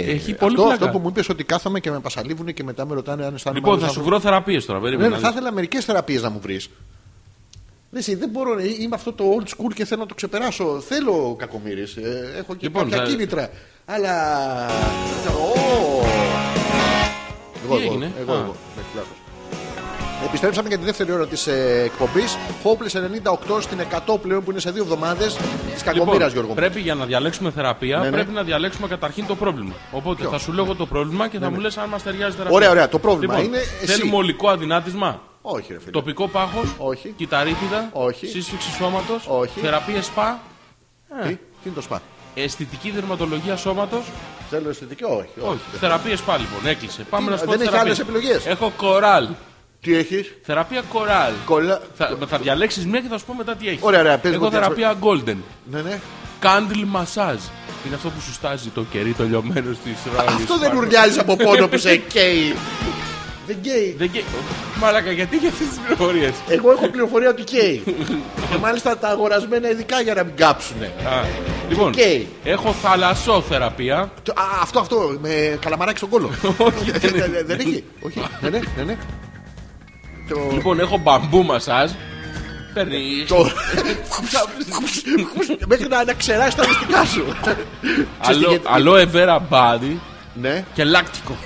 Έχει πολύ
Ε, Αυτό, αυτό
πλάκα.
που μου είπες ότι κάθομαι και με πασαλίβουν και μετά με ρωτάνε αν αισθάνομαι.
Λοιπόν, θα
άνεργος.
σου βρω θεραπείες τώρα.
Ναι,
Περίμενα.
θα ήθελα μερικές θεραπείες να μου βρεις. Δεν, σε- δεν μπορώ, ε, είμαι αυτό το old school και θέλω να το ξεπεράσω. Θέλω κακομίρι. έχω και
Λοιπόν,
κάποια
θα-
κίνητρα. Αλλά. Ω! Εγώ, εγώ,
έγινε?
εγώ,
Α.
εγώ. Ναι, λάθος. Επιστρέψαμε για τη δεύτερη ώρα της ε, εκπομπής. Hopeless 98 στην 100 πλέον που είναι σε δύο εβδομάδες της κακομοίρας, Γιώργο. μου.
Λοιπόν, πρέπει για να διαλέξουμε θεραπεία,
Ναι, ναι.
πρέπει να διαλέξουμε καταρχήν το πρόβλημα. Οπότε θα σου λέγω το πρόβλημα και θα μου λες αν μας ταιριάζει θεραπεία.
Ναι, Ωραία, ωραία. Το πρόβλημα
Λοιπόν,
είναι εσύ.
Θέλουμε ολικό αδυνάτισμα.
Όχι, ρε φίλε.
Τοπικό πάχος.
Όχι.
Κυταρίτιδα.
Όχι.
Σύσφυξη σώματος.
Όχι.
Θεραπεία σπα.
Τι, τι είναι το σπα.
Αισθητική δερματολογία σώματος.
Θέλω αισθητική, όχι. όχι.
Όχι. Θεραπεία σπα λοιπόν. Έκλεισε. Πάμε να σου πω
Ε, δεν
τις
έχει άλλες
θεραπείες.
επιλογές.
Έχω κοράλ.
Τι έχεις,
Θεραπεία κοράλ.
κολλά.
Θα, θα διαλέξεις μία και θα σου πω μετά τι έχεις.
Ωραία, ωραία, πες μου
Έχω
τι έχεις.
θεραπεία golden.
Ναι, ναι.
Candle massage. Είναι αυτό που σου στάζει το κερί το λιωμένο στη σειρά.
Αυτό δεν ουρλιάζει από πόνο που σε καίει. Δεν καίει.
Δεν καί- Μαλάκα, γιατί για αυτές τις πληροφορίες.
Εγώ έχω πληροφορία ότι καίει. Και μάλιστα τα αγορασμένα ειδικά για να μην κάψουνε.
Λοιπόν,
καίει.
έχω θαλασσόθεραπεία.
Το- α, αυτό, αυτό, με καλαμαράκι στον κόλλο. Ε,
Όχι, δεν είναι.
Δεν έχει. Όχι, ναι, ναι, ναι, ναι. Το-
Λοιπόν, έχω μπαμπού μασάζ. Παίρνει.
Το... Μέχρι να, να ξεράσει τα μυστικά σου. Ξέρεις τι
Αλό-
γίνεται.
Αλό εβέρα μπάνι
Ναι,
και λάκτικο.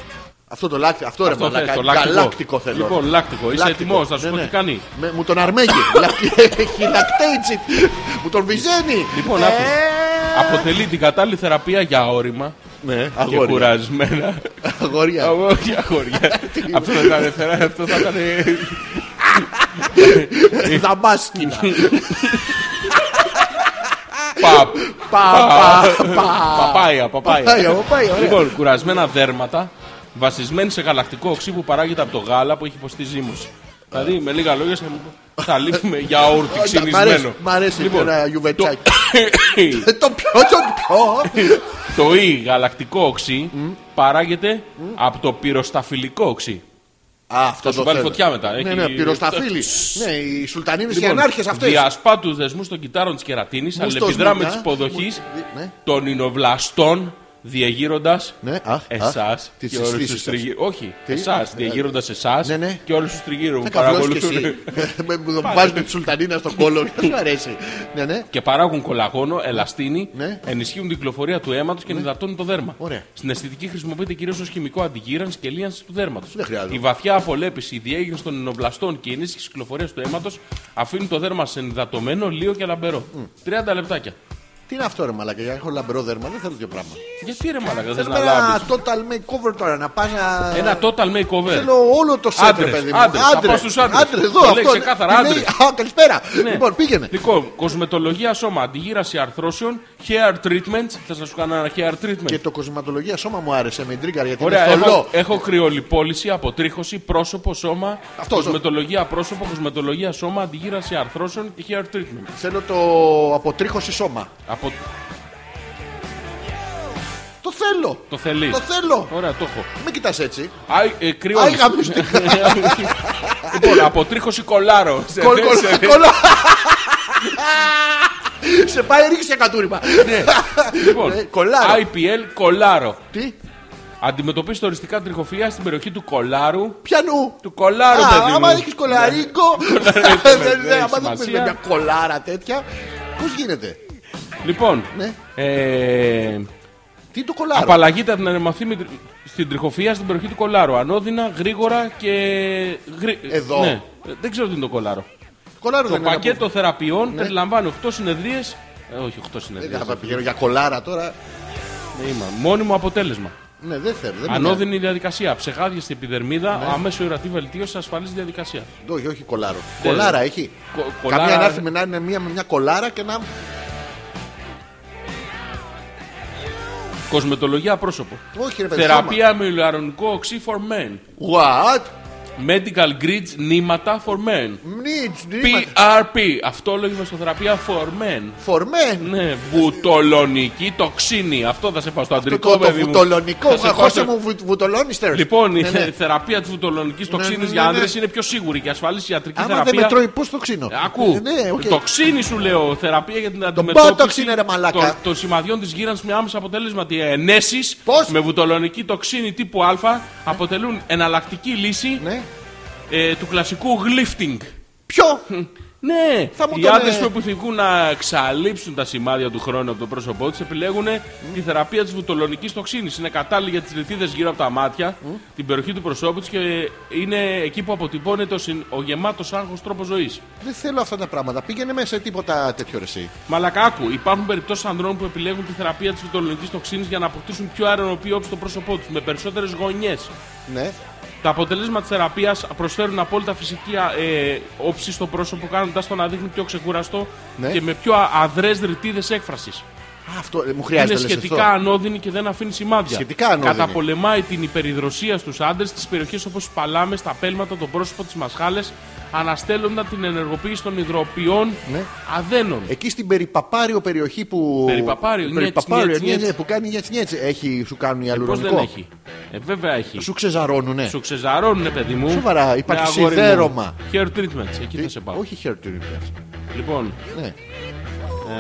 αυτό το λάκτι, αυτό ρε
Αυτό θες,
μαλακά.
το λάκτικο.
Γαλάκτικο θέλω.
Λοιπόν, λάκτικο. Είσαι
Λάκτικο.
ετοιμός, θα σου
Ναι,
πω
ναι.
τι κάνει.
Με- Μου τον αρμέγει. Λακ- [laughs] Έχει λακτέιτσιτ. Μου τον βυζένει.
Λοιπόν,
Ε,
άκου. Αποτελεί την κατάλληλη θεραπεία για όρημα
Ναι,
και
αγόρια. Ε.
κουρασμένα. Α,
Αγόρια.
Όχι,
[laughs]
αγόρια. Αυτό θα ήταν θερά, αυτό θα ήταν. ε,
Ε, Δαμάσκηνα.
Παπ.
Πα, πα, πα.
Παπάια,
Πάει,
παπάια.
ο, πάει, ωραία.
Λοιπόν, κουρασμένα δέρματα βασισμένη σε γαλακτικό οξύ που παράγεται από το γάλα που έχει υποστεί
Ε.
ζύμωση. Δηλαδή, με λίγα λόγια, θα, θα λείπουμε για όρτι
Ωραία, Ε. μ' αρέσει-
ξυνισμένο.
Μ' αρέσει
Λοιπόν,
ένα
Το,
γιουβετσάκι. Ε, Το πιο, το πιο.
[coughs] το Ι γαλακτικό οξύ παράγεται από το πυροσταφυλικό οξύ.
Α, Αυτό
Θα σου πάρει
θέλω.
φωτιά μετά.
Ναι,
Έχει-
ναι, πυροσταφύλι. Ναι, οι σουλτανίδε και οι
Λοιπόν,
ανάρχες αυτές.
Διασπά του δεσμούς των κυτάρων της κερατίνης,
Μουστος
αλληλεπιδρά με
μουτά.
τι υποδοχή
Μου- ναι.
των εινοβλαστών, διεγείροντα
Ναι, α, α,
εσάς
τις
και όλους του
συστήσεις σας.
τριγύρω. Όχι,
Τι?
εσάς, διεγείροντα εσάς
Ναι, ναι.
και όλους τους τριγύρω που
Θα καβλώσεις κι
παρακολουθούν.
εσύ. Με- Μου τον βάζουν τη σουλτανίνα στον κόλλο. Δεν σου αρέσει. Ναι, ναι.
[laughs] Και παράγουν κολαγόνο, ελαστίνη,
Ναι.
ενισχύουν την κυκλοφορία του αίματος και ενυδατώνουν το δέρμα.
Ωραία.
Στην αισθητική χρησιμοποιείται κυρίως ως χημικό αντιγύρανση και λίανσης του δέρματος.
Δεν χρειάζεται.
Η βαθιά απολέπιση, η διέγερση των ενοβλαστών και η ενίσχυση της κυκλοφορίας του αίματος αφήνουν το δέρμα σε ενυδατωμένο, λίο και λαμπερό. 30 λεπτάκια.
Τι είναι αυτό ρε μαλάκα, για να έχω λαμπερό δέρμα, δεν θέλω δύο πράγματα.
Γιατί ρε μαλάκα θες
Θέλω
να
ένα
λάβεις
total makeover τώρα, να πας να...
Ένα total makeover
Θέλω όλο το σετ, ρε
Άντρες,
παιδί μου.
άντρες, θα
Άντρες,
πάω στους άντρες.
Άντρες, εδώ,
Το
αυτό.
λέει ξεκάθαρα,
Τι λέει?
άντρες.
Α, καλησπέρα.
Ναι.
Λοιπόν, πήγαινε.
Λοιπόν, κοσμετολογία σώμα, αντιγύραση αρθρώσεων, hair treatment. Θες να σου κάνω ένα hair treatment.
Και το κοσματολογία σώμα μου άρεσε, με τρίγκαρε γιατί
Ωραία,
είναι θολό.
έχω, έχω κρυολιπόληση, αποτρίχωση, πρόσωπο, σώμα,
Αυτό,
κοσμετολογία πρόσωπο, κοσμετολογία σώμα, αντιγύραση αρθρώσεων και hair treatment.
Θέλω το αποτρίχωση σώμα.
Από...
Το θέλω.
Το θέλεις.
Το θέλω.
Ωραία, το έχω.
Μην κοιτάς έτσι.
Άι, ε,
Άι,
κρυόλυση. [laughs]
γαμίσου την
λοιπόν, αποτρίχωση κολάρο. Σε
[laughs] Κολ-
δε-
κολ-
σε δε-
κολ- [laughs] Σε πάει ρίξει σε κατούριμα.
Λοιπόν,
Ναι. Ε, κολάρο.
IPL κολάρο.
Τι,
Αντιμετωπίσει οριστικά τριχοφυλιά στην περιοχή του κολάρου.
πιανού.
Του κολάρου,
Α,
παιδί
άμα
μου.
έχεις κολαρίκο. [laughs]
Κολαρίκο,
δεν-
ναι,
δεν- Άμα
έχει
δεν πεις με
σημασία.
μια κολάρα τέτοια. Πώς γίνεται.
Λοιπόν,
Ναι.
ε,
Τι είναι το κολάρο.
απαλλαγείται από την ανεμαθή με τρι- στην τριχοφυλιά στην περιοχή του κολάρου. Ανώδυνα, γρήγορα και. γρή-
Εδώ.
Ναι. Ε, Δεν ξέρω τι είναι το κολάρο.
Κολάρο
Το
δεν είναι από-
πακέτο θεραπείων περιλαμβάνει 8 συνεδρίε. όχι, 8 συνεδρίες.
Δεν Ε, θα πηγαίνω για κολάρα τώρα.
Μόνιμο αποτέλεσμα.
Ναι, δεν θέλω. Δεν Ναι. μιλάω.
Ανώδυνη διαδικασία. Ψεγάδια στην επιδερμίδα. Αμέσως ορατή βελτίωση. Ασφαλής διαδικασία.
Όχι, όχι κολάρο.
Δεν-
Κολάρα έχει.
Κο-
Καμία
κολάρα-
να έρθει με να είναι μία με μια κολάρα και να.
Κοσμετολογία πρόσωπο.
Όχι, ρε παιδί.
Θεραπεία με ηλιαρονικό οξύ for men.
σώμα. What?
Medical grids νήματα for men.
Needs, needs.
PRP. Αυτό λέγουμε στο θεραπεία for men.
For men.
Ναι, βουτολονική τοξίνη. Αυτό θα σε πάω στο
Το,
αντρικό
το, το
παιδί μου.
βουτολονικό.
Θα σε πάω στο-
Χώσε μου βουτ- βουτολόνιστερ.
Λοιπόν,
Ναι, ναι.
η θεραπεία της βουτολονικής τοξίνης
ναι,
για
ναι,
άνδρες
ναι.
είναι πιο σίγουρη και ασφαλής ιατρική
Άμα
θεραπεία. Ε,
δεν με τρώει, πώς το ξύνω.
Ακού.
Ναι, οκ.
Τοξίνη σου λέω. Θεραπεία για την
Botox
αντιμετώπιση
είναι, ρε μαλάκα.
των, των σημαδιών της γύρανσης με άμεσα αποτέλεσμα ότι ενέσεις
Πώς?
με βουτολονική τοξίνη τύπου Α αποτελούν εναλλακτική λύση
Ναι.
ε, του κλασικού γλύφτινγκ.
Ποιο!
Ναι,
Θα μου
οι
τον,
άντρες
ε,
που επιθυμούν να ξαλείψουν τα σημάδια του χρόνου από το πρόσωπό τους επιλέγουν τη θεραπεία της βουτολονικής τοξίνης. Είναι κατάλληλη για τις ρητίδες γύρω από τα μάτια, την περιοχή του προσώπου τους και είναι εκεί που αποτυπώνεται ο, συν- ο γεμάτος άγχος τρόπος ζωής.
Δεν θέλω αυτά τα πράγματα. Πήγαινε μέσα σε τίποτα τέτοιο ρε εσύ.
Μαλακάκου, υπάρχουν περιπτώσεις ανδρών που επιλέγουν τη θεραπεία της βουτολονικής τοξίνης για να αποκτήσουν πιο αερονοπή όψη στο πρόσωπό τους, με περισσότερες γωνιές.
Ναι.
Τα αποτελέσματα της θεραπείας προσφέρουν απόλυτα φυσική ε, όψη στο πρόσωπο, κάνοντας το να δείχνει πιο ξεκουραστό
Ναι.
και με πιο αδρές ρητίδες έκφρασης.
Α, Αυτό ε, μου
Είναι
χρειάζεται λες,
σχετικά
αυτό.
ανώδυνη και δεν αφήνει σημάδια.
Σχετικά ανώδυνη.
Καταπολεμάει την υπεριδροσία στους άντρες στις περιοχές όπως οι παλάμε, τα πέλματα, το πρόσωπο, τι μασχάλες, αναστέλλοντα την ενεργοποίηση των υδροποιών
Ναι.
αδένων.
Εκεί στην περιπαπάριο περιοχή που.
Περιπαπάριο, νιέτς,
Περιπαπάριο,
νιέτς,
ναι, ναι,
νιέτς.
που κάνει νιέτς, νιέτς. Έχει, σου κάνουν
Πώ
ιαλουρονικό.
δεν έχει. Ε, βέβαια έχει.
Σου ξεζαρώνουνε.
Σου ξεζαρώνουνε, παιδί μου.
Σοβαρά, υπάρχει
Ναι, αγόρι μου.
σιδέρωμα.
Hair treatments, εκεί θα σε πάω.
Όχι hair toner.
Λοιπόν,
Ναι.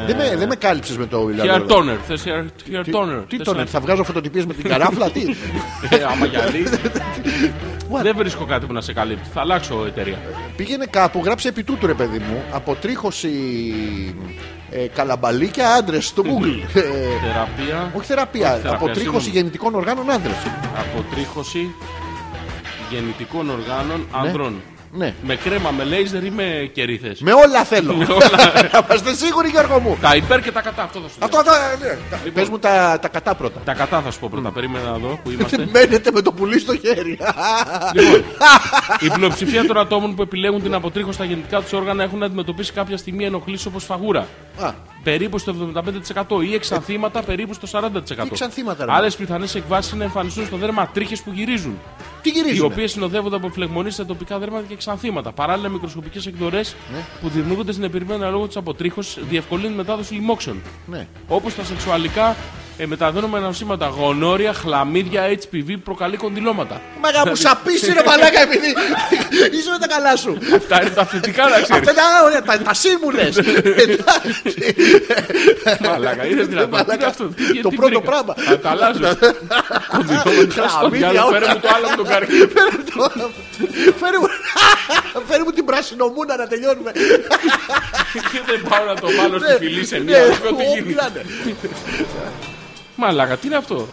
Δεν με, δεν με κάλυψες με το
Ε, hair
ηλαλουρονικό.
toner. Θες hair, hair
Τι-
toner.
Τι
Θες
toner,
να-
θα βγάζω φωτοτυπίες με την καράφλα, τι.
[laughs] Ε, Άμα γυαλί.
[laughs] What?
Δεν βρίσκω κάτι που να σε καλύπτει. Θα αλλάξω εταιρεία.
Πήγαινε κάπου, γράψε επί τούτου ρε παιδί μου, αποτρίχωση ε, καλαμπαλίκια άντρες στο
[laughs]
Google. Ε,
Θεραπεία.
όχι θεραπεία,
θεραπεία,
αποτρίχωση
συγγνώμη.
γεννητικών οργάνων άντρες.
αποτρίχωση γεννητικών οργάνων ανδρών. [laughs]
Ναι.
Με κρέμα, με λέιζερ ή με κερίθες.
Με όλα θέλω.
Με
[laughs]
όλα.
Να Είμαστε σίγουροι Γιώργο μου.
Τα υπέρ και τα κατά, αυτό θα σου λέω.
Αυτό θα... ναι. Τα-
Λοιπόν.
Πες μου τα, τα κατά πρώτα.
Τα κατά θα σου πω
Mm.
πρώτα, περίμενα να δω που είμαστε.
[laughs]
Λοιπόν.
Μένετε με το πουλί στο χέρι.
Η πλειοψηφία των ατόμων που επιλέγουν την αποτρίχωση στα γεννητικά τους όργανα έχουν να αντιμετωπίσει κάποια στιγμή ενοχλήσεις όπως φαγούρα.
[laughs] Α,
Περίπου στο 75% ή εξανθήματα περίπου στο 40%.
Ε, εξανθήματα, ρε.
Άλλες πιθανές εκβάσεις είναι να εμφανιστούν στο δέρμα τρίχες που γυρίζουν.
Τι
οι
γυρίζουμε.
οποίες συνοδεύονται από φλεγμονήσει σε τοπικά δέρματα και ξανθήματα. Παράλληλα, μικροσκοπικές εκδορές
Ναι.
που δημιουργούνται στην επιρρημένα λόγω της αποτρίχωση διευκολύνουν μετάδοση λοιμόξεων.
Ναι.
Όπως τα σεξουαλικά ε, μεταδένομενα νοσήματα, γονόρια, χλαμίδια, HPV που προκαλεί κονδυλώματα.
Μα να μου σαπίσει ρε μαλάκα επειδή
[laughs]
είσαι με τα καλά σου.
Αυτά είναι τα θετικά να
[laughs]
ξέρεις.
Αυτά τα ωραία, τα, τα σύμβουλες.
Ναι. Μαλάκα, είναι δυνατόν. Τι είναι
Μαλάκα,
αυτός, τι- γιατί
Το πρώτο
βρήκα.
πράγμα.
Θα
[laughs]
τα αλλάζω. Κονδυλώματα στο
Χλαμίδια,
διάλογο,
όλα.
φέρε μου το άλλο από τον καρκίνο.
Φέρε μου, φέρε μου [laughs] την πράσινομούνα να τελειώνουμε.
Και δεν πάω να το βάλω στη
Ναι,
φυλή σε
ναι,
μία. όχι, ό,τι
ό,τι
γίνει.
να είναι.
Μαλάκα, τι είναι αυτό.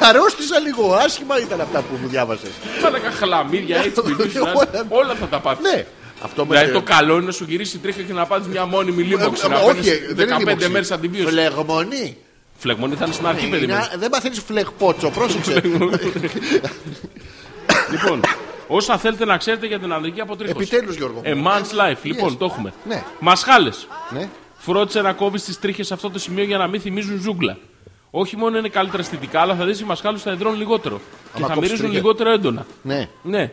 Αρρώστησα λίγο, άσχημα ήταν αυτά που μου διάβασες.
Μαλάκα, χλαμίδια,
[laughs]
HPV,
Όλα.
όλα θα τα πάθει.
Ναι, αυτό
Δηλαδή το
με...
καλό είναι να σου γυρίσει η τρίχα και να πάρει μια μόνιμη λίμωξη.
Ε,
να
μα
παίρνεις
Όχι, δεν είναι
15
λίμωξη.
μέρες αντιβίωση.
Φλεγμονή.
Φλεγμονή θα είναι στην αρχή, παιδί μου.
Είναι- Δεν μαθαίνεις φλεγπότσο, πρόσεξε.
Λοιπόν, όσα θέλετε να ξέρετε για την ανδρική αποτρίχωση.
Επιτέλους, Γιώργο.
A man's life. Λοιπόν, το έχουμε.
Ναι.
Μασχάλε.
Ναι.
Φρόντισε να κόβεις τις τρίχες σε αυτό το σημείο για να μην θυμίζουν ζούγκλα. Όχι μόνο είναι καλύτερα αισθητικά, αλλά θα δεις οι μασχάλου θα εδρώνουν λιγότερο. Και
κόψεις
θα μυρίζουν
τρίχες.
λιγότερο έντονα.
Ναι.
Ναι.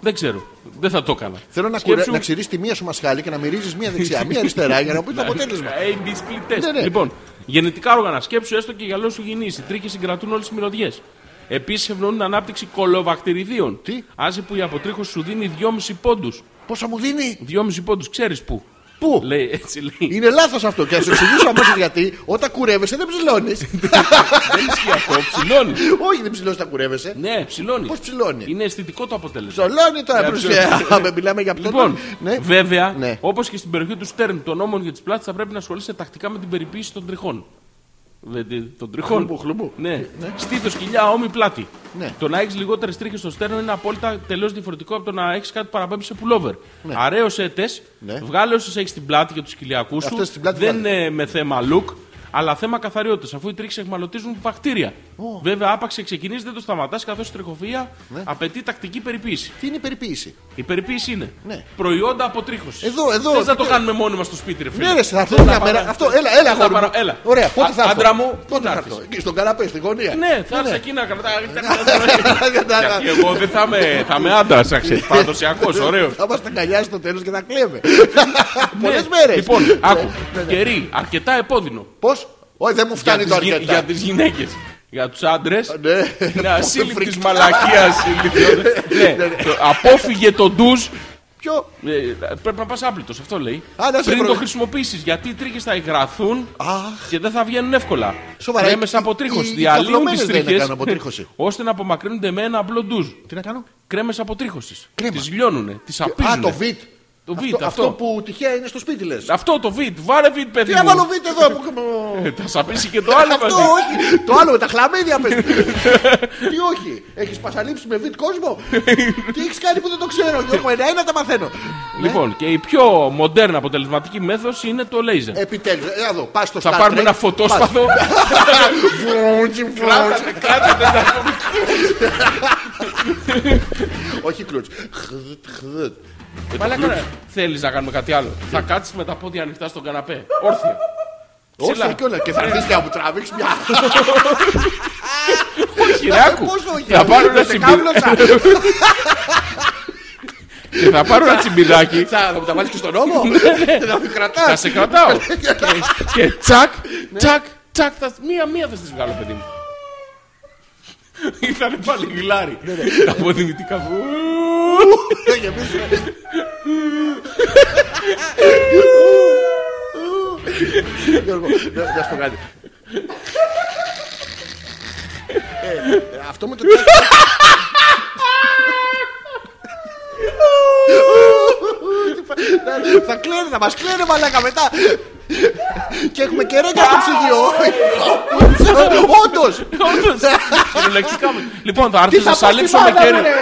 Δεν ξέρω. Δεν θα το έκανα.
Θέλω να,
Σκέψου-
κουρα... να ξηρίσει τη μία σου μασχάλη και να μυρίζεις μία δεξιά, μία αριστερά για να πεις το αποτέλεσμα.
[laughs] A, B, split Ε, test.
Ναι, ναι.
Λοιπόν, γενετικά όργανα σκέψου έστω και για λόγου υγιεινή. Οι τρίχε συγκρατούν όλες τις μυρωδιές. Επίσης ευνοούν την ανάπτυξη κολοβακτηριδίων.
Τι?
Άσε που η αποτρίχωση σου δίνει 2,5 πόντους.
Πόσα μου δίνει,
2,5 πόντους, ξέρεις πού.
Πού?
Λέει έτσι, λέει.
Είναι λάθος αυτό. Και θα σου εξηγήσω αμέσως γιατί όταν κουρεύεσαι δεν ψηλώνεις.
[laughs] Δεν ισχύει αυτό, ψηλώνεις.
Όχι, δεν ψηλώνεις, τα κουρεύεσαι.
Ναι, ψηλώνεις.
Πώς ψηλώνεις?
Είναι αισθητικό το αποτέλεσμα.
Ψολώνει τώρα.
Για
προσέ-
ψηλώνει.
με Μιλάμε για αυτό.
Λοιπόν,
ναι.
βέβαια,
Ναι.
όπως και στην περιοχή του Στέρν, των ώμων και τη πλάτη, θα πρέπει να ασχολείσαι τακτικά με την περιποίηση των τριχών. Δε- δε- Των τριχών.
Χλουμπού, χλουμπού.
Ναι. Στήθος, κοιλιά, ώμη, πλάτη.
Ναι.
Το να έχεις λιγότερες τρίχες στο στέρνο είναι απόλυτα τελείως διαφορετικό από το να έχεις κάτι παραπέμπει σε πουλόβερ. Ναι. Αρέωσε τες,
Ναι.
βγάλε όσες έχεις στην πλάτη και τους κοιλιακούς σου.
Αυτές στην πλάτη
δεν
βγάλε.
είναι με θέμα look, αλλά θέμα καθαριότητας, αφού οι τρίχες εχμαλωτίζουν βακτήρια. Βέβαια, άπαξ και ξεκινήσει, δεν το σταματάς, καθώς η τριχοφυα
Ναι.
απαιτεί τακτική περιποίηση.
Τι είναι η περιποίηση.
Η περιποίηση είναι
Ναι.
προϊόντα αποτρίχωσης.
Εδώ, εδώ,
Θες να
τι
το
θε-
κάνουμε μόνοι μας στο σπίτι, ρε φίλε.
Ναι, ρε, θα
Θες
έρθω
να
μια
πάμε-
μέρα. Αυτό, έλα, έλα,
Θες να
αγόρι μου.
παρα- έλα.
Ωραία, πότε
Α-
θα έρθω.
Άντρα μου, πότε
πότε
να
θα
έρθεις.
έρθω. Εκεί Στον καναπέ, στην γωνία.
Ναι, θα έρθει εκεί
[laughs]
να κρατάει. Γιατί εγώ δεν θα είμαι, θα είμαι άντρας, να
Ναι.
ξέρει. Παραδοσιακός,
[laughs]
ωραίο.
Θα μας τα αγκαλιάσει στο τέλος και θα [laughs] κλέβε. Πολλές μέρες.
Λοιπόν, άκου. Κερί, αρκετά επώδυνο.
Πώς. Όχι, δεν μου φτάνει Ναι, το αρκετά.
Για τις γυναίκες. Για τους άντρες.
Ναι. [laughs]
Είναι ασύλληπτης τη μαλακία. Ναι,
Ναι,
Απόφυγε το ντουζ.
Ποιο.
Ε, πρέπει να πας άπλητος, αυτό λέει.
Α, να σε
Πριν
προ-
το χρησιμοποιήσεις, γιατί οι τρίχες θα υγραθούν και δεν θα βγαίνουν εύκολα.
Σοβαρά,
Κρέμες
οι- οι-
αποτρίχωση.
οι
Διαλύουν
καυλωμένες
τι
δεν
τρίχε
έκαναν αποτρίχωση.
[laughs] ώστε να απομακρύνονται με ένα απλό ντουζ.
Τι να κάνω.
Κρέμες αποτρίχωση.
Κρέμα.
Τι λιώνουν, τις
Α,
απίζουν.
το βιτ.
Το βιτ,
Αυτό,
αυτό.
αυτό
Αυτό,
που τυχαία είναι στο σπίτι λες.
το βιτ. Βάρε βιτ, παιδί
Τι να
μου.
βάλω βίντεο εδώ. που-
Θα σαπίσει και Ε, το άλλο
Αυτό
μαζί.
όχι. Το άλλο με τα χλαμίδια πες. Τι όχι. Έχεις πασαλείψει με βιτ κόσμο. Τι έχεις κάνει που δεν το ξέρω. Γιώργο, ένα-ένα τα μαθαίνω.
Λοιπόν, και η πιο μοντέρνα αποτελεσματική μέθοδος είναι το λέιζερ.
Επιτέλους, να δω. Πας στο
Θα
Star
πάρουμε
Trek,
ένα
Ε, πας.
φωτόσπαθο. [laughs]
Βρουτζι, βρουτζι.
Κράτα- Κράτα τα-
Όχι κλουτ. Χδουτ, χδουτ.
Μαλάκα, ρε, θέλεις να κάνουμε κάτι άλλο. Θα κάτσεις με τα πόδια ανοιχτά στον καναπέ. Όρθια.
Όχι
Ψηλά.
κιόλα. Και θα έρθει και να μου τραβήξεις μια.
Όχι, ρε, άκου.
Ε, Πώς όχι,
Θα πάρω ένα
σε
τσιμπι-
κάβλωσα.
και Θα πάρω ένα τσιμπιδάκι.
Θα μου τα βάλει και στον νόμο. Να μην κρατάς.
Θα σε
[laughs]
κρατάω. Και- Και τσακ, τσακ, τσακ. θα- Μία-μία θα στις βγάλω, παιδί μου. Ήτανε πάλι γλάρι. Ναι, Από δυνητικά.
Γιώργο, να να σου πω κάτι. Ε, ε, Αυτό με το τσακ. Θα- Θα κλαίνε, θα μας κλαίνε μαλάκα μετά. Και έχουμε και ρέκα στο ψυγείο. Όντως.
Όντως, κυριολεκτικά με. Λοιπόν, θα έρθεις
Ναι. θα
να
πω στη
σαλίψω με
μάνα μου,
κερί.
ρε.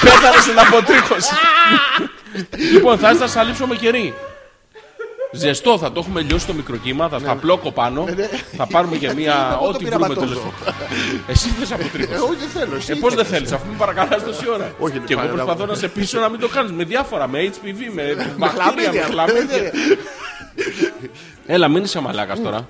Πέθανε στην αποτρίχωση. λοιπόν, θα έρθεις να σαλίψω με κερί. Ζεστό, θα το έχουμε λιώσει το μικροκύμα, θα στα πλόκω πάνω. θα πάρουμε και μία.
Ναι. Εγώ το
Ό,τι βρούμε
πειραματόζω.
τέλο Εσύ θες αποτρίχωση.
Εγώ δεν θέλω. εσύ
Ε, πώς δεν
θες.
θέλεις, αφού με παρακαλάς τόση ώρα.
Όχι,
και εγώ
παρακαλώ.
προσπαθώ να σε πείσω να μην το κάνεις με διάφορα, με HPV, με μπακτήρια,
χλαμίδια. Ναι,
με χλαμίδια. Έλα, μην είσαι μαλάκας τώρα.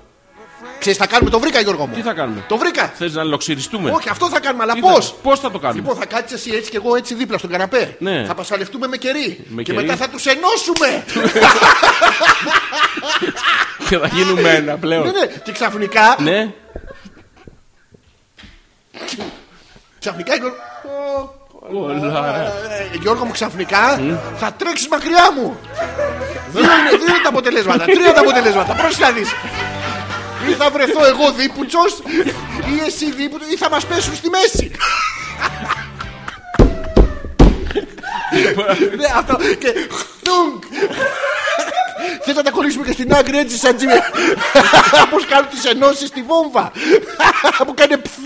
Ξέρεις θα κάνουμε, το βρήκα Γιώργο μου.
Τι θα κάνουμε.
Το βρήκα.
Θες να λοξυριστούμε.
Όχι, αυτό θα κάνουμε, αλλά πώς.
Πώς θα το κάνουμε.
Λοιπόν, θα κάτσεις εσύ έτσι και εγώ έτσι δίπλα στον καναπέ.
Ναι.
Θα πασαλευτούμε με κερί.
Με
και
κερί.
μετά θα τους ενώσουμε.
[laughs] Και θα γίνουμε ένα
ναι,
πλέον.
ναι. Και ξαφνικά.
Ναι,
Ξαφνικά. Γιώργο-
Ναι. Όλα.
Ε, Γιώργο μου, ξαφνικά θα τρέξεις μακριά μου. δύο, είναι, δύο είναι τα αποτελέσματα. Τρία είναι τα αποτελέσματα. Πρόσεχε να δεις. Ή θα βρεθώ εγώ δίπουτσος ή εσύ δίπουτσος ή θα μας πέσουν στη μέση. ναι, αυτό και χτουνκ. Θες να τα κολλήσουμε και στην άκρη έτσι σαν [laughs] τζιμ. Όπως κάνουν τις ενώσεις στη βόμβα. [laughs] Που κάνει πθ.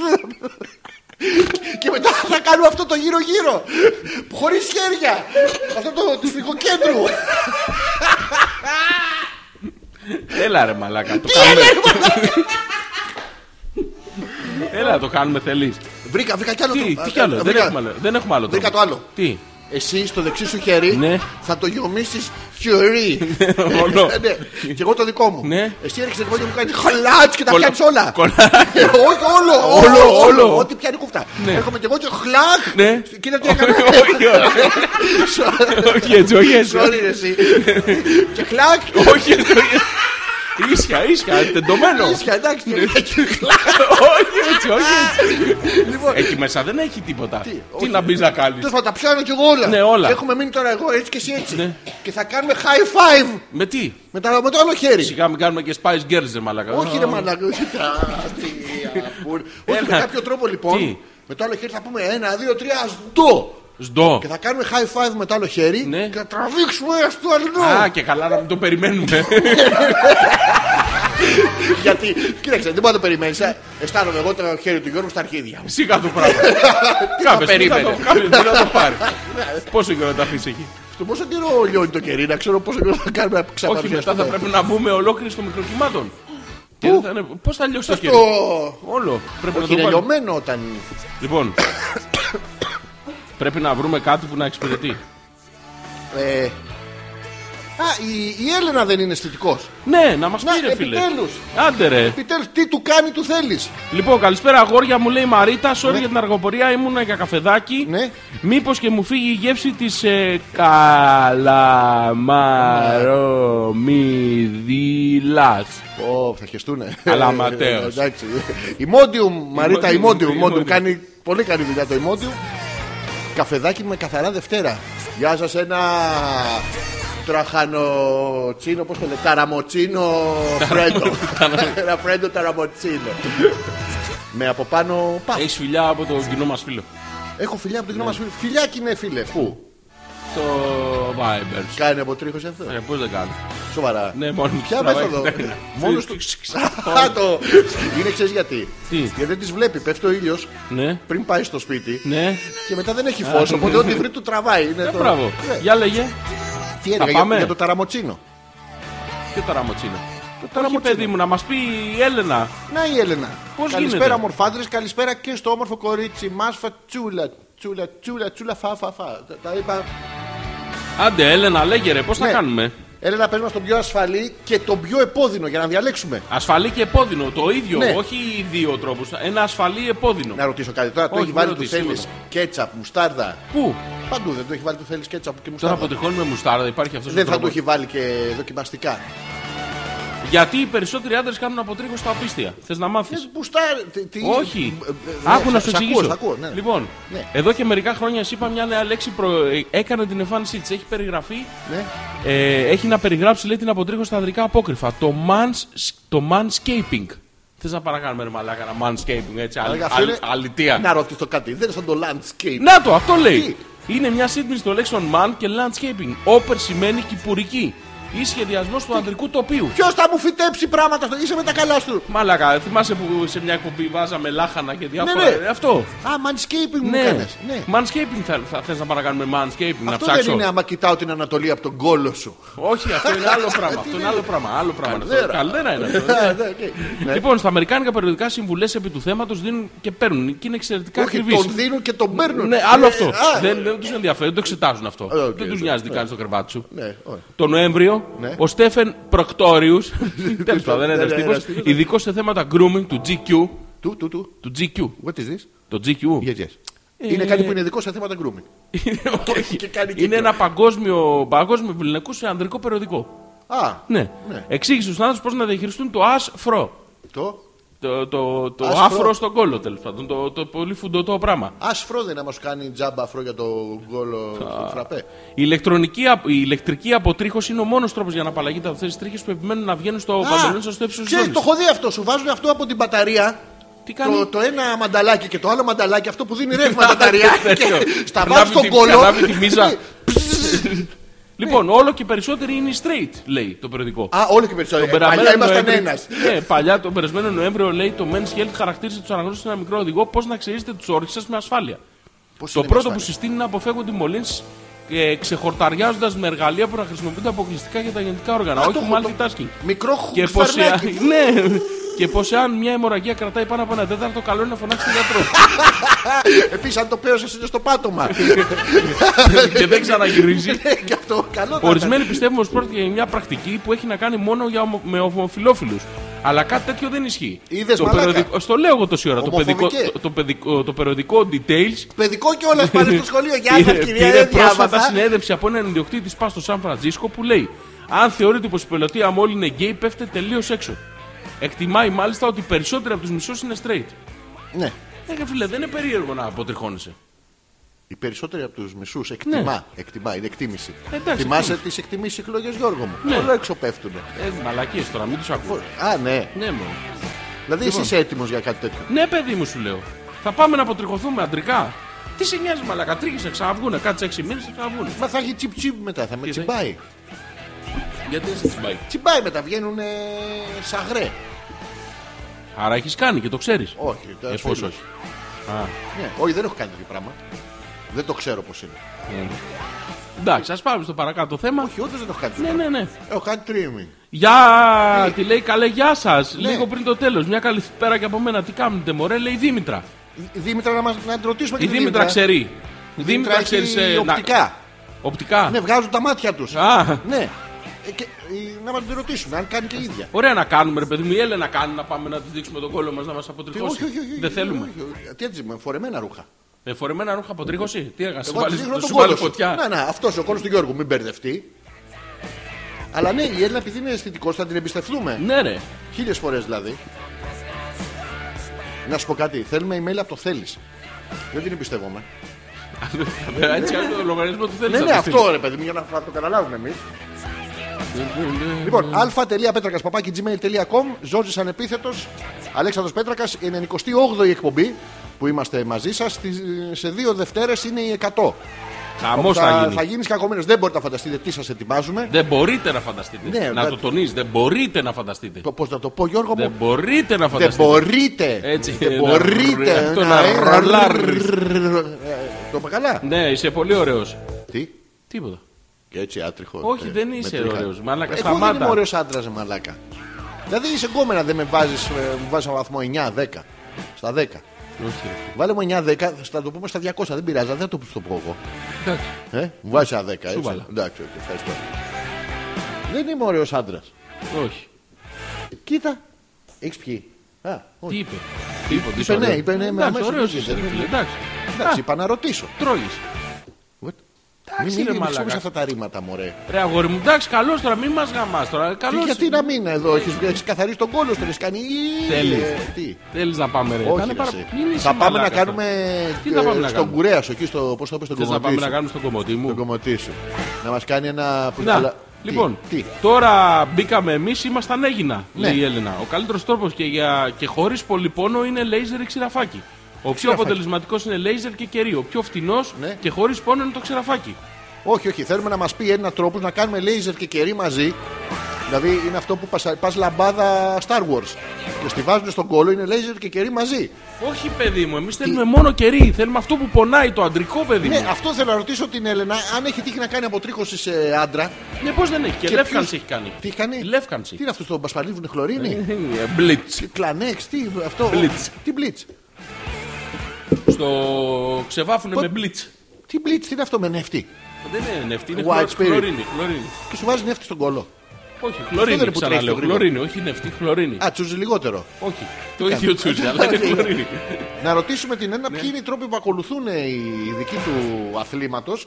Και μετά θα κάνουμε αυτό το γύρω-γύρω. Χωρίς χέρια. Αυτό το, το σφυγοκέντρου.
Έλα ρε μαλάκα, το κάνουμε. [laughs] Έλα το κάνουμε θέλεις.
βρήκα, βρήκα κι άλλο.
Τι,
το,
τι κι άλλο, δεν
βρήκα-
έχουμε άλλο. Δεν έχουμε άλλο.
Βρήκα
τώρα.
το άλλο.
Τι,
Εσύ στο δεξί σου χέρι
Ναι.
θα το γεωμίσει
[laughs]
χιουρί.
Μολό.
Ε, ναι. Και εγώ το δικό μου.
Ναι.
Εσύ έρχεσαι εγώ και μου κάνεις χλάτ και τα
Κολλά-
πιάνει όλα.
κολλά.
Ε, Όχι,
[laughs]
όλο,
Όλο,
όλο, όλο.
όλο.
Ό,τι πιάνει κουφτά.
Ναι.
Έρχομαι και εγώ και χλάχ.
Ναι.
Κοίτα τι έκανα.
Όχι,
[laughs]
όχι. Όχι έτσι, όχι έτσι.
Sorry, ρε,
[laughs]
εσύ. Και χλάκ.
Όχι, όχι. Ίσια, ίσια, τεντωμένο.
Ίσια, Εντάξει.
Ναι.
Και χλάκ.
όχι έτσι, όχι έτσι.
Λοιπόν,
Εκεί μέσα δεν έχει τίποτα. Τι
όχι.
να μπεις να κάνεις.
Τέλο πάντων, τα πιάνω κι εγώ όλα.
Ναι, όλα.
Και Έχουμε μείνει τώρα εγώ έτσι και εσύ έτσι.
Ναι.
Και θα κάνουμε high five
Με τι,
με, τα, με το άλλο χέρι.
σιγά μην κάνουμε και Spice Girls, ρε μαλάκα.
Όχι, ρε μαλάκα.
[laughs]
όχι, τα αστεία, πουλ. Όχι, με
Έλα.
κάποιο τρόπο λοιπόν.
Τι?
Με το άλλο χέρι θα πούμε ένα, δύο, τρία, αστό.
Σντό.
Και θα κάνουμε high five με το άλλο χέρι
Ναι.
και θα τραβήξουμε ένα στο
Α,
αλλού.
και καλά να μην το
[laughs]
περιμένουμε.
Γιατί, κοίταξε, δεν μπορώ να το περιμένεις. Αισθάνομαι εγώ το χέρι του Γιώργου στα αρχίδια. μου.
Σιγά το
[laughs]
πράγμα. Κάποιο
περίμενε. Ναι.
Κάποιο μπορεί να το πάρεις. Πόσο καιρό θα τα αφήσεις εκεί.
Στο πόσο καιρό λιώνει το κερί, να ξέρω πόσο καιρό θα κάνουμε να
Όχι, μετά θα
ξαπαρουσιαστούμε.
πρέπει να μπούμε ολόκληρη στο μικροκυμάτων.
Πού?
Πώς θα λιώσει το
Αυτό
χέρι. Όλο. Πρέπει να
Όχι,
το
είναι
πάρει.
λιωμένο όταν. [coughs]
Λοιπόν, πρέπει να βρούμε κάτι που να εξυπηρετεί.
Ε, α, η, η Έλενα δεν είναι αισθητικός.
Ναι, να μας
Να,
πει ρε φίλε.
επιτέλους.
Άντε ρε.
Επιτέλους, τι του κάνει, του θέλεις.
Λοιπόν, καλησπέρα αγόρια μου, λέει η Μαρίτα. Sorry για την αργοπορία, ήμουνα για καφεδάκι.
Ναι.
Μήπως και μου φύγει η γεύση της ε, καλαμαρομιδίλα.
Ω, θα χεστούνε. Ε,
Αλαματέως.
Εντάξει. Η Μόντιουμ, Μαρίτα, η Μόντιουμ.
η
Μόντιουμ
Μόντιουμ.
κάνει πολύ καλή δουλειά το Μόντιουμ. Καφεδάκι με καθαρά Δευτέρα. Γεια σας, ένα τραχανοτσίνο, πώς το λέτε, ταραμοτσίνο φρέντο. Ένα φρέντο ταραμοτσίνο. Με από πάνω πα.
Έχεις φιλιά από το κοινό μας φίλο.
Έχω φιλιά από την γνώμη μα. Φιλιάκι είναι φίλε. Πού?
Στο Vibers.
Κάνει αποτρίχωση αυτό.
Ε, Πώς δεν κάνω.
Σοβαρά.
Ναι, μόνο του.
Ποια
τραβάει
μέθοδο.
τα τέκνα.
Μόνο του. Α, το- Είναι ξέρεις γιατί.
Τι?
Γιατί δεν τις βλέπει. Πέφτει ο ήλιος
Ναι,
πριν πάει στο σπίτι
ναι.
και μετά δεν έχει φως. Οπότε ό,τι βρει του τραβάει. Είναι
Ε,
το-
μπράβο.
Ναι.
Για λέγε.
Τι έλεγα για-
πάμε?
για το ταραμοτσίνο.
Ποιο το ραμοτσίνο. Όχι,
ταραμοτσίνο.
παιδί μου, να μας πει η Έλενα.
Να η Έλενα.
Πώς
καλησπέρα
γίνεται?
μορφάδρες, καλησπέρα και στο όμορφο κορίτσι μας φατσούλα. Τσούλα, τσούλα, τσούλα, φα, φα, φα. Τα, τα είπα.
Άντε, Έλενα, λέγε ρε, πώς θα
Ναι.
κάνουμε.
Έλενα, πες μας τον πιο ασφαλή και τον πιο επώδυνο για να διαλέξουμε.
Ασφαλή και επώδυνο, το ίδιο,
Ναι.
όχι δύο τρόπους. Ένα ασφαλή επώδυνο.
Να ρωτήσω κάτι. Τώρα το
Όχι,
έχει
μην
βάλει του
ρωτήσεις,
θέλει
τίποτα.
κέτσαπ, μουστάρδα.
Πού?
Παντού δεν το έχει βάλει του θέλει κέτσαπ και
Τώρα
μουστάρδα.
αποτυχώνει με μουστάρδα, υπάρχει αυτός
Δεν θα το έχει βάλει και δοκιμαστικά.
Γιατί οι περισσότεροι άντρες κάνουν αποτρίχωση στα απίστια. Θες να μάθεις.
Δεν μουστάρ- Ε, τι- τι-
Όχι.
Ε, ε, ναι,
Άκου να
σ'
σου
ακούω,
εξηγήσω.
σ' ακούω, ναι.
Λοιπόν,
Ναι.
εδώ και μερικά χρόνια σου είπα μια νέα λέξη. Προ... ε, Έκανε την εμφάνισή της. Έχει περιγραφεί.
Ναι.
Ε, έχει να περιγράψει λέει την αποτρίχωση στα ανδρικά απόκρυφα. Το, mans... το manscaping. Θες να παρακάνουμε ρε μαλάκα ένα manscaping έτσι. αλ-
Αλλά αυτό
αλ-
είναι-
αλητεία.
Να ρωτήσω κάτι. Δεν είναι σαν το landscape.
Να το, αυτό λέει. Είναι μια σύντμηση των λέξεων man και landscaping. Όπερ σημαίνει κυπουρική ή σχεδιασμός του ανδρικού τοπίου.
Ποιος θα μου φυτέψει πράγματα στο. Είσαι με τα καλά σου.
Μάλακα, θυμάσαι που σε μια εκπομπή βάζαμε λάχανα και διάφορα.
Ναι, ναι.
Ε, Αυτό.
Α, manscaping μου
Ναι.
κάνες. Ναι.
Manscaping θα, θα θες να παρακάνουμε manscaping, να
Αυτό
ψάξω.
δεν είναι άμα κοιτάω την Ανατολή από τον κόλο σου.
Όχι, αυτό είναι άλλο πράγμα.
Τι
αυτό είναι
είναι?
άλλο πράγμα. Άλλο πράγμα. Αυτό-
Καλδέρα.
Καλδέρα
[laughs]
είναι αυτό.
Α, ναι, οκ. Ναι.
Λοιπόν, στα αμερικάνικα περιοδικά συμβουλές επί του θέματος δίνουν και παίρνουν και είναι εξαιρετικά
Όχι,
ακριβείς.
τον δίνουν και τον παίρνουν.
Ναι, άλλο
Ε,
αυτό.
α,
δεν δεν τους ενδιαφέρει, δεν το εξετάζουν αυτό.
Ε, οκ,
δεν τους
ναι.
νοιάζει τι κάνεις στο κρεβάτι σου.
Ναι, όχι.
Το Νοέμβριο,
Ναι.
ο Στέφεν Προκτόριους,
[laughs]
τέλος πάντων,
Δεν
δεν
είναι
είναι
ένας
τύπο,
τύπος.
ειδικός σε θέματα grooming του GQ.
Του, του, του.
Του GQ.
What is this?
Το GQ.
Yes, yes.
Ε,
Είναι κάτι που είναι ειδικό σε θέματα grooming. [laughs]
Όχι.
Και κάνει
Είναι
κύκλο.
ένα παγκόσμιο, παγκόσμιο βεληνικού σε ανδρικό περιοδικό.
Α,
Ναι.
Ναι.
Εξήγησε στους άνθρωπου πώς να διαχειριστούν το ασφρό.
το
Το, το, το
Άσφρο.
άφρο στον κόλλο τέλος πάντων. Το, το πολύ φουντωτό πράγμα.
ασφρό δεν είναι να μας κάνει τζάμπα αφρό για το γκολο στο φραπέ.
Η, ηλεκτρονική, απ- η ηλεκτρική αποτρίχωση είναι ο μόνος τρόπος για να απαλλαγεί τα αυτές τις τρίχες που επιμένουν να βγαίνουν στο παντελόνι σας στο ύψος της
Ξέρεις, το έχω δει αυτό. Σου βάζουν αυτό από την μπαταρία.
Τι κάνει.
Το, το ένα μανταλάκι και το άλλο μανταλάκι, αυτό που δίνει
[laughs]
ρεύμα μπαταρία. και σταμάτει
Ναι, Ανάβει
στον Ναι.
τη-
κόλο.
ανάβει τη μίζα. [laughs] Λοιπόν, όλο και περισσότεροι είναι οι straight, λέει το περιοδικό.
[laughs] Α, όλο και περισσότερο.
Τον
Ε, Παλιά
περασμένο
ήμασταν
Νοέμβριο-
ένας.
Ναι, παλιά τον περασμένο Νοέμβριο λέει το Men's Health χαρακτήρισε τους αναγνώστες σε ένα μικρό οδηγό πώς να ξερίσετε του όρου σας με ασφάλεια. το πρώτο που συστήνει είναι να αποφεύγονται οι μολύνσεις ε, ξεχορταριάζοντας με εργαλεία που να χρησιμοποιούνται αποκλειστικά για τα γενετικά όργανα,
Α,
όχι
το- το-
multitasking.
Μικρό
Και πως
φαρνάκι. [laughs]
[laughs] ναι, και πως εάν μια αιμορραγία κρατάει πάνω από ένα τέταρτο, καλό είναι να φωνάξει τον
[laughs]
γιατρό.
Επίσης, αν το πέωσε, είναι στο πάτωμα.
[laughs] και δεν ξαναγυρίζει.
[laughs] Ναι, και αυτό καλό θα ήταν.
Ορισμένοι πιστεύουν πω πρόκειται για μια πρακτική που έχει να κάνει μόνο για ομο- με ομοφυλόφιλους. Αλλά κάτι τέτοιο δεν ισχύει.
Είδες,
το
μαλάκα.
περιοδικό, στο λέω εγώ τόση ώρα. Το
Ομοφοβικέ.
παιδικό, το, το παιδικό- το περιοδικό Details.
Παιδικό κιόλας πάνε
[laughs]
στο σχολείο. Γεια σα,
πήρε-
κυρία.
πήρε
Δεν
πρόσφατα
διάβασα.
συνέντευξη από έναν ιδιοκτήτη πα στο Σαν Φραντζίσκο που λέει: Αν θεωρείτε πως η πελωτία μου όλοι είναι γκέι, πέφτε τελείως έξω. Εκτιμάει μάλιστα ότι περισσότεροι από τους μισούς είναι straight.
Ναι.
Ε, ρε φίλε, δεν είναι περίεργο να αποτριχώνεσαι.
Οι περισσότεροι από τους μισούς εκτιμά. Εκτιμά, είναι εκτίμηση.
Ναι. Ε, Εντάξει,
Θυμάσαι τις εκτιμήσεις εκλογές, Γιώργο μου.
Ναι.
Όλα έξω πέφτουνε.
Ε, μαλακίες τώρα, μην τους ακούω.
Α, ναι.
Ναι, Λοιπόν. μόνο.
Δηλαδή εσύ είσαι έτοιμος για κάτι τέτοιο.
Ναι, παιδί μου σου λέω. Θα πάμε να αποτριχωθούμε αντρικά. Τι σε νοιάζει, μαλακά. Τρίχησε, ξαναβγούνε. Κάτσε 6 μήνες, ξαναβγούνε.
Μα θα έχει τσιπ τσιπ μετά, θα με
Τι θα
τσιμπάει.
Γιατί δεν σε τσιμπάει.
Τσιμπάει μετά, βγαίνουν σαγρέ.
Άρα έχεις κάνει και το ξέρεις.
Όχι,
Ε,
τέλος
πώς
πάντων.
όχι.
Ναι, Όχι, δεν έχω κάνει τέτοιο πράγμα. Δεν το ξέρω πώς είναι.
Εντάξει, ας πάμε στο παρακάτω θέμα.
Όχι, Ναι. όντως δεν έχω κάνει τέτοιο
Ναι,
πράγμα.
ναι, ναι.
Έχω κάνει trimming.
Γεια! Τη λέει καλέ, γεια σας.
Ναι.
Λίγο πριν το τέλος. Μια καλησπέρα και από μένα. Τι κάνετε, Μωρέ, λέει η Δήμητρα.
Η Δήμητρα να, μας, να την ρωτήσουμε και
Η
τη
Δήμητρα ξέρει. Η
Η Δήμητρα
ξέρεις,
έχει
ε, να-
οπτικά.
Οπτικά.
Ναι, βγάζουν τα μάτια τους.
Α.
Ναι. Ε, και, ε, να μας την ρωτήσουμε, αν κάνει και η ίδια.
Ωραία να κάνουμε, ρε παιδί μου. Η Έλενα κάνει να πάμε να της δείξουμε τον κόλλο μας να μας αποτριχώσει.
Ε, Όχι, όχι, όχι,
Δεν θέλουμε.
όχι, όχι. Τι έτσι, με φορεμένα ρούχα.
Ε, φορεμένα ρούχα αποτρίχωση. Τι έγασε,
Εγώ τη δείχνω Ε, τον
σου βάλει
κόλλο. σου.
φωτιά.
Να, να, αυτός ο κόλλο του Γιώργου, μην μπερδευτεί. Αλλά ναι, η Έλληνα επειδή είναι αισθητικός, θα την εμπιστευτούμε.
Ναι, ρε.
Χίλιες φορές δηλαδή. Να σου πω κάτι, θέλουμε email από το θέλεις. Δεν την εμπιστεύομαι.
Ε, Έτσι άλλο το λογαριασμό του θέλεις.
Ναι, ναι, αυτό ρε παιδί μου, για να θα το καταλάβουμε εμείς. Λοιπόν, α.πέτρακα παπάκι gmail.com, Ζόρζη ανεπίθετος, Αλέξανδρος Πέτρακας, η 98η εκπομπή που είμαστε μαζί σας. Σε δύο Δευτέρες είναι η 100.
Χαμός θα,
θα,
γίνεις.
θα γίνεις κακομοίρας. Δεν μπορείτε να φανταστείτε τι σας ετοιμάζουμε.
Δεν μπορείτε να φανταστείτε.
Ναι,
να
δε-
το τονίζεις. Δεν μπορείτε να φανταστείτε.
Το, πώς να το πω, Γιώργο
Δεν
μου.
μπορείτε να
Δεν
φανταστείτε.
μπορείτε.
Έτσι,
δεν
να-
μπορείτε.
το να
ε,
ρολάρεις.
Ε, Το είπα καλά.
Ναι, είσαι πολύ ωραίος.
Τι.
Τίποτα.
Και έτσι άτριχο.
Όχι,
ε,
δεν είσαι
μετρίχα.
ωραίος, μαλάκα,
Εγώ δεν
σταμάτα.
είμαι ωραίος άντρας, μαλάκα. Δηλαδή είσαι κόμενα, δεν με βάζεις βάζεις ένα βαθμό 9-10. Στα 10.
Όχι.
Βάλε μου 9-10, θα το πούμε στα 200. Δεν πειράζει, δεν θα το το πω εγώ.
Εντάξει.
Ε, μου βάζεις ένα 10. Έτσι.
βάλα.
Εντάξει, οκ, ευχαριστώ. Δεν είμαι ωραίος άντρας.
Όχι.
Κοίτα, έχεις πιει. Α,
Τι
όχι.
είπε. Τίποτα.
Είπε ναι, είπε ναι, με
Εντάξει,
αμέσως
ωραίος
βγήκε,
είσαι, ρε
δεν-
φίλε. Εντάξει.
Εντάξει, είπα να ρωτήσω.
Τρώγεις.
What?
Εντάξει,
Μην
ρε
μιλήσουμε
μαλάκα.
αυτά τα ρήματα, μωρέ.
Ρε αγόρι μου, εντάξει, καλώς τώρα, μην μας γαμάς τώρα.
Τι,
Καλώς...
γιατί να μην εδώ, έχεις καθαρίσει τον κόλλο σου, έχει κάνει.
Θέλεις.
Ε, Τι.
Θέλεις να πάμε, ρε.
Όχι,
Θα είναι
ρε,
πάρα-
εσύ.
Μην είσαι
θα πάμε να
μαλάκας τώρα.
κάνουμε
Τι
ε,
θα πάμε να
στον
κάνουμε.
κουρέας σου, εκεί στο. Πώς το είπε, στον
Θες να πάμε να
κομμωτή σου.
κάνουμε στον κομμωτή
Τον
μου.
κομμωτή σου. Να μας κάνει ένα. που είναι
Να,
καλά- Τι,
λοιπόν,
Τι.
τώρα μπήκαμε εμείς, ήμασταν έγινα,
Ναι.
λέει η Έλενα. Ο καλύτερος τρόπος και, για... και χωρίς πολυπόνο είναι λέιζερ ή ξηραφάκι. Ο πιο
Ξηραφάκι.
αποτελεσματικό είναι λέιζερ και κερί. Ο πιο φτηνός
Ναι.
και χωρίς πόνο είναι το ξηραφάκι.
Όχι, όχι. Θέλουμε να μας πει ένα τρόπος να κάνουμε λέιζερ και κερί μαζί. Δηλαδή είναι αυτό που πας λαμπάδα Star Wars. Και στη βάζουν στον κόλλο, είναι λέιζερ και κερί μαζί.
Όχι, παιδί μου, εμείς θέλουμε μόνο κερί. Θέλουμε αυτό που πονάει, το αντρικό παιδί
Ναι,
μου.
αυτό θέλω να ρωτήσω την Έλενα, αν έχει τύχει να κάνει αποτρίχωση σε άντρα.
Ναι, πώς δεν έχει. Και,
Και
λεύκανση
ποιος-
έχει κάνει. Ε,
Τι έχει κάνει?
Λεύκανση.
Τι είναι αυτός, το μπασπαλίβουνε χλωρίνη.
Μπλίτ.
Κλανέξ, τι αυτό.
Blitz.
Τι μπλίτς.
Στο ξεβάφουνε με μπλίτ.
Τι μπλίτς, τι είναι αυτό με νεφτή.
Δεν είναι νεφτή, είναι
White
χλω-
spirit.
χλωρίνη. χλωρίνη.
Και σου βάζει νεύτη στον κόλο.
Όχι,
δεν είναι
χλωρίνη
που τρέχει
ξαναλέω.
το γρήγορο.
Χλωρίνη, όχι νεφτή, χλωρίνη.
Α, τσούζει λιγότερο.
Όχι, Ναι, το ίδιο τσούζι, αλλά
Τι
είναι
κάνει?
χλωρίνη.
Να ρωτήσουμε την
Ναι.
Ένα ποιοι είναι οι τρόποι που ακολουθούν ε, οι ειδικοί του αθλήματο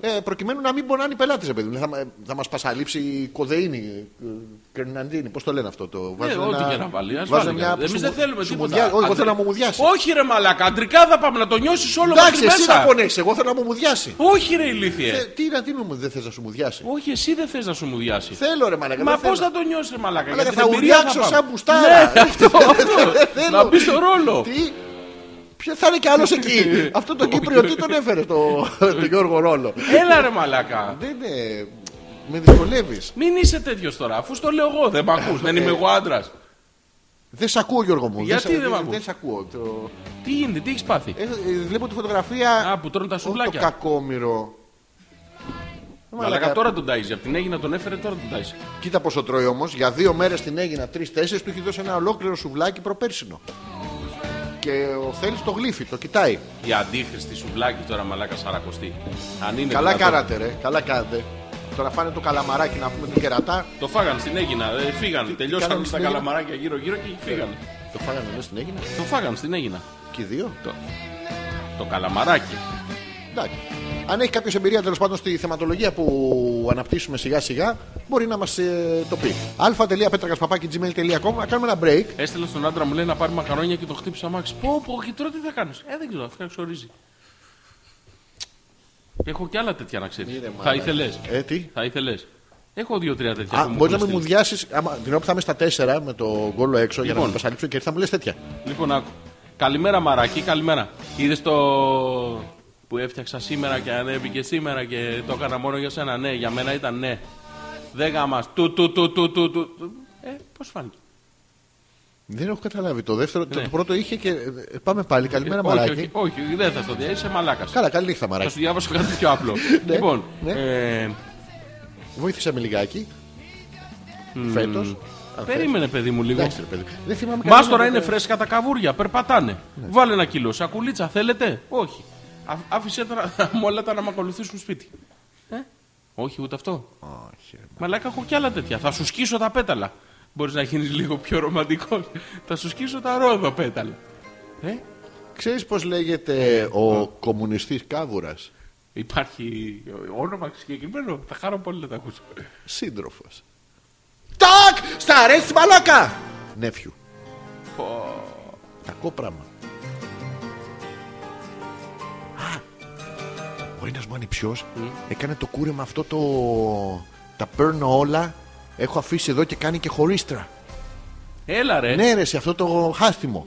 ε, προκειμένου να μην πονάνε οι πελάτες, ρε παιδί μου. Δηλαδή, Θα, θα μας πασαλείψει η κοδεΐνη, ε, κρεναντίνη, πώς το λένε αυτό το.
Ναι,
βάζουν
ό,τι
ένα-
και να βάλει. ας
βάζουν
βάλει
μια
κάτι. Εμείς δεν
σουμου-
θέλουμε τίποτα.
σουμουδιά- Όχι, εγώ
Αντρι-
θέλω να μου μουδιάσει.
Όχι, ρε μαλάκα, αντρικά θα πάμε να το νιώσεις όλο
Εντάξει,
μέχρι
εσύ να
μέσα.
πονέσεις, εγώ θέλω να μου μουδιάσει.
Όχι, ρε ηλίθιε.
Ε, Τι να τι μου δεν θες να σου μουδιάσει.
Όχι, εσύ δεν θες να σου μουδιάσει.
Θέλω ρε μαλακά.
Μα πώ θα το νιώσεις, ρε μαλάκα.
Μαλάκα,
για
θα
την εμπειρία
ουριάξω
πάμε.
σαν μπουστάρα. [laughs]
Ναι, αυτό, αυτό.
Δεν θέλω.
Να μπει στο ρόλο.
Τι. Ποιο θα είναι κι άλλος
[laughs]
εκεί. Αυτό το Κύπριο τι τον έφερε το, [laughs] το Γιώργο Ρόλο.
Έλα, ρε μαλάκα.
Δεν είναι. Με δυσκολεύεις.
Μην είσαι τέτοιος τώρα, αφού στο λέω εγώ. Δεν μ' ακούς,
Ε,
δεν είμαι εγώ άντρας.
Δεν σ' ακούω, Γιώργο μου.
Γιατί
σ'-
δεν μ'
δεν,
ακούς?
σ' ακούω. Το-
Τι γίνεται, τι έχεις πάθει.
Ε, ε, βλέπω τη φωτογραφία.
Α, που τρώνε τα
Ω,
σουβλάκια.
Το κακόμοιρο.
Μαλάκα τώρα τον ταζει. Από την Έγινα τον έφερε, τώρα τον ταζει.
Κοίτα πόσο τρώει όμως. Για δύο μέρες την έγινα τρει-τέσσερι του έχει δώσει ένα ολόκληρο σουβλάκι προπέρσινο. Και ο Θέλει το γλύφει, το κοιτάει.
Η αντίχρηστη σουβλάκι τώρα μαλάκα σαρακοστή. Αν είναι
Καλά
δυνατόν.
κάνατε, ρε. Καλά κάνατε. Τώρα φάνε το καλαμαράκι να πούμε την κερατά.
Το φάγανε στην Έγινα, ε, φύγανε.
κάνανε
Τελειώσαν
στην
τα
Έγινα?
καλαμαράκια γύρω-γύρω και φύγανε.
Το φάγανε μέσα στην έγινα.
Το φάγανε στην Έγινα.
Και οι δύο.
Το, το καλαμαράκι.
Εντάξει. Αν έχει κάποιος εμπειρία τέλος πάντων στη θεματολογία που αναπτύσσουμε σιγά σιγά, μπορεί να μας το πει. α.πέτρακα.gmail.com Να κάνουμε ένα break.
Έστειλα στον άντρα μου λέει να πάρει μακαρόνια και το χτύπησα αμάξι. Πω, πω, και τώρα τι θα κάνεις. Ε, δεν ξέρω, θα ξορίζει. Έχω και άλλα τέτοια να ξέρεις.
Μύρε, μάνα.
Θα ήθελες.
Ε, τι.
Θα ήθελες. Έχω δύο-τρία τέτοια.
Α,
που μου
μπορείς να
έχουν
μην μου
στείλει.
διάσεις την ώρα που θα είμαι στα 4 με το γκολο έξω για να
Λοιπόν.
μην πασαλείψω και θα μου λες τέτοια.
Λοιπόν, άκου. Καλημέρα, Μαρακή, καλημέρα. Είδες το που έφτιαξα σήμερα και ανέβηκε σήμερα και το έκανα μόνο για σένα. Ναι, για μένα ήταν ναι. Δεν γάμας. Του, του, του, του, του, του. Ε, πώς φάνηκε.
Δεν έχω καταλάβει. Το δεύτερο, το,
Ναι.
το πρώτο είχε και. ε, Πάμε πάλι. Καλημέρα,
όχι,
μαράκι.
όχι, όχι, δεν θα στο δει, είσαι μαλάκας.
Καλά, καλή νύχτα,
Θα
μαράκι.
σου διάβασω κάτι πιο απλό.
[laughs] Ναι,
λοιπόν,
ναι.
ε,
Βοήθησα με λιγάκι. Φέτο.
περίμενε, παιδί μου, λίγο.
Εντάξει, ρε παιδί. Δεν Ναι. θυμάμαι
Μα
κανένα
τώρα
που-
είναι φρέσκα τα καβούρια, περπατάνε. Βάλε ένα κιλό. Σακουλίτσα, θέλετε. Όχι. Α, άφησε τα να- μου [laughs] όλα τα να με ακολουθήσουν σπίτι. Ε? Όχι, ούτε αυτό.
Όχι, ρε.
Μαλάκα, έχω κι άλλα τέτοια. Θα σου σκίσω τα πέταλα. Μπορείς να γίνεις λίγο πιο ρομαντικός. Θα σου σκίσω τα ρόδο πέταλα. Ε?
Ξέρεις πως λέγεται ο κομμουνιστής Κάβουρας
Υπάρχει όνομα συγκεκριμένο. Θα χαρώ πολύ να τα ακούσω.
Σύντροφος Τάκ! Στα αρέσει μαλάκα! Νέφιου Κακό πράγμα Α, Ο ένας μου ανιψιός Έκανε το κούρεμα αυτό το Τα παίρνω όλα Έχω αφήσει εδώ και κάνει και χωρίστρα
Έλα ρε.
Ναι Ε, ρε σε αυτό το χάστιμο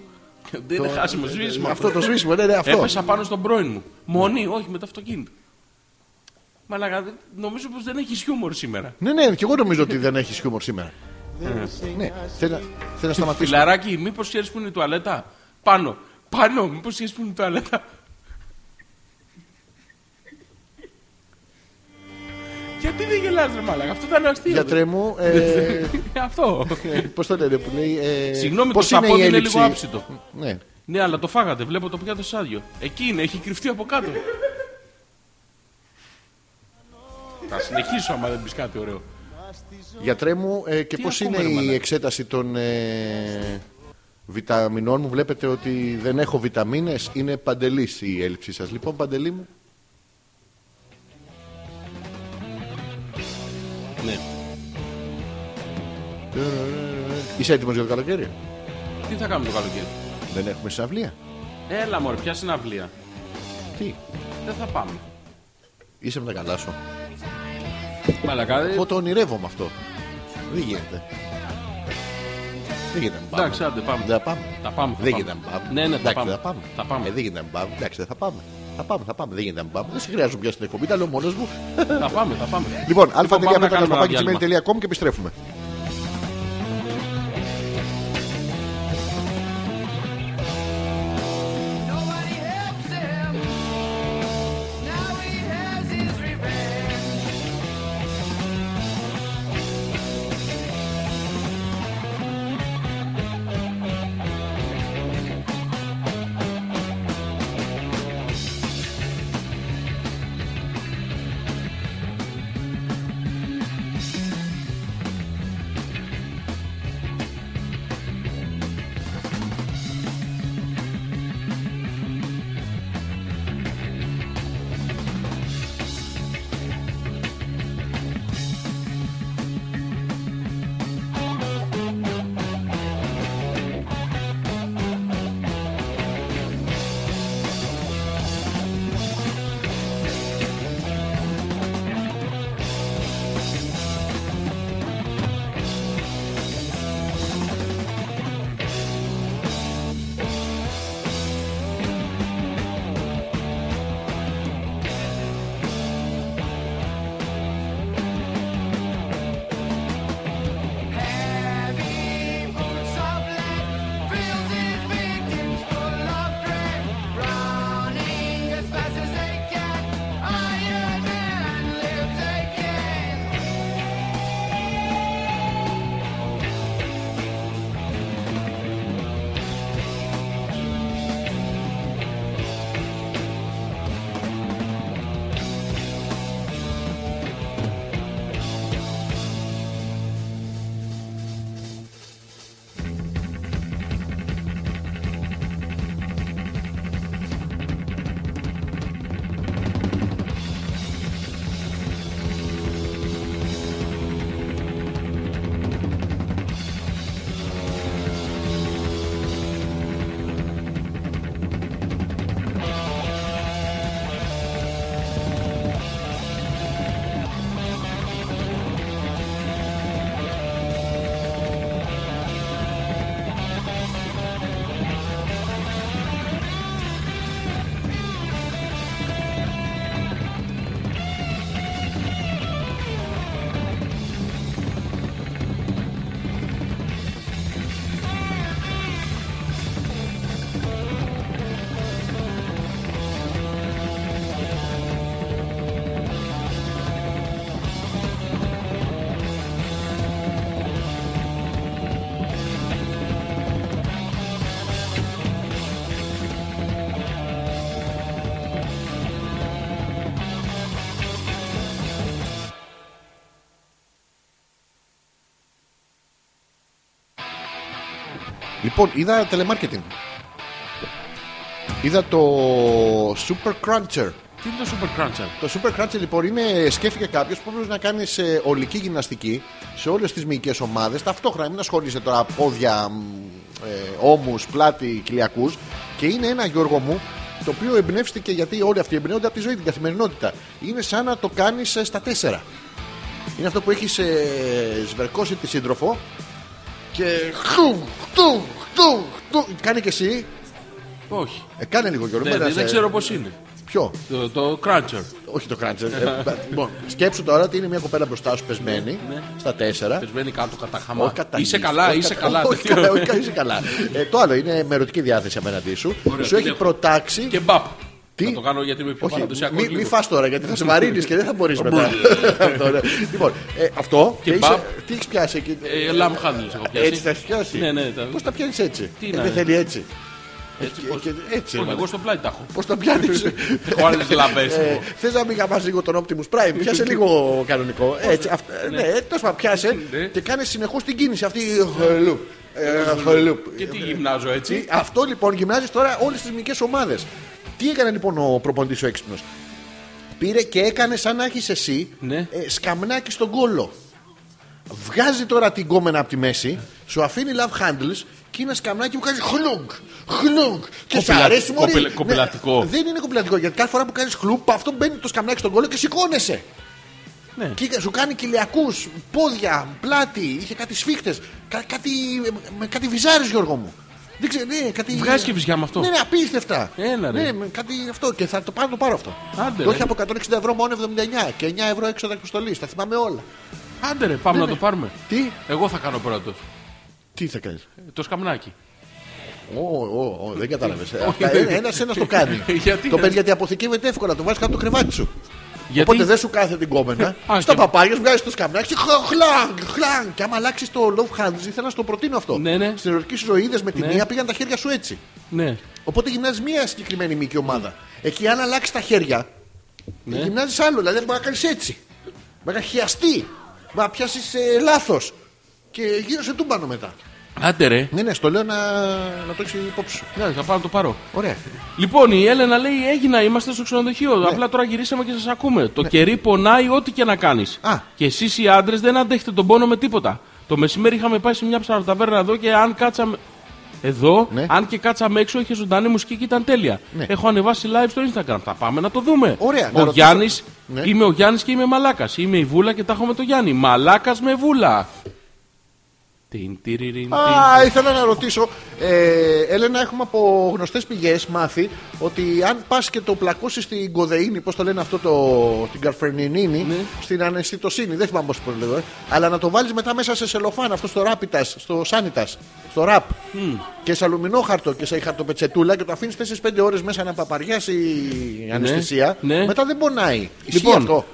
Δεν είναι χάσιμο σβήσιμο.
Αυτό το σβήσιμο ναι, ναι, αυτό
Έπεσα πάνω στον πρώην μου. Μονή, όχι με το αυτοκίνητο. Μαλάκα, δεν- νομίζω πως δεν έχεις χιούμορ σήμερα.
Ναι, ναι, και εγώ νομίζω ότι δεν έχεις χιούμορ σήμερα. Ναι, θέλω να- θέλω να σταματήσω.
Φιλαράκι, μήπως ξέρεις που είναι η τουαλέτα. Πάνω. Πάνω, μήπως ξέρεις που είναι η τουαλέτα. Γιατί δεν γελάς ρε μαλάκα, αυτό ήταν αστείο.
Γιατρέ μου, ε,
[laughs] Αυτό.
Πώς το λένε που λέει. Ε,
Συγγνώμη,
πώς
το σαπόδι
η
είναι
έλλειψη-
λίγο άψητο.
Ναι.
Ναι, αλλά το φάγατε. Βλέπω το πιάτο σάδιο. Εκεί είναι, έχει κρυφτεί από κάτω. Θα συνεχίσω άμα δεν πεις κάτι ωραίο.
Γιατρέ μου, ε, και
Τι
πώς
ακούμε,
είναι
ρε
η
μαλάκα.
εξέταση των ε, βιταμινών μου. Βλέπετε ότι δεν έχω βιταμίνες Είναι παντελής η έλλειψή σας Λοιπόν, παντελή μου. Ναι. ε, Είσαι έτοιμος για το καλοκαίρι.
Τι θα κάνουμε το καλοκαίρι.
Δεν έχουμε συναυλία.
Έλα μωρέ, ποια συναυλία.
Τι,
Δεν θα πάμε.
είσαι με τα καλά σου.
Μαλακά, δεν-
Εγώ το ονειρεύομαι αυτό. Δεν γίνεται. Δεν γίνεται να πάμε.
Εντάξει, άντε, πάμε.
Δεν θα πάμε.
Τα πάμε, θα
Δεν
πάμε.
γίνεται να πάμε.
Ναι, ναι, τα
Εντάξει,
πάμε.
θα πάμε.
Τα πάμε.
Ε, δεν γίνεται να πάμε. Εντάξει, δεν θα πάμε. Θα πάμε, θα πάμε. Δεν γίνεται να πάμε. Δεν σε χρειάζομαι πια στην εκπομπή, τα λέω μόνος μου.
Θα πάμε, θα Λοιπόν, πάμε.
Λοιπόν,
πάμε να κάνουμε ένα διάλειμμα.
αλφα.πέταλαμπακι.com και επιστρέφουμε.
Nobody helps him. Now he has his revenge. Heavy boots of lead fills his victims full of dread. Running as fast as they can, Iron Man lives again.
Λοιπόν, είδα telemarketing. Είδα το Super Cruncher.
Τι είναι το Super Cruncher.
Το Super Cruncher λοιπόν είναι, σκέφτηκε κάποιος που πρέπει να κάνει σε ολική γυμναστική σε όλες τις μυϊκές ομάδες. Ταυτόχρονα μην ασχολείσαι τώρα πόδια, μ, ε, ώμους, πλάτη, κοιλιακούς. Και είναι ένα Γιώργο μου το οποίο εμπνεύστηκε γιατί όλοι αυτοί εμπνέονται από τη ζωή, την καθημερινότητα. Είναι σαν να το κάνεις στα τέσσερα. Είναι αυτό που έχεις ε, σβερκώσει τη σύντροφο και χτουμ, χτουμ, χτουμ, χτουμ. Κάνει και εσύ.
Όχι.
Ε, κάνε λίγο Γιώργο.
Δεν,
μην
Ναι, δεν,
σε-
δεν ξέρω πώς είναι.
Ποιο?
Το, το Cruncher.
Όχι το κράτσε. Ε, λοιπόν, σκέψου τώρα ότι είναι μια κοπέλα μπροστά σου πεσμένη
Ναι,
στα τέσσερα.
Πεσμένη κάτω κατά χαμά.
Όχι κατά
Είσαι
γης,
καλά,
όχι
είσαι
κατά-
καλά.
Όχι
τέτοιο.
καλά, όχι καλά, είσαι καλά. Ε, Το άλλο είναι με ερωτική διάθεση απέναντί σου. Σου έχει
λέω.
προτάξει.
Και μπαπ.
Τι?
Θα το κάνω γιατί είμαι πιο
Όχι,
παραδοσιακός.
μη, μη φας τώρα γιατί θα σε βαρύνεις και δεν θα μπορείς μετά. [laughs] αυτό, ναι. Λοιπόν, ε, αυτό.
Και
Και είσαι-
μπαμ.
τι έχεις πιάσει εκεί.
Λαμ χάντλες Ε, έχω πιάσει.
Έτσι θα έχεις πιάσει.
Ναι, ναι. τα-
Πώς τα πιάνεις έτσι.
Τι
Ε,
να
Δεν
είναι.
θέλει έτσι.
έτσι,
και-
πώς-
και- έτσι,
Όχι,
έβαλε.
εγώ στο πλάι τα έχω.
Πώς τα πιάνεις.
[laughs] Έχω άλλες λαμπές, εγώ.
Θες να μην γαμάς λίγο τον Optimus Prime, πιάσε
[laughs]
λίγο κανονικό. Έτσι, αυτό, ε, ναι, τέλο πάντων, πιάσε
Ναι.
και κάνει συνεχώς την κίνηση αυτή. ε, loop, ε, loop.
Και τι γυμνάζω έτσι.
Τι- Αυτό λοιπόν γυμνάζεις τώρα όλες τις μικρέ ομάδες. Τι έκανε λοιπόν ο προπονητής ο έξυπνος. Πήρε και έκανε σαν να έχεις εσύ
Ναι.
ε, σκαμνάκι στον κόλο. Βγάζει τώρα την κόμενα από τη μέση, σου αφήνει love handles και ένα σκαμνάκι που κάνει χλουγκ. Χλουγκ. Και σε
Κοπηλα-
αρέσει μωρή.
κοπελε-
Ναι,
κοπελατικό.
δεν είναι κοπηλατικό γιατί κάθε φορά που κάνεις χλουμπ αυτό μπαίνει το σκαμνάκι στον κόλο και σηκώνεσαι.
Ναι.
Και σου κάνει κοιλιακούς, πόδια, πλάτη, είχε κάτι σφίχτες, κάτι, με κάτι βυζάρε Γιώργο μου. Δεν ξέρω, ναι, κάτι...
Βγάζει και βυζιά με αυτό.
Ναι, ναι, απίστευτα.
Έλα, ρε.
ναι, με κάτι αυτό και θα το πάρω, το πάρω αυτό.
Άντε,
το
ρε.
έχει από 160 ευρώ μόνο 79 και 9 ευρώ έξω δακτυλιστολή. Τα θυμάμαι όλα. ε,
Άντε ρε,
ναι,
πάμε να το πάρουμε.
Τι,
Εγώ θα κάνω πρώτος.
τι θα κάνεις.
Το σκαμνάκι.
Ω, ω, ω, δεν κατάλαβες.
Όχι, δεν-
Ένα ένα το κάνει.
[laughs] Γιατί,
το
ρε.
παίρνει γιατί αποθηκεύεται εύκολα, το βάζεις κάτω το κρεβάτι σου.
Γιατί
Οπότε δεν σου κάθε την κόμενα.
[laughs] Α,
Στα
και-
παπάγια βγάζει το σκαμνάκι. και χλα- Χλαγκ, χλαγκ. Και άμα αλλάξεις το love hands, ήθελα να σου το προτείνω αυτό.
Ναι, ναι.
Στην ερωτική σου ζωή είδες με τη
Ναι.
μία πήγαν τα χέρια σου έτσι.
Ναι.
Οπότε γυμνάζεις μία συγκεκριμένη μήκη ομάδα. Εκεί αν αλλάξεις τα χέρια, ναι. γυμνάζεις άλλο. Δηλαδή μπορεί να κάνεις έτσι. Μπορεί να χιαστεί. Μπορεί να πιάσεις ε, λάθος. Και γύρω σε τούμπανο μετά.
Άντε ρε.
Ναι, ναι, στο λέω να, να το έχεις υπόψη σου.
Ναι, θα πάω να το πάρω.
Ωραία.
Λοιπόν, η Έλενα λέει: Έγινα, είμαστε στο ξενοδοχείο.
Ναι.
Απλά τώρα γυρίσαμε και σας ακούμε. Το κερί πονάει ό,τι και να κάνεις.
Α.
Και εσείς οι άντρες δεν αντέχετε τον πόνο με τίποτα. Το μεσημέρι είχαμε πάει σε μια ψαροταβέρνα εδώ και αν κάτσαμε. Εδώ,
Ναι.
αν και κάτσαμε έξω, είχε ζωντανή μουσική και ήταν τέλεια.
Ναι.
Έχω ανεβάσει live στο Instagram. Θα πάμε να το δούμε.
Ωραία, να
Ο
ρωτήσω-
Γιάννης.
Ναι.
Είμαι ο Γιάννης και είμαι μαλάκας. Είμαι η Βούλα και τα έχω με το Γιάννη. Μαλάκας με Βούλα. Τιν, τυριριν,
Α, ήθελα να ρωτήσω, ε, Έλενα, έχουμε από γνωστές πηγές μάθει ότι αν πας και το πλακώσεις στην κοδεΐνη, πώς το λένε αυτό, το, την καρφρενινίνη,
Ναι.
στην αναισθητοσύνη, δεν θυμάμαι πώς το λέω, ε, αλλά να το βάλεις μετά μέσα σε σελοφάν, αυτό στο ράπιτας, στο σάνιτας, στο ραπ και σε αλουμινόχαρτο και σε χαρτοπετσετούλα και το αφήνεις 4-5 ώρες μέσα να παπαριάσει η αναισθησία,
ναι.
μετά δεν πονάει. Ισχύει
Λοιπόν,
αυτό.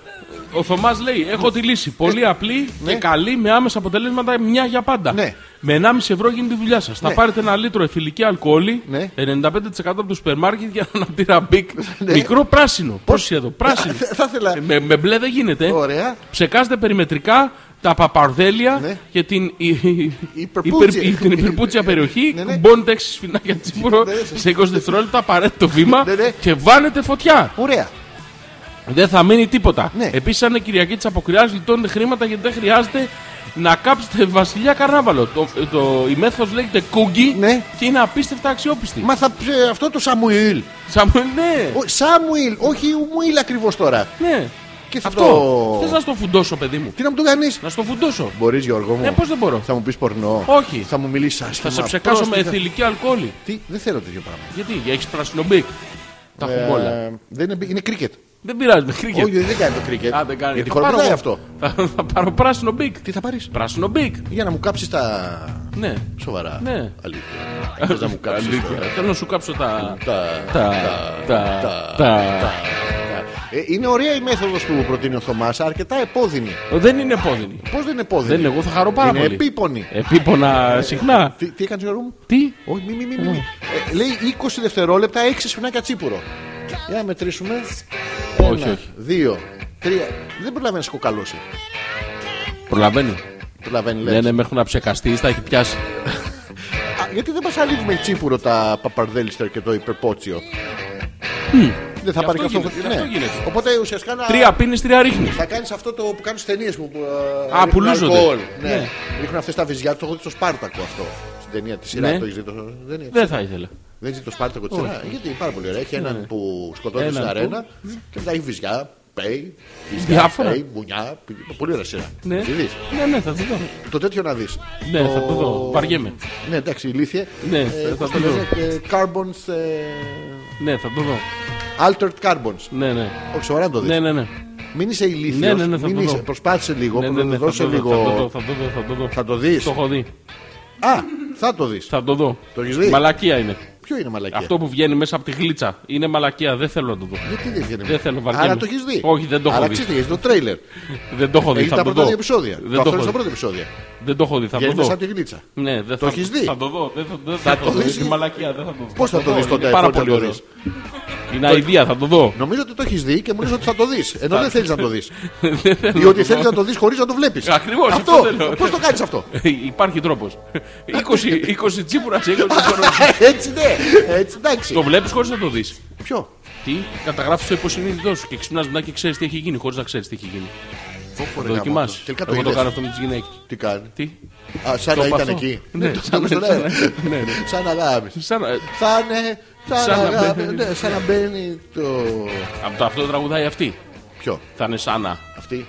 Ο Θωμάς λέει: Έχω τη λύση. Πολύ απλή
ναι.
και καλή με άμεσα αποτελέσματα μια για πάντα.
Ναι.
Με 1,5 ευρώ γίνεται η δουλειά σας. Θα
Ναι.
πάρετε ένα λίτρο εφηλική αλκοόλη,
Ναι.
95% από το σούπερ μάρκετ για ένα αναπτήρα μπικ.
Ναι.
Μικρό πράσινο. Πώ εδώ, πράσινο.
Θα- θα ήθελα-
Ε, με, με μπλε δεν γίνεται. ε.
Ωραία.
Ψεκάστε περιμετρικά τα παπαρδέλια
Ναι.
και την, η- η-
Υπερπούτσια.
υπερ- την υπερπούτσια περιοχή.
Ναι, ναι.
Μπώνετε 6 σφινάκια τσίπουρο σε 20 δευτερόλεπτα, απαραίτητο βήμα
Ναι, ναι.
και βάνετε φωτιά.
Ωραία.
Δεν θα μείνει τίποτα.
Ναι.
Επίσης, αν είναι Κυριακή της Αποκριάς, λιτώνετε χρήματα γιατί δεν χρειάζεται να κάψετε βασιλιά καρνάβαλο. Το, το, η μέθοδος λέγεται κούγκι
Ναι.
και είναι απίστευτα αξιόπιστη.
Μα θα, ψε- αυτό το Σαμουήλ.
Σαμουέλ, ναι.
Ο- Σάμουιλ, όχι Μουίλ ακριβώς τώρα.
ναι.
Και θα
Αυτό.
το-
Θες να στο φουντώσω, παιδί μου.
Τι να μου το κάνεις.
Να στο φουντώσω.
Μπορείς, Γιώργο μου.
Ε, πώς δεν μπορώ.
Θα μου πεις πορνό.
Όχι.
Θα μου μιλήσεις άσχημα.
Θα σε ψεκάσω με
Πρόσθετα.
εθιλική αλκοόλη.
Τι, δεν θέλω τέτοιο πράγμα.
Γιατί, έχεις πράσινο μπικ. Τα
Ε,
έχω όλα.
δεν είναι, είναι κρίκετ.
Δεν πειράζει, με κρίκετ.
Όχι, δεν κάνει το κρίκετ.
Α, δεν κάνει.
Γιατί
Θα πάρω
χοροπηδάει
εγώ.
αυτό.
Θα, θα πάρω πράσινο μπικ.
Τι θα πάρεις.
Πράσινο μπικ.
Για να μου κάψεις τα.
Ναι.
Σοβαρά.
Ναι.
Αλήθεια. Θες να μου κάψεις
Αλήθεια.
τα-
Θέλω να σου κάψω τα.
τα-
τα. τα. τα.
Ε, είναι ωραία η μέθοδος που προτείνει ο Θωμάς, αρκετά επώδυνη.
Δεν είναι πόδινη.
Πώς δεν είναι επώδυνη.
Δεν είναι, εγώ θα χαρώ πάρα
είναι
πολύ.
επίπονη.
Επίπονα συχνά.
Τι, τι έκανες, Γιώργο μου.
Τι.
Όχι, μη, μη, μη, μη,
Ναι.
μη. Ε, λέει 20 δευτερόλεπτα, 6 σφινάκια τσίπουρο. Για να μετρήσουμε.
Όχι,
Ένα,
όχι.
Δύο, τρία. Δεν προλαβαίνεις να σκοκαλώσει.
Προλαβαίνει.
Προλαβαίνει, λες.
Ναι, ναι, με έχουν αψεκαστεί, τα έχει πιάσει.
Α, γιατί δεν μα αλείβουμε τσίπουρο τα παπαρδέλιστερ και το υπερπότσιο. Δεν θα
Γι'
πάρει
αυτό
και αυτό.
γίνεται, γι' αυτό γίνεται.
Οπότε ουσιαστικά να...
Τρία πίνεις, τρία ρίχνεις.
Θα κάνεις αυτό το που κάνουν στι ταινίες που. ε,
Α,
ρίχνουν
πουλούζονται.
αλκοόλ. Ναι.
Ναι.
Ρίχνουν αυτές τα βυζιά του. Το έχω δει στο Σπάρτακο αυτό. Στην ταινία τη σειρά.
Ναι.
Το έχεις δει. Το... Δεν είναι.
Δεν θα ήθελα.
Δεν ζει το Σπάρτακο τη σειρά. Γιατί πάρα πολύ ωραία. Έχει έναν που σκοτώνει
Ναι. Έναν
στην
που.
αρένα και μετά έχει βυζιά, πέι, βυζιά,
Διάφορα.
πέι, μπουνιά. πι- Πολύ ωραία σειρά.
Ναι.
Τη δεις.
ναι, ναι, θα το δω.
Το τέτοιο να δεις.
Ναι, θα το δω. Βαριέμαι.
Ναι, εντάξει, ηλίθιε.
Ναι,
Ε,
θα
πώς
το
λένε,
δω.
ε, Carbons. ε,
Ναι, θα το δω.
Altered Carbons.
Ναι, ναι.
Όχι, σοβαρά να το δεις.
Ναι, ναι, ναι.
Μην είσαι ηλίθιος.
Ναι, ναι, ναι, θα το δω.
Προσπάθησε λίγο.
Ναι, ναι, ναι, θα
δώσω
το δω, θα το δω,
λίγο.
θα το δω, θα το δω.
Θα το δεις.
Το έχω δει.
Α, θα το δεις.
Θα το δω.
Το έχεις δει?
Μαλακία είναι.
Ποιο είναι μαλακία.
Αυτό που βγαίνει μέσα από τη γλίτσα. Είναι μαλακία. Δεν θέλω να το δω.
Γιατί δεν βγαίνει.
Δεν θέλω, βαριέμαι.
Άρα το έχεις δει.
Όχι, δεν το έχω
Άρα
δει.
ξέρεις τι, έχεις το τρέιλερ.
Δεν το έχω δει.
Έχεις
Θα
τα
το
πρώτα
δω.
δύο επεισόδια.
Δεν
Το αυτό
το έχω
είναι στα
δει.
πρώτα επεισόδια.
Δεν το έχω δει. Θα το
Βγαίνεις μέσα
δω.
από τη γλίτσα.
Ναι, δεν
Το
θα-
έχεις δει?
Θα το δω. Δεν θα- δεν θα το
το
δω.
δεις
Είναι
ή-
μαλακία. Δεν θα το δω.
Πώς θα το δεις τότε.
Είναι πάρα
πότε
πολύ
το
ωραίο.
δεις?
Είναι αηδία. Θα το
[laughs]
δω.
Νομίζω ότι το έχεις δει και μου λε ότι θα το δεις. Ενώ δεν θέλεις να το
[laughs]
δεις.
Δεν θέλω
Ή ότι
να το
θέλεις
δω.
να το δεις χωρίς να το βλέπεις.
Ναι, Ακριβώς, αυτό
Αυτό.
θέλω.
Πώς το κάνεις
[laughs]
αυτό.
Ε, Υπάρχει
[laughs]
τρόπος. 20, 20 τσίπουρα, 20 τσίπουρα.
Έτσι ναι. Έτσι
Το
εντάξει.
βλέπεις χωρίς να το δεις.
Ποιο.
Τι, καταγράφεις το υποσυνείδητό σου και ξυπνάς μετά και ξέρεις τι έχει γίνει χωρίς να ξέρεις τι έχει γίνει.
Πω, πω, ρε, γαμώτο.
Το δοκιμάζει.
Τελικά το
Εγώ το
είδες.
κάνω αυτό με τις γυναίκες.
Τι κάνει.
Τι.
Α, Σαν
Το
να ήταν
παθώ.
εκεί.
Ναι,
σαν να
σαν-
στον αέρα.
σαν- ναι, ναι.
Σαν να λάβεις.
Σαν, ε,
Θα είναι.
Σαν να
Σαν να
μπαίνει.
ναι, Σαν να μπαίνει το.
από το αυτό τραγουδάει αυτή.
Ποιο.
Θα είναι σάνα.
Αυτή.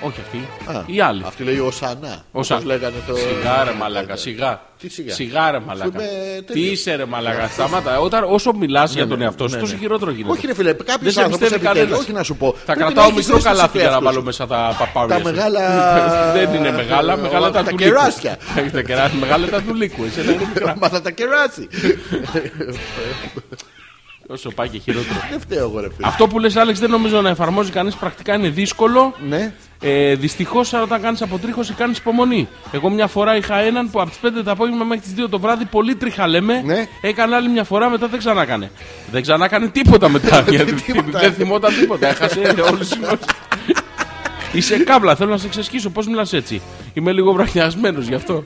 Όχι αυτή.
Α,
Η άλλη.
Αυτή λέει ο Σανά.
Ο Σαν-
Όπως λέγανε το.
Σιγά ρε μαλάκα,
[laughs]
σιγά.
Τι σιγά?
ρε μαλάκα.
Είμαι τέτοιο.
Τι είσαι ρε μαλάκα, σταμάτα. Όταν, όσο μιλάς για τον
ναι,
εαυτό σου,
ναι,
τόσο
ναι.
χειρότερο γίνεται.
Όχι, ρε φίλε, κάποιο
σε
άνθρωπο
πιστεύει
επιτέλους.
κανένας.
Όχι να σου πω.
Θα
Πρέπει να
κρατάω
έχεις
μικρό
αίσθηση
καλάθι για να
εαυτούς
βάλω
σου.
μέσα τα παπάρια.
Τα
σου.
μεγάλα-
[laughs] Δεν είναι μεγάλα, μεγάλα τα
Τα
του
κεράσια.
λύκου. [laughs] Τα κεράσια. Μεγάλα τα του λύκου. Εσένα είναι μικρά.
Μα θα τα κεράσει.
Όσο πάει και χειρότερο.
Δεν φταίω εγώ, ρε φίλε.
Αυτό που λες Άλεξ δεν νομίζω να εφαρμόζει κανείς πρακτικά είναι δύσκολο.
Ναι.
Ε, Δυστυχώς, όταν κάνει αποτρίχωση, κάνεις υπομονή. Εγώ μια φορά είχα έναν που από τις 5 το απόγευμα μέχρι τις 2 το βράδυ πολύ τρίχα λέμε.
Ναι.
Έκανε άλλη μια φορά, μετά δεν ξανάκανε. Δεν ξανάκανε τίποτα μετά.
[laughs]
γιατί
Τίποτα.
δεν θυμόταν τίποτα. Έχασε όλη τη Είσαι κάμπλα, θέλω να σε εξασκήσω. Πώς μιλάς έτσι. Είμαι λίγο βραχνιασμένος γι' αυτό.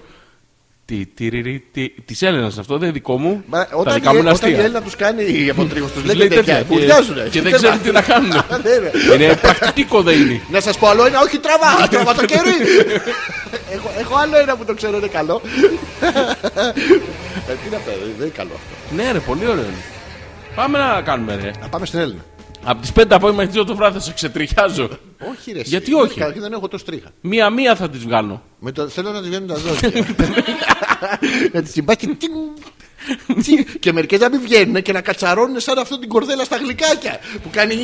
Τι, τι, ρι, ρι, τι, της Έλενας αυτό, δεν είναι δικό μου.
Μα
Τα
Όταν,
δικά μου
η,
είναι
όταν η
αστεία.
Έλληνα τους κάνει η αποτρίχωση, τους
Τους
λέει τέτοια.
τέτοια.
Μπουδιάζουνε.
Και, και δεν ξέρουν τι να κάνουν.
[laughs] Ναι, ναι.
είναι Ναι. πρακτική κοδεϊνή.
Να σας πω άλλο ένα, όχι τραβά, τραβά το
[laughs]
κερί. έχω, έχω άλλο ένα που το ξέρω είναι καλό. Ε, Τι είναι αυτό, δεν είναι καλό αυτό.
Ναι, ρε, πολύ ωραίο είναι. Πάμε να κάνουμε, ρε.
Να πάμε στην Έλληνα.
Από τις 5 απόγευμα μέχρι 2 το βράδυ θα σε ξετριχιάζω.
Όχι, ρε. εσύ.
Γιατί όχι?
Καταρχήν δεν έχω τόσο τρίχα.
Μία-μία θα τις βγάλω.
Με το, θέλω να τη
[laughs]
βγαίνουν τα δόντια. να τη συμπάει και τιν, τιν. και μερικές να μην βγαίνουν και να κατσαρώνουν σαν αυτό την κορδέλα στα γλυκάκια που κάνει. νι.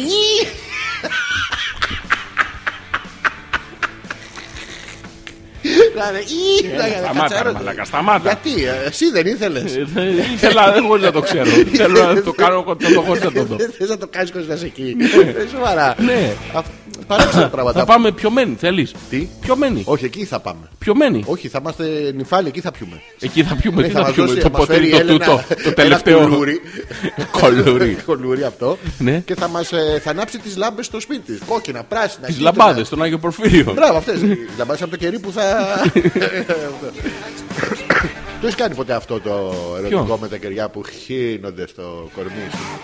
Να είναι νι, να- να
Ε, Σταμάτα, ρε
κατσαρώνουν.
μαλακά, σταμάτα.
Γιατί, ε, ναι. εσύ δεν ήθελες.
Ε, δεν- Ήθελα χωρί να το
[laughs]
ξέρω. Θέλω να το κάνω το δω χωρίς να το δω.
Δεν θες να το κάνεις χωρίς να είσαι εκεί. Ε, Σοβαρά.
Ναι.
Αυ- Παράξενα
Θα
πράγματα.
πάμε πιωμένοι, θέλεις.
Τι?
Πιωμένοι.
Όχι, εκεί θα πάμε.
Πιωμένοι.
Όχι, θα είμαστε νυφάλοι, εκεί θα πιούμε.
Εκεί θα πιούμε.
Ναι,
Τι
θα
θα
μας
πιούμε.
δώσει,
Το
θα μας
ποτήρι,
φέρει
το
ένα-
τούτο. Το
ένα
τελευταίο. [laughs]
κουλούρι. [laughs]
Κολούρι.
Κολούρι αυτό.
Ναι.
Και θα, μας, ε, θα ανάψει τις λάμπες στο σπίτι της. Κόκκινα, πράσινα.
Τις
κίτρινα.
λαμπάδε στον Άγιο Προφύριο.
Μπράβο, αυτές. λαμπάδες από το κερί που
[laughs]
θα. Το έχεις κάνει ποτέ αυτό το ερωτικό με τα κεριά που χύνονται στο κορμί σου.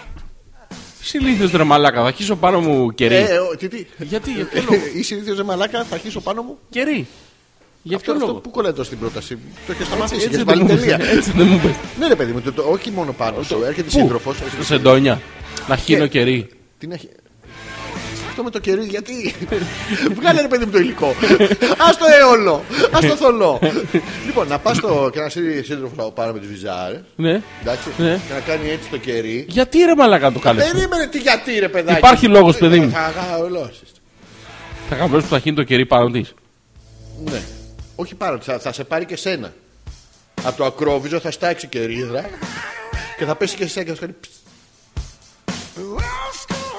Συλλήθιο ρε μαλάκα, θα χύσω πάνω μου κερί.
Ε, ο- τι, τι.
Γιατί, για
[laughs]
ποιο λόγο.
Είσαι ίδιος ρε μαλάκα, θα χύσω πάνω μου.
Κερί. Για
Αυτό,
ποιο
αυτό
λόγο.
που κολλάει το στην πρόταση. Το έχεις σταματήσει.
Έτσι
Έχεις
δεν
βάλει
μου πες.
τελεία.
Έτσι δεν μου πες.
Ναι, ρε παιδί μου, το- το- όχι μόνο πάνω σου. Έρχεται σύντροφο.
Στο σεντόνια. Να
Ε.
χύνω κερί.
Την έχει. Αυτό με το κερί, γιατί. [laughs] Βγάλε ρε παιδί μου το υλικό. Ας το αιώλο. Ας το θολό. λοιπόν, να πας στο. και να σύρει σύντροφο πάνω με τι βυζάρες.
Ναι.
Εντάξει.
Ναι.
Και να κάνει έτσι το κερί.
Γιατί ρε μαλάκα το κάνεις.
Περίμενε τι γιατί ρε παιδάκι.
Υπάρχει λόγος, παιδί
Ε,
μου.
Θα γαολώσεις.
Θα κάνω που θα χύνει το κερί πάνω της.
Ναι. Όχι πάνω, θα, θα σε πάρει και σένα. Από το ακρόβιζο θα στάξει κερίδρα και θα πέσει και σε σένα και θα σου κάνει. πστ.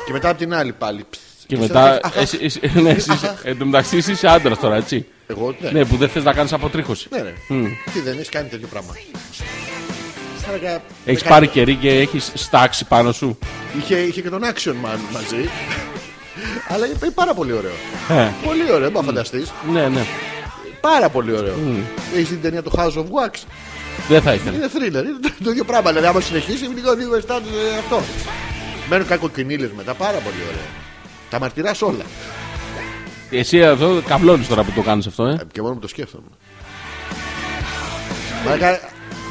Και μετά από την άλλη πάλι. πστ.
Και
σε θα
μετά.
κάνει, αχ, αχ.
εσύ- εσύ- [laughs] ναι, εσύ είσαι- Εν τω μεταξύ εσύ είσαι άντρας τώρα, έτσι.
Εγώ ναι.
Ναι, που δεν θες να κάνεις αποτρίχωση.
Ναι, ρε. Τι δεν έχεις κάνει τέτοιο πράγμα. Άρα,
Έχεις
δεκα-
πάρει κερί και έχεις στάξει πάνω σου.
Είχε, είχε και τον Action Man μαζί. Αλλά είπε πάρα πολύ ωραίο.
Ε,
Πολύ ωραίο, μα φανταστείς.
Ναι, ναι.
Πάρα πολύ ωραίο. Έχεις την ταινία του House of Wax.
Δεν θα ήθελα.
Είναι thriller. Είναι το- το ίδιο πράγμα. Δηλαδή, άμα συνεχίσει, λίγο λίγο αισθάνεσαι ε, αυτό. Μένουν κακοκοινίλες μετά. Πάρα πολύ ωραία. Τα μαρτυράς όλα.
Εσύ αυτό καβλώνεις τώρα που το κάνεις αυτό, ε.
Ε, Και μόνο που το σκέφτομαι. Μαλάκα,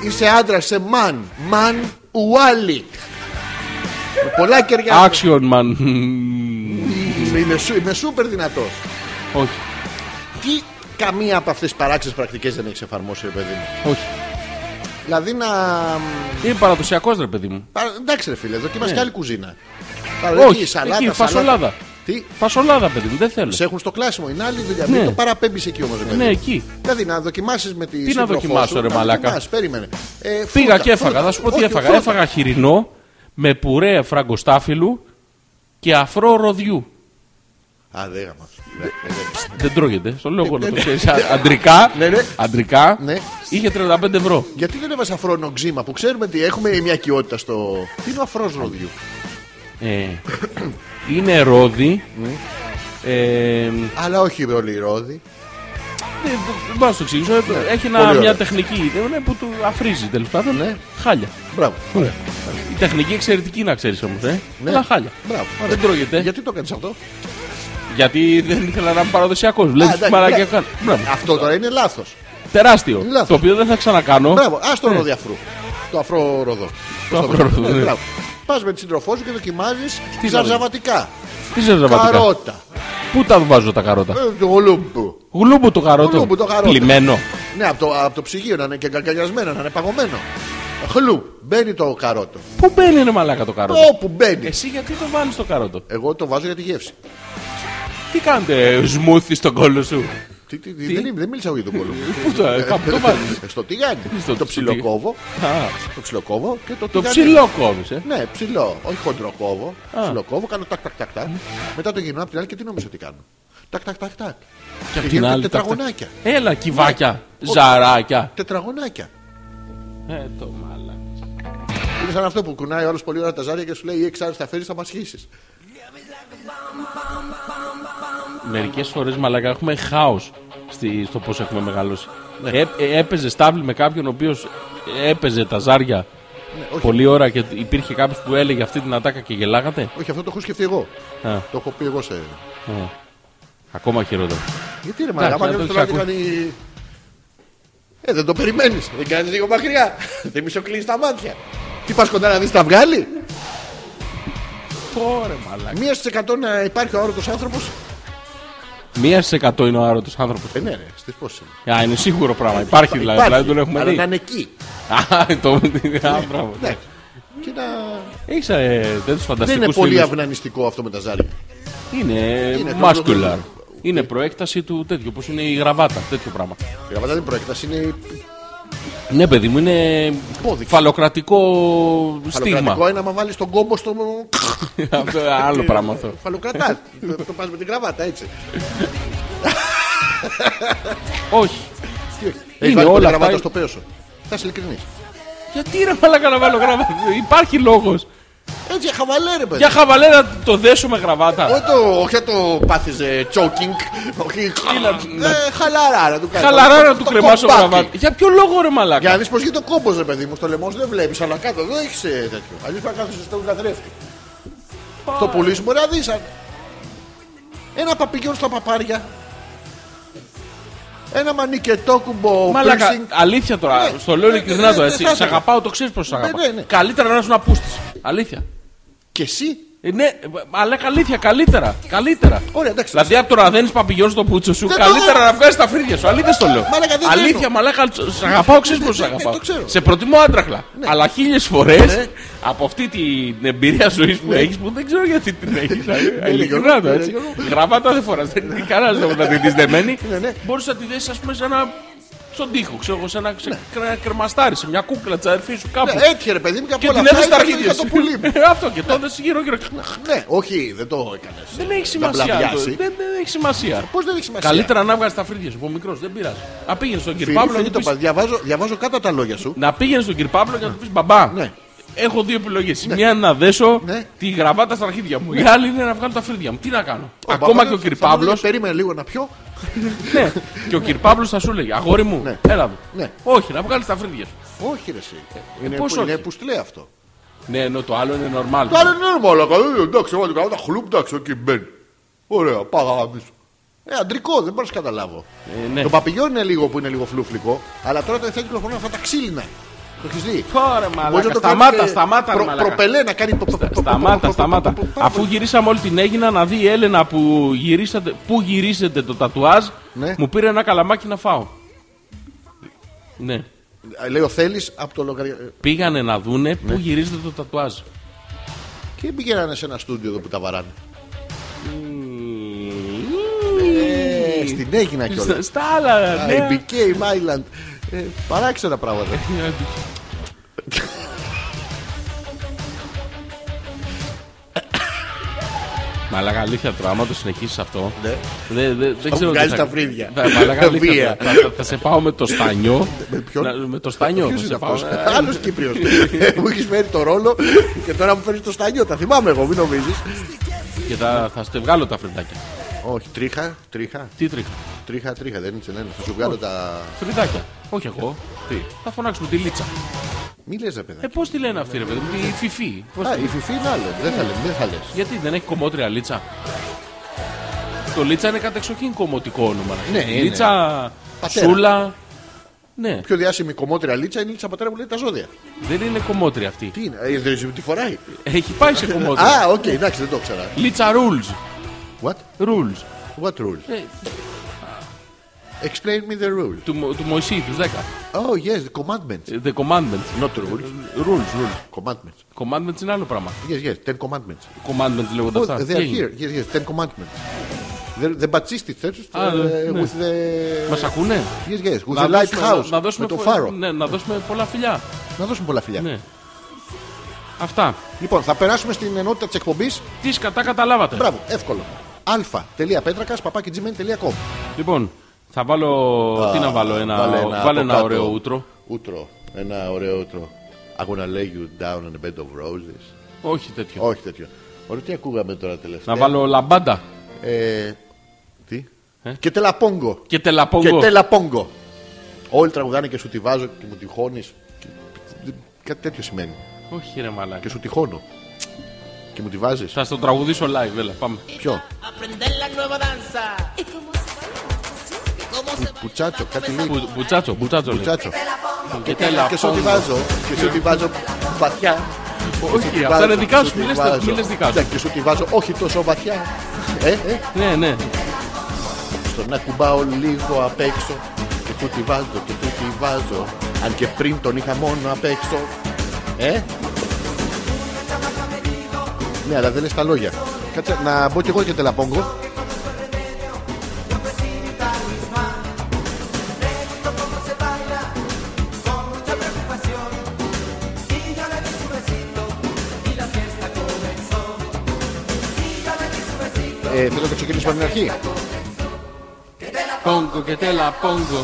είσαι άντρας, είσαι man. Man ουάλι. Με πολλά κεριά.
Action man.
Είμαι, σου- είμαι σούπερ δυνατός.
Όχι,
Τι καμία από αυτές τις παράξενες πρακτικές δεν έχεις εφαρμόσει, ρε παιδί μου.
όχι.
Δηλαδή να.
Είναι παραδοσιακός ρε παιδί μου.
Πα- Εντάξει, ρε φίλε, δοκίμασε και άλλη κουζίνα. Σαλάτα,
Ναι. Όχι,
σαλάτα,
εκεί,
σαλάτα.
φασολάδα.
Τι,
Φασολάδα, παιδί μου, δεν θέλω.
σε έχουν στο κλάσιμο, είναι άλλη δουλειά.
Ναι.
Μην το παραπέμπεις εκεί όμως.
Ναι, εκεί.
Δηλαδή να δοκιμάσεις με τη
να
σύντροφό
δοκιμάσω,
σου,
ρε
να
μαλάκα.
δοκιμάσεις, Περίμενε. Ε,
Πήγα
φρούτα,
και έφαγα,
φρούτα.
θα σου πω τι
Όχι,
έφαγα.
φρούτα.
Έφαγα χοιρινό με πουρέ φραγκοστάφυλλου και αφρό ροδιού.
Α, δεν γάμα.
Δεν τρώγεται, στο λέω εγώ να το
Ναι, ναι.
ξέρεις. Α- Αντρικά,
[laughs] Ναι, ναι.
αντρικά
Ναι.
είχε 35 ευρώ.
Γιατί δεν έβαζα αφρόνο ξύμα που ξέρουμε ότι έχουμε μια κοιότητα στο. Τι είναι ο αφρός ροδιού.
Ε, είναι ρόδι.
Ναι.
Ε,
Αλλά όχι όλοι οι ρόδι.
Δεν δεν μπορώ να σου το εξηγήσω. Ε, Έχει ένα-
Ναι. Πολύ ωραία.
μια τεχνική ε, ναι, που του αφρίζει τέλος πάντων.
Ναι.
Χάλια.
Μπράβο. Ωραία.
Η τεχνική εξαιρετική να ξέρεις όμως. Ε.
Ναι.
Αλλά χάλια.
Μπράβο. Ωραία.
Δεν τρώγεται.
Γιατί το κάνεις αυτό.
Γιατί δεν ήθελα να είμαι παραδοσιακός. Βλέπεις
εντάξει,
τι μαλακία
μπράβο.
κάνω. Μπράβο.
Αυτό τώρα είναι λάθος.
Τεράστιο.
Λάθος.
Το οποίο δεν θα ξανακάνω. Ε,
Μπράβο. Ας το ρόδι αφρού. Το αφρό ροδό.
Ναι. Το αφρό ροδό, ναι.
Πας με τη σύντροφό σου και δοκιμάζεις
Τι
τη ζαρζαβατικά.
Τι σε ρεβατικά.
Καρότα.
Πού τα βάζω τα καρότα.
Ε, Το γολούμπου.
Γλούμπο το καρότο.
Γλούμπο το καρότο.
Πλημμένο.
Ναι, από το, από το ψυγείο να είναι και καγκαλιασμένο, να είναι παγωμένο. Χλου, μπαίνει το καρότο.
Πού μπαίνει ένα μαλάκα το καρότο.
Όπου μπαίνει.
Εσύ γιατί το βάνει το καρότο.
Εγώ το βάζω για τη γεύση.
Τι κάνετε, ε, σμούθι στον κόλο σου.
Τι, τι, τι, Δεν, είμαι- δεν μίλησα εγώ για τον κόλο.
Πού το, [laughs] ε, κάπου το βάζεις.
Ε, Στο τηγάνι.
Στο-
το
στο
ψιλοκόβω. Το ψιλοκόβω και το
Το
τηγάνι.
ψηλό κόβεις. Ε.
Ναι, ψηλό. Όχι χοντροκόβω. Ψιλοκόβω, κάνω τάκ τάκ τάκ τάκ. Μετά το γυρνάω από την άλλη και τι νόμιζα ότι κάνω. Τάκ τάκ τάκ τάκ. Και
Απ'
γίνονται
άλλη, τα-
τετραγωνάκια.
τα- Έλα, κυβάκια,
Όχι.
ζαράκια.
Τετραγωνάκια.
Ε, το μάλα.
Είναι σαν αυτό που κουνάει όλο πολύ ώρα τα ζάρια και σου λέει: Εξάρι θα φέρεις, θα μας χύσεις.
Μερικές φορές, μαλακά, έχουμε χάος στο πώς έχουμε μεγαλώσει. Ε, ε, έπαιζε στάβλη με κάποιον ο οποίος έπαιζε τα ζάρια
όχι.
πολλή ώρα και υπήρχε κάποιος που έλεγε αυτή την ατάκα και γελάγατε.
Όχι, αυτό το έχω σκεφτεί εγώ.
Α,
Το έχω πει εγώ σε.
ε. Ακόμα χειρότερο.
Γιατί ρε μαλάκα,
Εντάξει, να
μάλλον
το
τώρα και
έχεις
κάνει... Ε, δεν το περιμένεις, δεν κάνεις λίγο
[laughs]
μακριά. δεν μισοκλείεις τα μάτια. Τι πας κοντά να δεις τα βγάλει.
Τώρα, μαλακά.
Μία στις εκατό να υπάρχει ο άρωτος άνθρωπος.
Μία σε εκατό είναι ο άρωτος άνθρωπος.
Ε, ναι, ρε, στις πώς είναι.
Α, είναι σίγουρο πράγμα. Υπάρχει δηλαδή.
Υπάρχει,
δηλαδή τον έχουμε
αλλά
δει.
να είναι εκεί.
Α, το. Α, μπράβο. ε,
Ναι. Και να...
Έχεις τέτοιους
Δεν
φανταστικού
είναι πολύ αυνανιστικό αυτό με τα ζάρια.
Είναι
Είναι
muscular.
το-
Είναι προέκταση του τέτοιου, όπως είναι η γραβάτα, τέτοιο πράγμα.
Η γραβάτα δεν είναι προέκταση, είναι
Ναι, παιδί μου, είναι
Υπόδειξη.
φαλοκρατικό
φαλοκρατικό.
στίγμα.
Ένα μα βάλεις τον κόμπο στο
[laughs] Αυτό, άλλο πράγμα αυτό. [laughs]
φαλοκρατάς. Το- Το πας με την γραβάτα, έτσι.
Όχι.
Τι όχι.
Είναι
Έχεις βάλει
όλα
πολύ
αυτά-
γραβάτα στο πέος σου. Θα είσαι ειλικρινής.
Γιατί ρε μαλάκα να βάλω γραβάτα. Υπάρχει λόγος.
Ε. Έτσι, χαβαλέ ρε παιδί.
Για χαβαλέ να το δέσω με γραβάτα.
Όχι το, όχι να το πάθιζε choking. Όχι.
να-
Ε, χαλαρά να του κάνει.
Χαλαρά
το-
να του
το
κρεμάσω
κομπάκι.
γραβάτα. Για ποιο λόγο ρε
Για
μαλάκα.
να δεις πώς γίνεται ο κόμπος, ρε παιδί μου. Στο λαιμό σου δεν βλέπεις, αλλά κάτω εδώ έχει τέτοιο. Αλλιώς πρέπει να κάθεσαι στον καθρέφτη. Στο πουλί σου μπορεί να δεις. Ένα παπηγιόν στα παπάρια. Ένα μανικετό κουμπο
Μαλάκα,
piercing.
αλήθεια τώρα,
Ναι,
στο λέω
ναι,
ειλικρινά
ναι,
το
ναι,
έτσι.
ναι,
Σε
ναι.
αγαπάω, το ξέρεις πως σε
Ναι, ναι, ναι.
αγαπάω. Καλύτερα να σου απούστη. Αλήθεια.
Και εσύ.
Ε, Ναι, αλλά αλήθεια, καλύτερα. Καλύτερα.
Ωραία, εντάξει.
Δηλαδή από το να δένεις παπηγιόν στο πούτσο σου,
Δεν το
καλύτερα
δένω.
να βγάζεις τα φρύδια σου. Αλήθεια στο λέω.
Μαλάκα, δεν
Αλήθεια,
δένω.
μαλάκα, τσ- σε αγαπάω, ξέρεις πώς σε
Ναι, ναι,
αγαπάω.
το ξέρω.
Σε προτιμώ άντραχλα. Αλλά χίλιες φορές
Ναι.
από αυτή την εμπειρία ζωής που έχεις που δεν ξέρω γιατί την έχεις. Ειλικρινά
Γιώργο,
το έτσι.
ναι, Γιώργο.
Γραβάτα δεν φοράς. Δεν είναι κανένα να την δεις δεμένη.
Ναι, ναι.
Μπορείς να τη δέσει, ας πούμε, σε ένα. Στον τοίχο, ξέρω εγώ, σε ένα σε κρε- κρεμαστάρι, σε μια κούκλα της αδερφής σου κάπου.
Ναι, έτυχε ρε παιδί μου και
και
από όλα αυτά
την έδωσε τα
ήταν
αρχίδια
για το
σου. Ε,
πουλί μου.
Αυτό και το έδωσε γύρω-γύρω.
Ναι, όχι, δεν το έκανες.
Δεν έχει σημασία. αυτό. Δεν, δεν έχει σημασία.
Πώς δεν έχει σημασία.
Καλύτερα να βγάζει τα φρύδια σου από μικρός, δεν πειράζει. Να πήγαινε στον κύριο
Φίλοι,
Παύλο
φίλοι,
να του
το
πεις-
πα- διαβάζω, διαβάζω κάτω από τα λόγια σου.
να πήγαινε στον κύριο Παύλο και να του πεις μπαμπά.
Ναι.
Έχω δύο επιλογές. Μία να δέσω
Ναι.
τη γραβάτα στα αρχίδια μου. Η άλλη είναι να βγάλω τα φρύδια μου. Τι να κάνω. Ακόμα
μπαμπάς
και ο
θα
κύριος
μου
Παύλο.
λέει, Περίμενε λίγο να πιω.
Ναι. Και ο κύριο Παύλος θα σου λέγει Αγόρι μου,
Ναι.
έλα εδώ.
Ναι.
Όχι, να βγάλεις τα φρύδια σου.
Όχι, ρε, εσύ. Ε, είναι,
Ε, πώς
είναι
όχι.
πουστλέ αυτό.
Ναι, ενώ το άλλο είναι normal.
Το άλλο είναι μαλακά. ε, Εντάξει, εγώ του κάνω τα χλουπ, εντάξει, εκεί μπαίνει. Ωραία, πάγα γαμίσου. Ε, αντρικό, δεν μπορώ να σε καταλάβω.
Ε, ναι.
Το παπηγιόν είναι λίγο που είναι λίγο φλούφλικο, αλλά τώρα τα εθνικά κυκλοφορούν αυτά τα ξύλινα. Το έχεις δει.
Τώρα
Μπορείς να
μαλάκα.
το κάνεις
Σταμάτα,
και
σταμάτα. ρε
προ-
μαλάκα.
Προπελέ να κάνει. πο- πο- πο-
Σταμάτα,
πο-
σταμάτα.
πο- πο- πο-
Αφού γυρίσαμε όλη την Έγινα να δει η Έλενα που γυρίσατε, που γυρίσετε το τατουάζ,
Ναι.
μου πήρε ένα καλαμάκι να φάω. Ναι.
Ε, Λέει ο Θέλει από το λογαριασμό.
Πήγανε να δούνε που γυρίζετε το τατουάζ.
Και πηγαίνανε σε ένα στούντιο εδώ που τα βαράνε. Ε, στην Έγινα κιόλας.
Στα- Στα άλλα,
I
ναι.
became island. Ε, παράξενα πράγματα.
Μαλάκα αλήθεια τώρα, άμα το συνεχίσεις αυτό.
Ναι.
Δεν, δεν, δεν ξέρω. τι
βγάλεις
θα-
τα βρύδια.
Θα, μαλάκα, αλήθεια,
Βία.
θα, θα- θα σε πάω με το στανιό.
Με ποιον?
Να- με το στανιό. θα
Ποιο
σε
είναι Ε,
πάω.
αυτός. Άλλος Κύπριος. [laughs] Μου έχεις φέρει το ρόλο και τώρα μου φέρεις το στάνιο. Τα θυμάμαι εγώ, μην νομίζεις.
Ε, Και θα, θα σε βγάλω τα φρυντάκια.
Όχι, τρίχα, τρίχα,
Τι τρίχα.
τρίχα, τρίχα. Δεν είναι έτσι, λένε. Θα σου βγάλω τα.
Φρυντάκια. Όχι εγώ. Τι. Θα φωνάξουμε τη λίτσα.
Μη λες, ρε
Ε,
παιδάκι.
πώς τη λένε αυτή, ρε παιδί μου, τη φιφή. Πώς
Α,
τη-
η φιφή είναι άλλο. Δεν θα λες, δεν θα λες.
Γιατί δεν έχει κομμότρια λίτσα. Το λίτσα είναι κατεξοχήν κομμωτικό όνομα.
Ναι, είναι.
Λίτσα,
Πατέρα.
σούλα. Ναι,
Πιο διάσημη κομμότρια λίτσα είναι η λίτσα πατέρα που λέει τα ζώδια.
δεν είναι κομμότρια αυτή.
Τι είναι, ε, δεν τη φοράει.
Έχει πάει σε κομμότρια.
Α, οκ, εντάξει, δεν το ξέρα.
Λίτσα rules.
What?
Rules.
What rule?
Ε,
Explain me the rule.
Του, Μω- του Μωυσή, του 10.
Oh, yes, the commandments.
The commandments.
Not rules.
Rules, rules.
Commandments.
Commandments είναι άλλο πράγμα.
Yes, yes, ten commandments.
Commandments λέγονται
Oh,
αυτά.
they
Τι
are
έγινε?
here. Yes, yes, ten commandments. The, the Baptist church uh,
Α, ναι.
with the...
Μας ακούνε?
Yes, yes, with the lighthouse.
να δώσουμε
με το
φο-
φάρο.
Ναι, να δώσουμε πολλά φιλιά.
Να δώσουμε πολλά φιλιά.
Ναι. Αυτά.
Λοιπόν, θα περάσουμε στην ενότητα της εκπομπής.
Τις κατά καταλάβατε.
Μπράβο, εύκολο. α.πέτρακα παπάκι.gmail.com
Λοιπόν, θα βάλω. τι να βάλω, ένα,
Βάλε
βάλε
ένα,
ένα,
από κάτω.
ωραίο ούτρο.
Ούτρο. Ένα ωραίο ούτρο. I'm gonna lay you down on a bed of roses.
Όχι τέτοιο.
Όχι τέτοιο. Ωραία, τι ακούγαμε τώρα τελευταία.
Να βάλω λαμπάντα
Ε, τι.
Ε?
Και τελαπόγκο.
και
Και
τελαπόγκο.
τελαπόγκο. Όλοι τραγουδάνε και σου τη βάζω και μου τυχώνει. Κάτι τέτοιο σημαίνει.
Όχι, ρε μαλάκα.
Και σου τυχώνω. Και μου τη βάζεις.
Θα στο τραγουδήσω live, έλα, πάμε.
Ποιο.
Aprender la nueva danza. ¿Y cómo se baila?
Πουτσάτσο, κάτι λέει.
Που, μπουτσάτσο, μπουτσάτσο. λέει.
Πουτσάτσο.
Και τελαπόγκο.
Και σου τη βάζω. Και σου τη βάζω βαθιά. Και σου τη
αυτά
βάζω,
είναι δικά
και
σου,
τη
μη λες-
βάζω. Ναι,
μη λες δικά σου.
Και σου τη βάζω όχι τόσο βαθιά. Ε, ε,
Ναι, ναι.
στο να κουμπάω λίγο απ' έξω. Και σου τη βάζω και σου τη βάζω. Αν και πριν τον είχα μόνο απ' έξω. Ε. Ναι, αλλά δεν λες τα λόγια. Κάτσε να μπω κι εγώ και τελαπόγκο. Ε, θέλω να το ξεκινήσουμε από την αρχή.
Πόγκο και τελαπόγκο.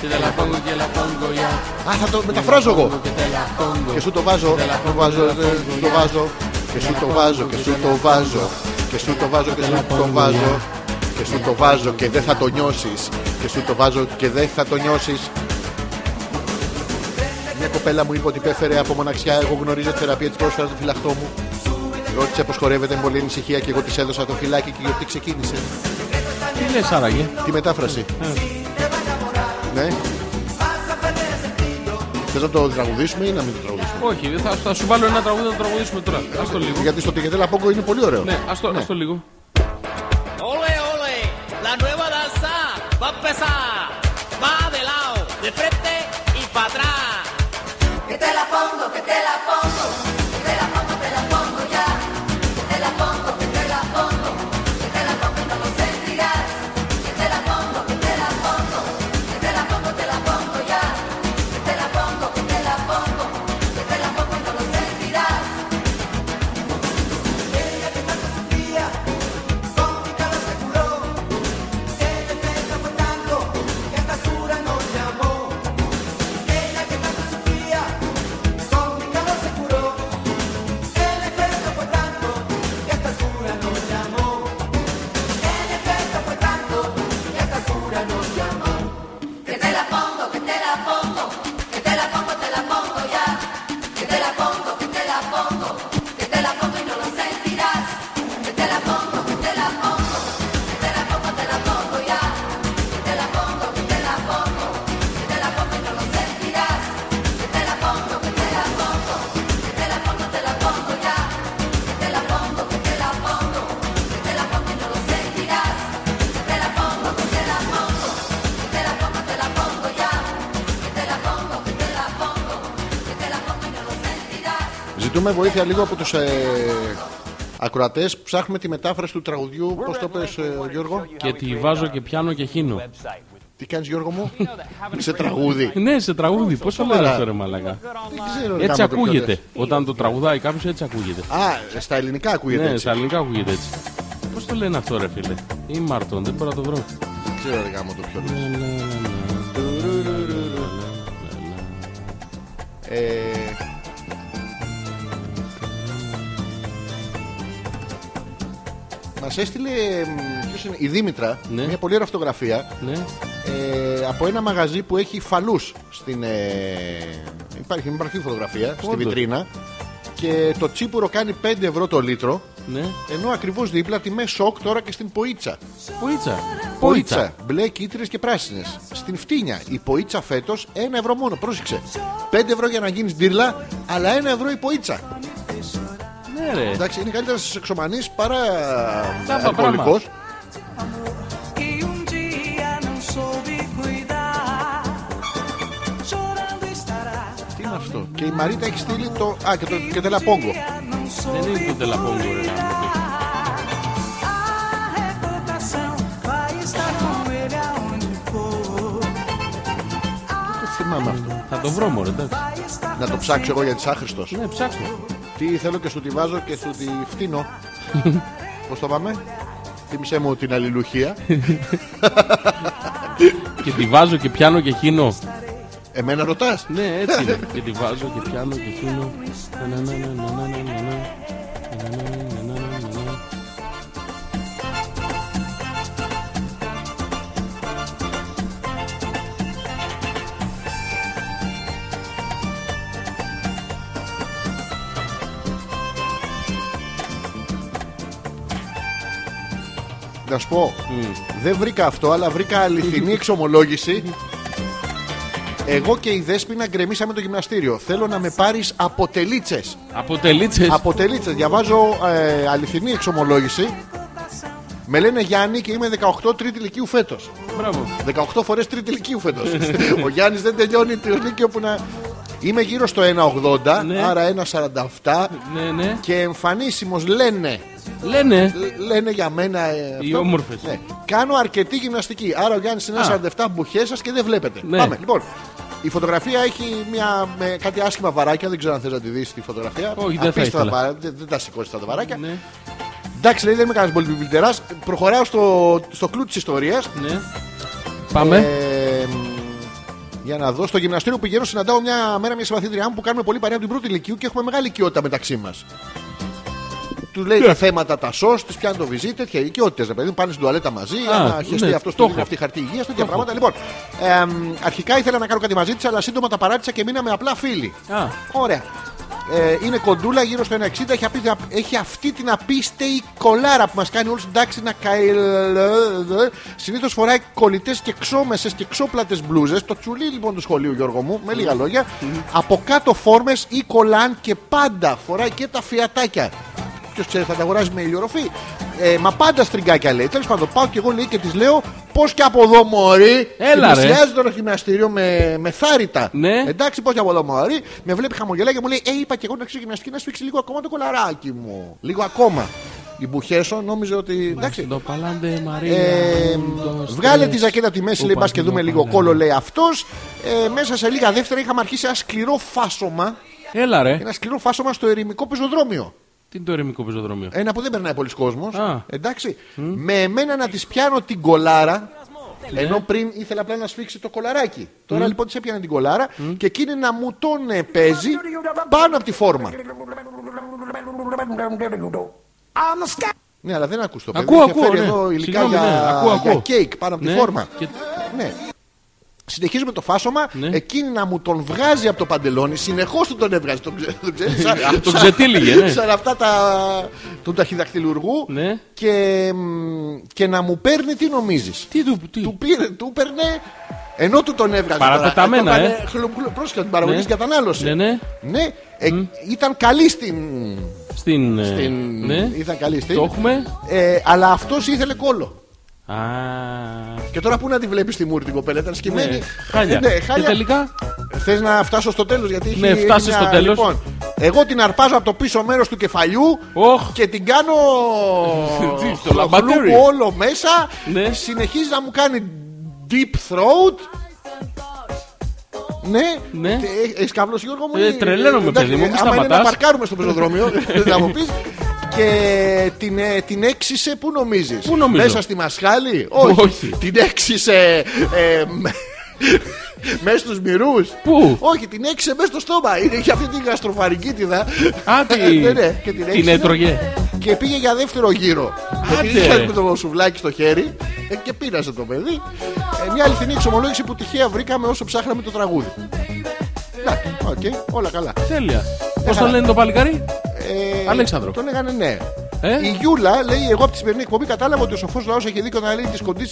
Και τελαπόγκο και τελαπόγκο. για.
Α, θα το μεταφράζω εγώ.
Και τελαπόγκο.
Και σου το βάζω, το βάζω, ε, το βάζω. Και σου το βάζω, και σου το βάζω. Και σου το βάζω, και σου το βάζω. Και σου το βάζω και δεν θα το νιώσεις. Και σου το βάζω και δεν θα το νιώσεις. Μια κοπέλα μου είπε ότι πέφερε από μοναξιά. Εγώ γνωρίζω τη θεραπεία της πρόσφατας του φυλαχτό μου. Ρώτησε πώς χορεύεται με πολλή ανησυχία και εγώ της έδωσα το φυλάκι και η γιορτή ξεκίνησε.
Τι λες άραγε.
Τη μετάφραση. Ναι. Θες να το τραγουδήσουμε ή να μην το τραγουδήσουμε.
Όχι, θα, θα σου βάλω ένα τραγούδι να το τραγουδήσουμε τώρα. Ας το λίγο.
Γιατί στο Τικετέλα Πόγκο είναι πολύ ωραίο.
Ναι, ας το, ας το λίγο.
Ole, ole, la nueva danza va a empezar. Va de lado, de frente y para atrás.
Que te la pongo, que te la pongo, que te la pongo, te la pongo ya. Que te la pongo, que te la pongo, que te la pongo y no lo sentirás. Que te la pongo, que te la pongo, que te la pongo, te la pongo ya. Que te la pongo, que te la pongo, que te la pongo y no lo sentirás. Ella que tanto sufría, con mi cara se curó. Ella me amó tanto, que hasta cura nos llamó. Ella que tanto sufría, con mi calor se curó. El efecto fue tanto, que hasta el cura nos llamó. El efecto fue tanto, que hasta el cura nos llamó. Que te la pongo, que te la pongo, que te la pongo, te la pongo ya. Que te la pongo, que te la pongo, que te la pongo y no lo sentirás. Que te la pongo, que te la pongo, que te la pongo, te la pongo ya. Que te la pongo, que te la pongo, que te la pongo y no lo sentirás. Que te la pongo, que te la pongo, que te la pongo, te la pongo ya. Que te la pongo, que te la pongo, que te la pongo y no lo sentirás. Que te la pongo, que te la pongo, que te la pongo, te la pongo ya. Que te la pongo, que te la pongo, que te la pongo y no lo sentirás.
Ζητούμε βοήθεια λίγο από τους ε, Ακροατές, ψάχνουμε τη μετάφραση του τραγουδιού. Πώς το πες ε, Γιώργο,
Και τη βάζω και πιάνω και χύνω.
τι κάνεις, Γιώργο μου, σε τραγούδι.
Ναι, σε τραγούδι. Πώς το
Σοβαρά.
λένε αυτό, ρε Μαλακά.
Δεν ξέρω, ρε,
Έτσι
κάμα το πιο
ακούγεται.
ωραίο.
Όταν το τραγουδάει κάποιος, έτσι ακούγεται.
Α, στα ελληνικά ακούγεται.
Ναι,
έτσι.
στα ελληνικά ακούγεται έτσι. Πώς το λένε αυτό, ρε φίλε. Ή Μάρτον, δεν μπορώ να το βρω.
Δεν ξέρω, ρε, γάμο το πιο ωραίο.
Ναι,
Ε, Μας έστειλε μ, ποιος είναι, η Δήμητρα
Ναι.
μια πολύ ωραία φωτογραφία
Ναι,
ε, από ένα μαγαζί που έχει φαλούς στην, ε, υπάρχει μια παρακή φωτογραφία στη
Όντως.
βιτρίνα και το τσίπουρο κάνει 5 ευρώ το λίτρο
ναι.
ενώ ακριβώς δίπλα τιμές σοκ τώρα και στην ποίτσα.
Ποίτσα.
Ποίτσα, μπλε, κίτρινες και πράσινες. Στην φτύνια, η ποίτσα φέτος 1 ευρώ μόνο. Πρόσεξε. 5 ευρώ για να γίνεις ντύρλα, αλλά 1 ευρώ η ποίτσα.
Ναι, ρε.
Εντάξει, είναι καλύτερα στι εξομανεί παρά
Τσάμπα
αλκοολικός.
que un día no soube cuidar. Chorando estará.
Τι είναι αυτό. Και η Μαρίτα έχει στείλει το. Α, και το και τελαπόγκο.
Não soube
Δεν είναι το τελαπόγκο, ρε.
cuidar. A reputação vai estar com ele aonde for.
Δεν το θυμάμαι αυτό.
Θα το βρω, μωρέ. εντάξει.
Vai estar
Να το ψάξω εγώ γιατί άχρηστος.
Ναι, ψάξτε.
Τι θέλω και σου τη βάζω και σου τη [laughs] φτύνω. Πώς το πάμε. Θύμισε μου την αλληλουχία.
Και τη βάζω και πιάνω και χύνω.
Εμένα ρωτάς.
Ναι,
[laughs]
έτσι είναι. Και τη βάζω και πιάνω και χύνω. Ναι, Να, να, να, να, να, να, να, να, να. Να, να, να, να, να, να, να, να.
Να σου πω, δεν βρήκα αυτό, αλλά βρήκα
[laughs]
αληθινή εξομολόγηση. Εγώ και η Δέσποινα γκρεμίσαμε το γυμναστήριο. Θέλω να με πάρεις αποτελίτσε.
Αποτελείτσες.
αποτελίτσε. Διαβάζω ε, αληθινή εξομολόγηση. Με λένε Γιάννη και είμαι 18 τρίτη ηλικίου φέτος.
Μπράβο.
18 φορές τρίτη ηλικίου φέτος.
[laughs]
Ο Γιάννης δεν τελειώνει το λύκειο που να. Είμαι γύρω στο 1,80,
Ναι.
άρα 1,47
Ναι, ναι.
και εμφανίσιμος λένε
Λένε.
λένε για μένα. ε,
Οι
αυτό.
όμορφες.
Ναι. Κάνω αρκετή γυμναστική. Άρα ο Γιάννης είναι
Α.
47 μπουχές σας και δεν βλέπετε.
Ναι.
Πάμε. Λοιπόν, η φωτογραφία έχει μια, με κάτι άσχημα βαράκια. Δεν ξέρω αν θες να τη δεις τη φωτογραφία.
Όχι, δεν θα
Απίστευτα
ήθελα.
βαρά- δεν, δεν τα σηκώσεις τα βαράκια.
Ναι,
Εντάξει, λέει, δεν είμαι κανένας πολυπλητερά. Προχωράω στο, στο κλου της ιστορίας.
ναι. Πάμε.
Ε, μ, για να δω. Στο γυμναστήριο που πηγαίνω, συναντάω μια μέρα μια συμπαθήτριά μου που κάνουμε πολύ παρέα από την πρώτη ηλικίου και έχουμε μεγάλη οικειότητα μεταξύ μας. Του
Ναι.
λέει τα θέματα τα σο, της πιάνει το βυζί, τέτοια οικειότητες. Ρε παιδί μου, πάνε στην τουαλέτα μαζί,
Α,
να χεστεί
ναι,
αυτό
το
το
έχω.
αυτή η χαρτί υγείας, τέτοια πράγματα. Λοιπόν, ε, μ, αρχικά ήθελα να κάνω κάτι μαζί της, αλλά σύντομα τα παράτησα και μείναμε απλά φίλοι.
Α.
Ωραία. Ε, είναι κοντούλα γύρω στο 1,60. Έχει, απί- έχει αυτή την απίστευτη κολάρα που μας κάνει όλους την τάξη να καηλ. Συνήθως φοράει κολλητές και ξόμεσες και ξόπλατες μπλούζες. Το τσουλί λοιπόν του σχολείου, Γιώργο μου, με λίγα λόγια. Από κάτω φόρμες ή κολλάν και πάντα φοράει και τα φιατάκια. Ποιος ξέρει, θα τα αγοράζει με ηλιορροφή. Ε, μα πάντα στριγκάκια λέει. Τέλος πάντων, πάω και εγώ λέει και της λέω πώς και από εδώ μωρή.
Έλα,
Την
ρε.
πλησιάζει το γυμναστήριο με, με θάρρυτα.
Ναι.
Εντάξει, πώς από εδώ μωρή. Με βλέπει χαμογελά και μου λέει: Ε, είπα και εγώ να ξέρω γυμναστική να σφίξει λίγο ακόμα το κολαράκι μου. Λίγο ακόμα. Η Μπουχέσο νόμιζε ότι. Εντάξει.
Το παλάντε Μαρία.
Ε,
το στρες. ναι,
βγάλε τη ζακέτα από τη μέση,
Ο
λέει, μπας και δούμε
Παντελόπουλος.
λίγο κόλλο, λέει αυτός. Ε, μέσα σε λίγα δεύτερα είχαμε αρχίσει ένα σκληρό φάσομα.
Έλα ρε.
Ένα σκληρό φάσομα στο ερημικό πεζοδρόμιο.
Τι είναι το ερημικό πεζοδρόμιο.
Ένα που δεν περνάει πολλοί κόσμος.
Α.
Εντάξει. Με εμένα να της πιάνω την κολάρα.
Ναι.
Ενώ πριν ήθελα απλά να σφίξει το κολαράκι. Τώρα λοιπόν της έπιανε την κολάρα και εκείνη να μου τον ε, παίζει πάνω από τη φόρμα. Ναι, αλλά δεν ακούς το παιδί.
Ακούω,
Είχε
ακούω,
φέρει
ναι.
εδώ υλικά
Συγγνώμη,
για,
ναι, ακούω,
για
ακούω.
κέικ πάνω από τη
Ναι,
φόρμα.
και-
Ναι. Συνεχίζουμε το φάσομα.
Ναι.
Εκείνη να μου τον βγάζει από το παντελόνι. Συνεχώς του τον έβγαζε. Τον, ξε- τον ξέρεις, σαν-
[laughs] Α, τον
σαν-
ξετύλιγε, ναι.
Σαν αυτά τα. του ταχυδακτηλουργού.
Ναι.
Και, μ, και να μου παίρνει τι νομίζεις.
Τι του, Ναι. τι.
Του πήρε, του παίρνε. Ενώ του τον έβγαζε.
Παραπεταμένα,
τώρα.
ε.
Το έκανε χλουμ- χλουμ- Πρόσεχε την παραγωγή
Ναι.
στην κατανάλωση.
Ναι, ναι.
Ναι, ε, ήταν καλή στην.
Στην. ε,
στην-
Ναι.
Ήταν καλή στην.
Το έχουμε.
Ε, αλλά αυτός ήθελε κόλλο.
Α.
Και τώρα πού να τη βλέπεις τη μούρη την κοπέλα, ήταν σκημένη.
ναι, Χάλια.
Ναι,
Και τελικά.
Θες να φτάσω στο τέλος, γιατί έχει.
Ναι, φτάσε
έχει
στο τέλος.
Λοιπόν, Εγώ την αρπάζω από το πίσω μέρος του κεφαλιού
Οχ.
και την κάνω.
[laughs] Τι, στο
χλουπού
λαμπατήρι.
όλο μέσα.
Ναι.
Συνεχίζει να μου κάνει deep throat. Ναι,
Ναι.
Ε, Έχεις καύλος Γιώργο μου.
Ε,
ή-
τρελαίνομαι,
εντάξει,
παιδί μου, μη
άμα είναι να
σταματάς.
παρκάρουμε στο πεζοδρόμιο, [laughs] θα μου πεις. Και την, ε, την έξισε πού νομίζεις
Πού νομίζω?
Μέσα στη μασχάλη Όχι,
Όχι.
Την έξισε ε, με- [laughs] Μέσα στους μυρούς
Πού?
Όχι την έξισε μέσα στο στόμα Είναι για αυτή την γαστροφαρικίτιδα
Α, τη-
Ναι, ναι, και την,
την
έξισε
έτρωγε.
Και πήγε για δεύτερο γύρο
Άντε,
Επειδή είχε
ρε.
με το σουβλάκι στο χέρι ε, Και πείρασε το παιδί Ε, Μια αληθινή εξομολόγηση που τυχαία βρήκαμε όσο ψάχναμε το τραγούδι Εντάξει, οκ, όλα καλά.
Τέλεια. Πώς το λένε το παλικάρι,
Ε,
Αλέξανδρο.
Το λέγανε ναι.
Ε?
Η Γιούλα λέει: Εγώ από τη σημερινή εκπομπή κατάλαβα ότι ο σοφός λαός έχει δίκιο να λέει τη κοντή.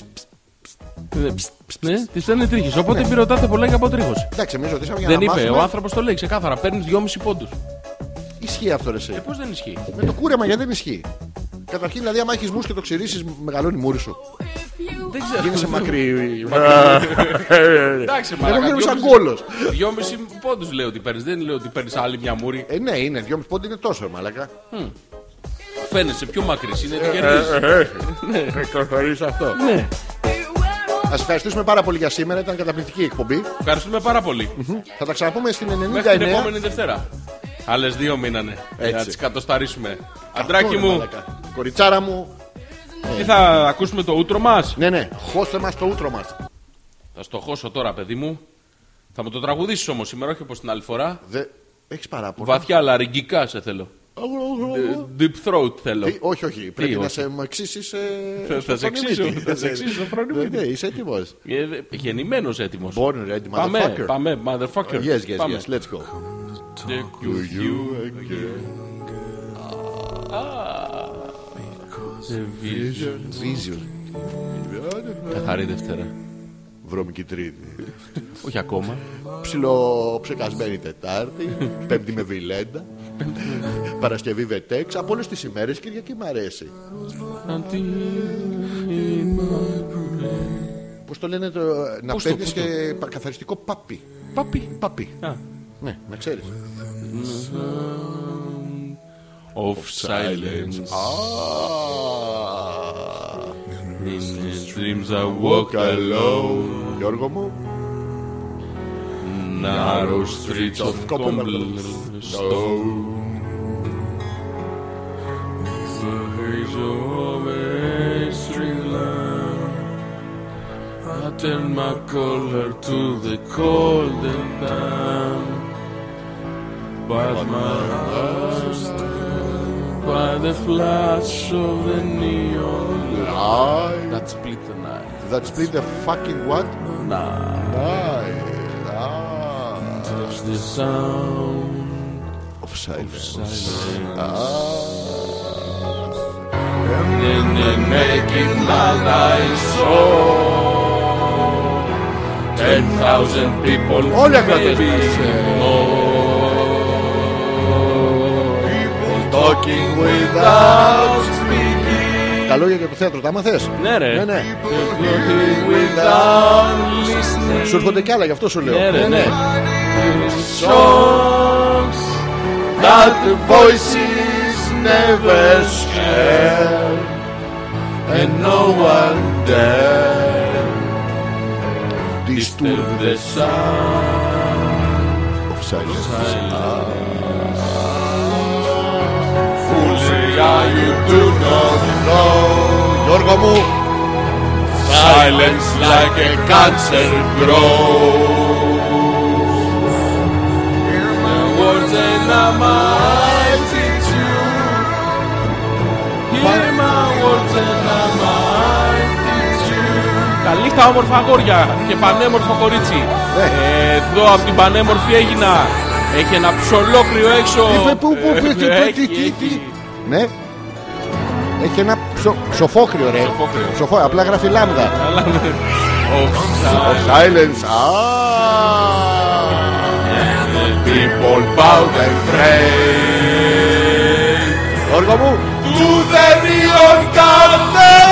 Ε, ψ, ψ, Ναι, τη λένε τρίχες. Οπότε μην ρωτάτε πολλά για αποτρίχωση.
Εντάξει, εμείς ρωτήσαμε Ναι. για
Δεν
να
είπε, ο
μάθουμε.
άνθρωπος το λέει ξεκάθαρα. Παίρνεις 2,5 πόντους.
Ισχύει αυτό, ρε. εσύ.
Ε, πώς δεν ισχύει.
Με το κούρεμα γιατί δεν ισχύει. Καταρχήν, δηλαδή, άμα έχεις μουσ και το ξυρίσει, μεγαλώνει η μούρη σου.
Δεν ξέρω.
Γίνεσαι μακρύ.
Εντάξει,
Εγώ γίνομαι σαν
δυόμιση-
κόλο.
Δυόμιση πόντους λέω ότι παίρνεις. Δεν λέω ότι παίρνεις άλλη μια μούρη.
Ε, ναι, είναι. Δυο πόντι είναι τόσο, ρε μαλακά.
Φαίνεσαι πιο μακρύς. Είναι
Ε,
επικερδή.
Ξεκαθαρίσει αυτό.
Ναι.
Ας ευχαριστήσουμε πάρα πολύ για σήμερα. Ήταν καταπληκτική η εκπομπή.
Ευχαριστούμε πάρα πολύ.
Θα τα ξαναπούμε στην
Μέχρι την
99.
επόμενη Δευτέρα. Άλλες δύο μείνανε.
Έτσι.
Να τις κατοσταρίσουμε.
Αυτό,
Αντράκι
ρε
μου,
μαλάκα. Κοριτσάρα μου.
τι θα ακούσουμε το ούτρο μας.
Ναι, ναι. Χώστε μας το ούτρο μας.
Θα στοχώσω τώρα, παιδί μου. Θα μου το τραγουδήσεις όμως σήμερα, όχι όπως την άλλη φορά.
Έχεις παράπονο.
Βαθιά λαριγκικά σε θέλω. Ε, Deep throat
Τι,
θέλω.
όχι, όχι. Πρέπει να
όχι.
σε μου εξήσεις, ε,
Θα-
στο
θα σε
φρονιμίτι.
εξίσω, θα σε εξίσω στο φρονιμίτι.
Ναι, ναι, είσαι έτοιμος.
Ε, Γεννημένος έτοιμος.
Born ready,
Πάμε,
motherfucker.
πάμε, motherfucker.
Yes, yes,
Πάμε.
yes. Let's go.
Take you, you, the vision.
Vision.
Καθαρή Δευτέρα.
Βρώμικη Τρίτη.
Όχι ακόμα.
Ψιλο ψεκασμένη
[laughs]
Τετάρτη. Πέμπτη με Βιλέντα. Παρασκευή Βετέξ. Από όλες τις ημέρες Κυριακή μ' αρέσει. Πώς το λένε το. Να
Πού στο,
παίρνει
πού στο.
και πα- καθαριστικό παπί.
Παπί.
Παπί.
Α.
Ναι, να ξέρεις.
Of silence. In his dreams I walk alone.
Γιώργο μου.
Narrow streets of cobblestone. The hazel of a street lamp. I turn my collar to the cold and damp. But my eyes by the flash of the neon light
I-
that split the night.
That split the fucking what?
Nah.
Nice. Ah.
It's the sound
Of silence.
in the naked land I saw. Ten thousand people,
Όλοι οι ακροατές
maybe
μας, ε.
more. People talking without speaking.
Τα λόγια για το θέατρο, τα μάθες?
Ναι, ρε.
Ναι, ναι.
Talking without listening.
Σου έρχονται κι άλλα, γι' αυτό σου λέω.
Ναι, ρε, ναι.
Songs that the voices never share and no one dare disturb the sound of silence.
Fools, yeah, you do not
Γιώργο μου,
Silence like a cancer grows. Hear my words and I might teach you. Hear my words and I might teach you. Τα νύχτα όμορφα αγόρια και πανέμορφο κορίτσι.
Ναι.
Ε, Εδώ από την πανέμορφη έγινα. Έχει ένα ψολόκριο έξω.
Τι, πού, πού, πού,
Ε,
τι, τι,
έχει,
τι, τι,
έχει.
τι. ναι, έχει ένα ψο, ψοφόκριο ρε.
Ψοφόκριο.
Ψοφό, απλά γράφει λάμδα.
Καλά, ναι. Of silence.
Silence. Ah.
People bow their praise
Γιώργο μου.
to the neon candle.
And the world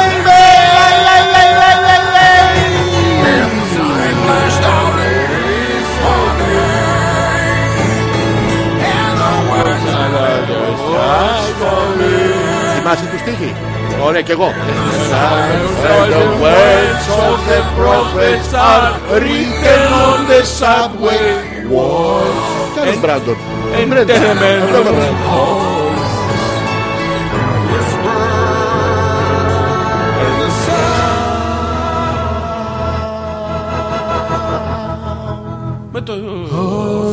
Ωραία, κι εγώ.
Where the words of the prophets are written on the subway walls.
Κι άλλος Μπράντον.
And tenement Με το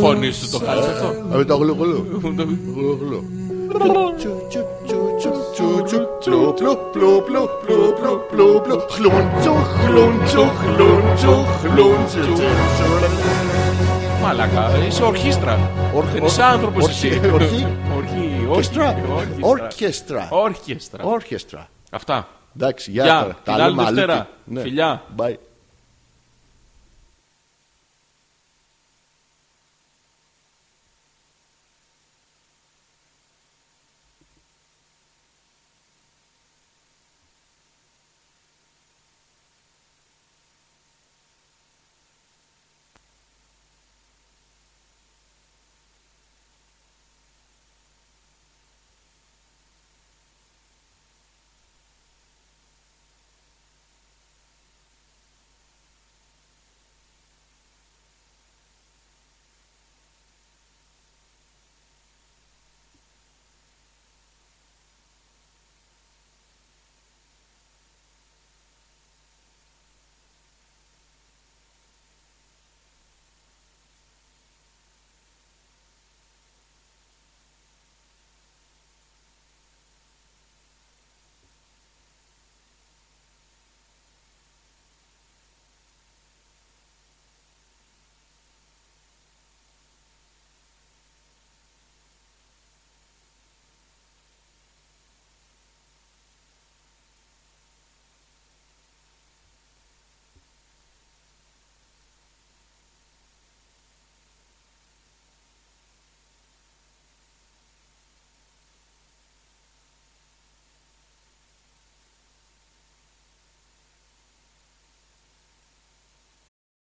φωνή σου το κάνεις αυτό.
Ε, το γλου γλου. Γλου γλου. Τσου, τσου, τσου, τσου, τσου, τσου, πλου, πλου, πλου, πλου, πλου, πλου, πλου, πλου. Χλουν, τσου, χλουν, τσου, χλουν, τσου, χλουν, τσου, τσου, τσου.
Μαλάκα, είσαι ορχήστρα.
Ορχ-
Δεν
ορχ-
είσαι άνθρωπος
ορχή-
εσύ.
ορχή-
Ορχή,
Ορχήστρα.
Ορχήστρα.
Ορχήστρα.
Ορχήστρα.
Όρχεστρα.
Αυτά.
Εντάξει,
Γεια,
γεια τώρα.
την άλλη
λέμε
Δευτέρα.
αλήτη. Ναι.
Φιλιά.
Bye.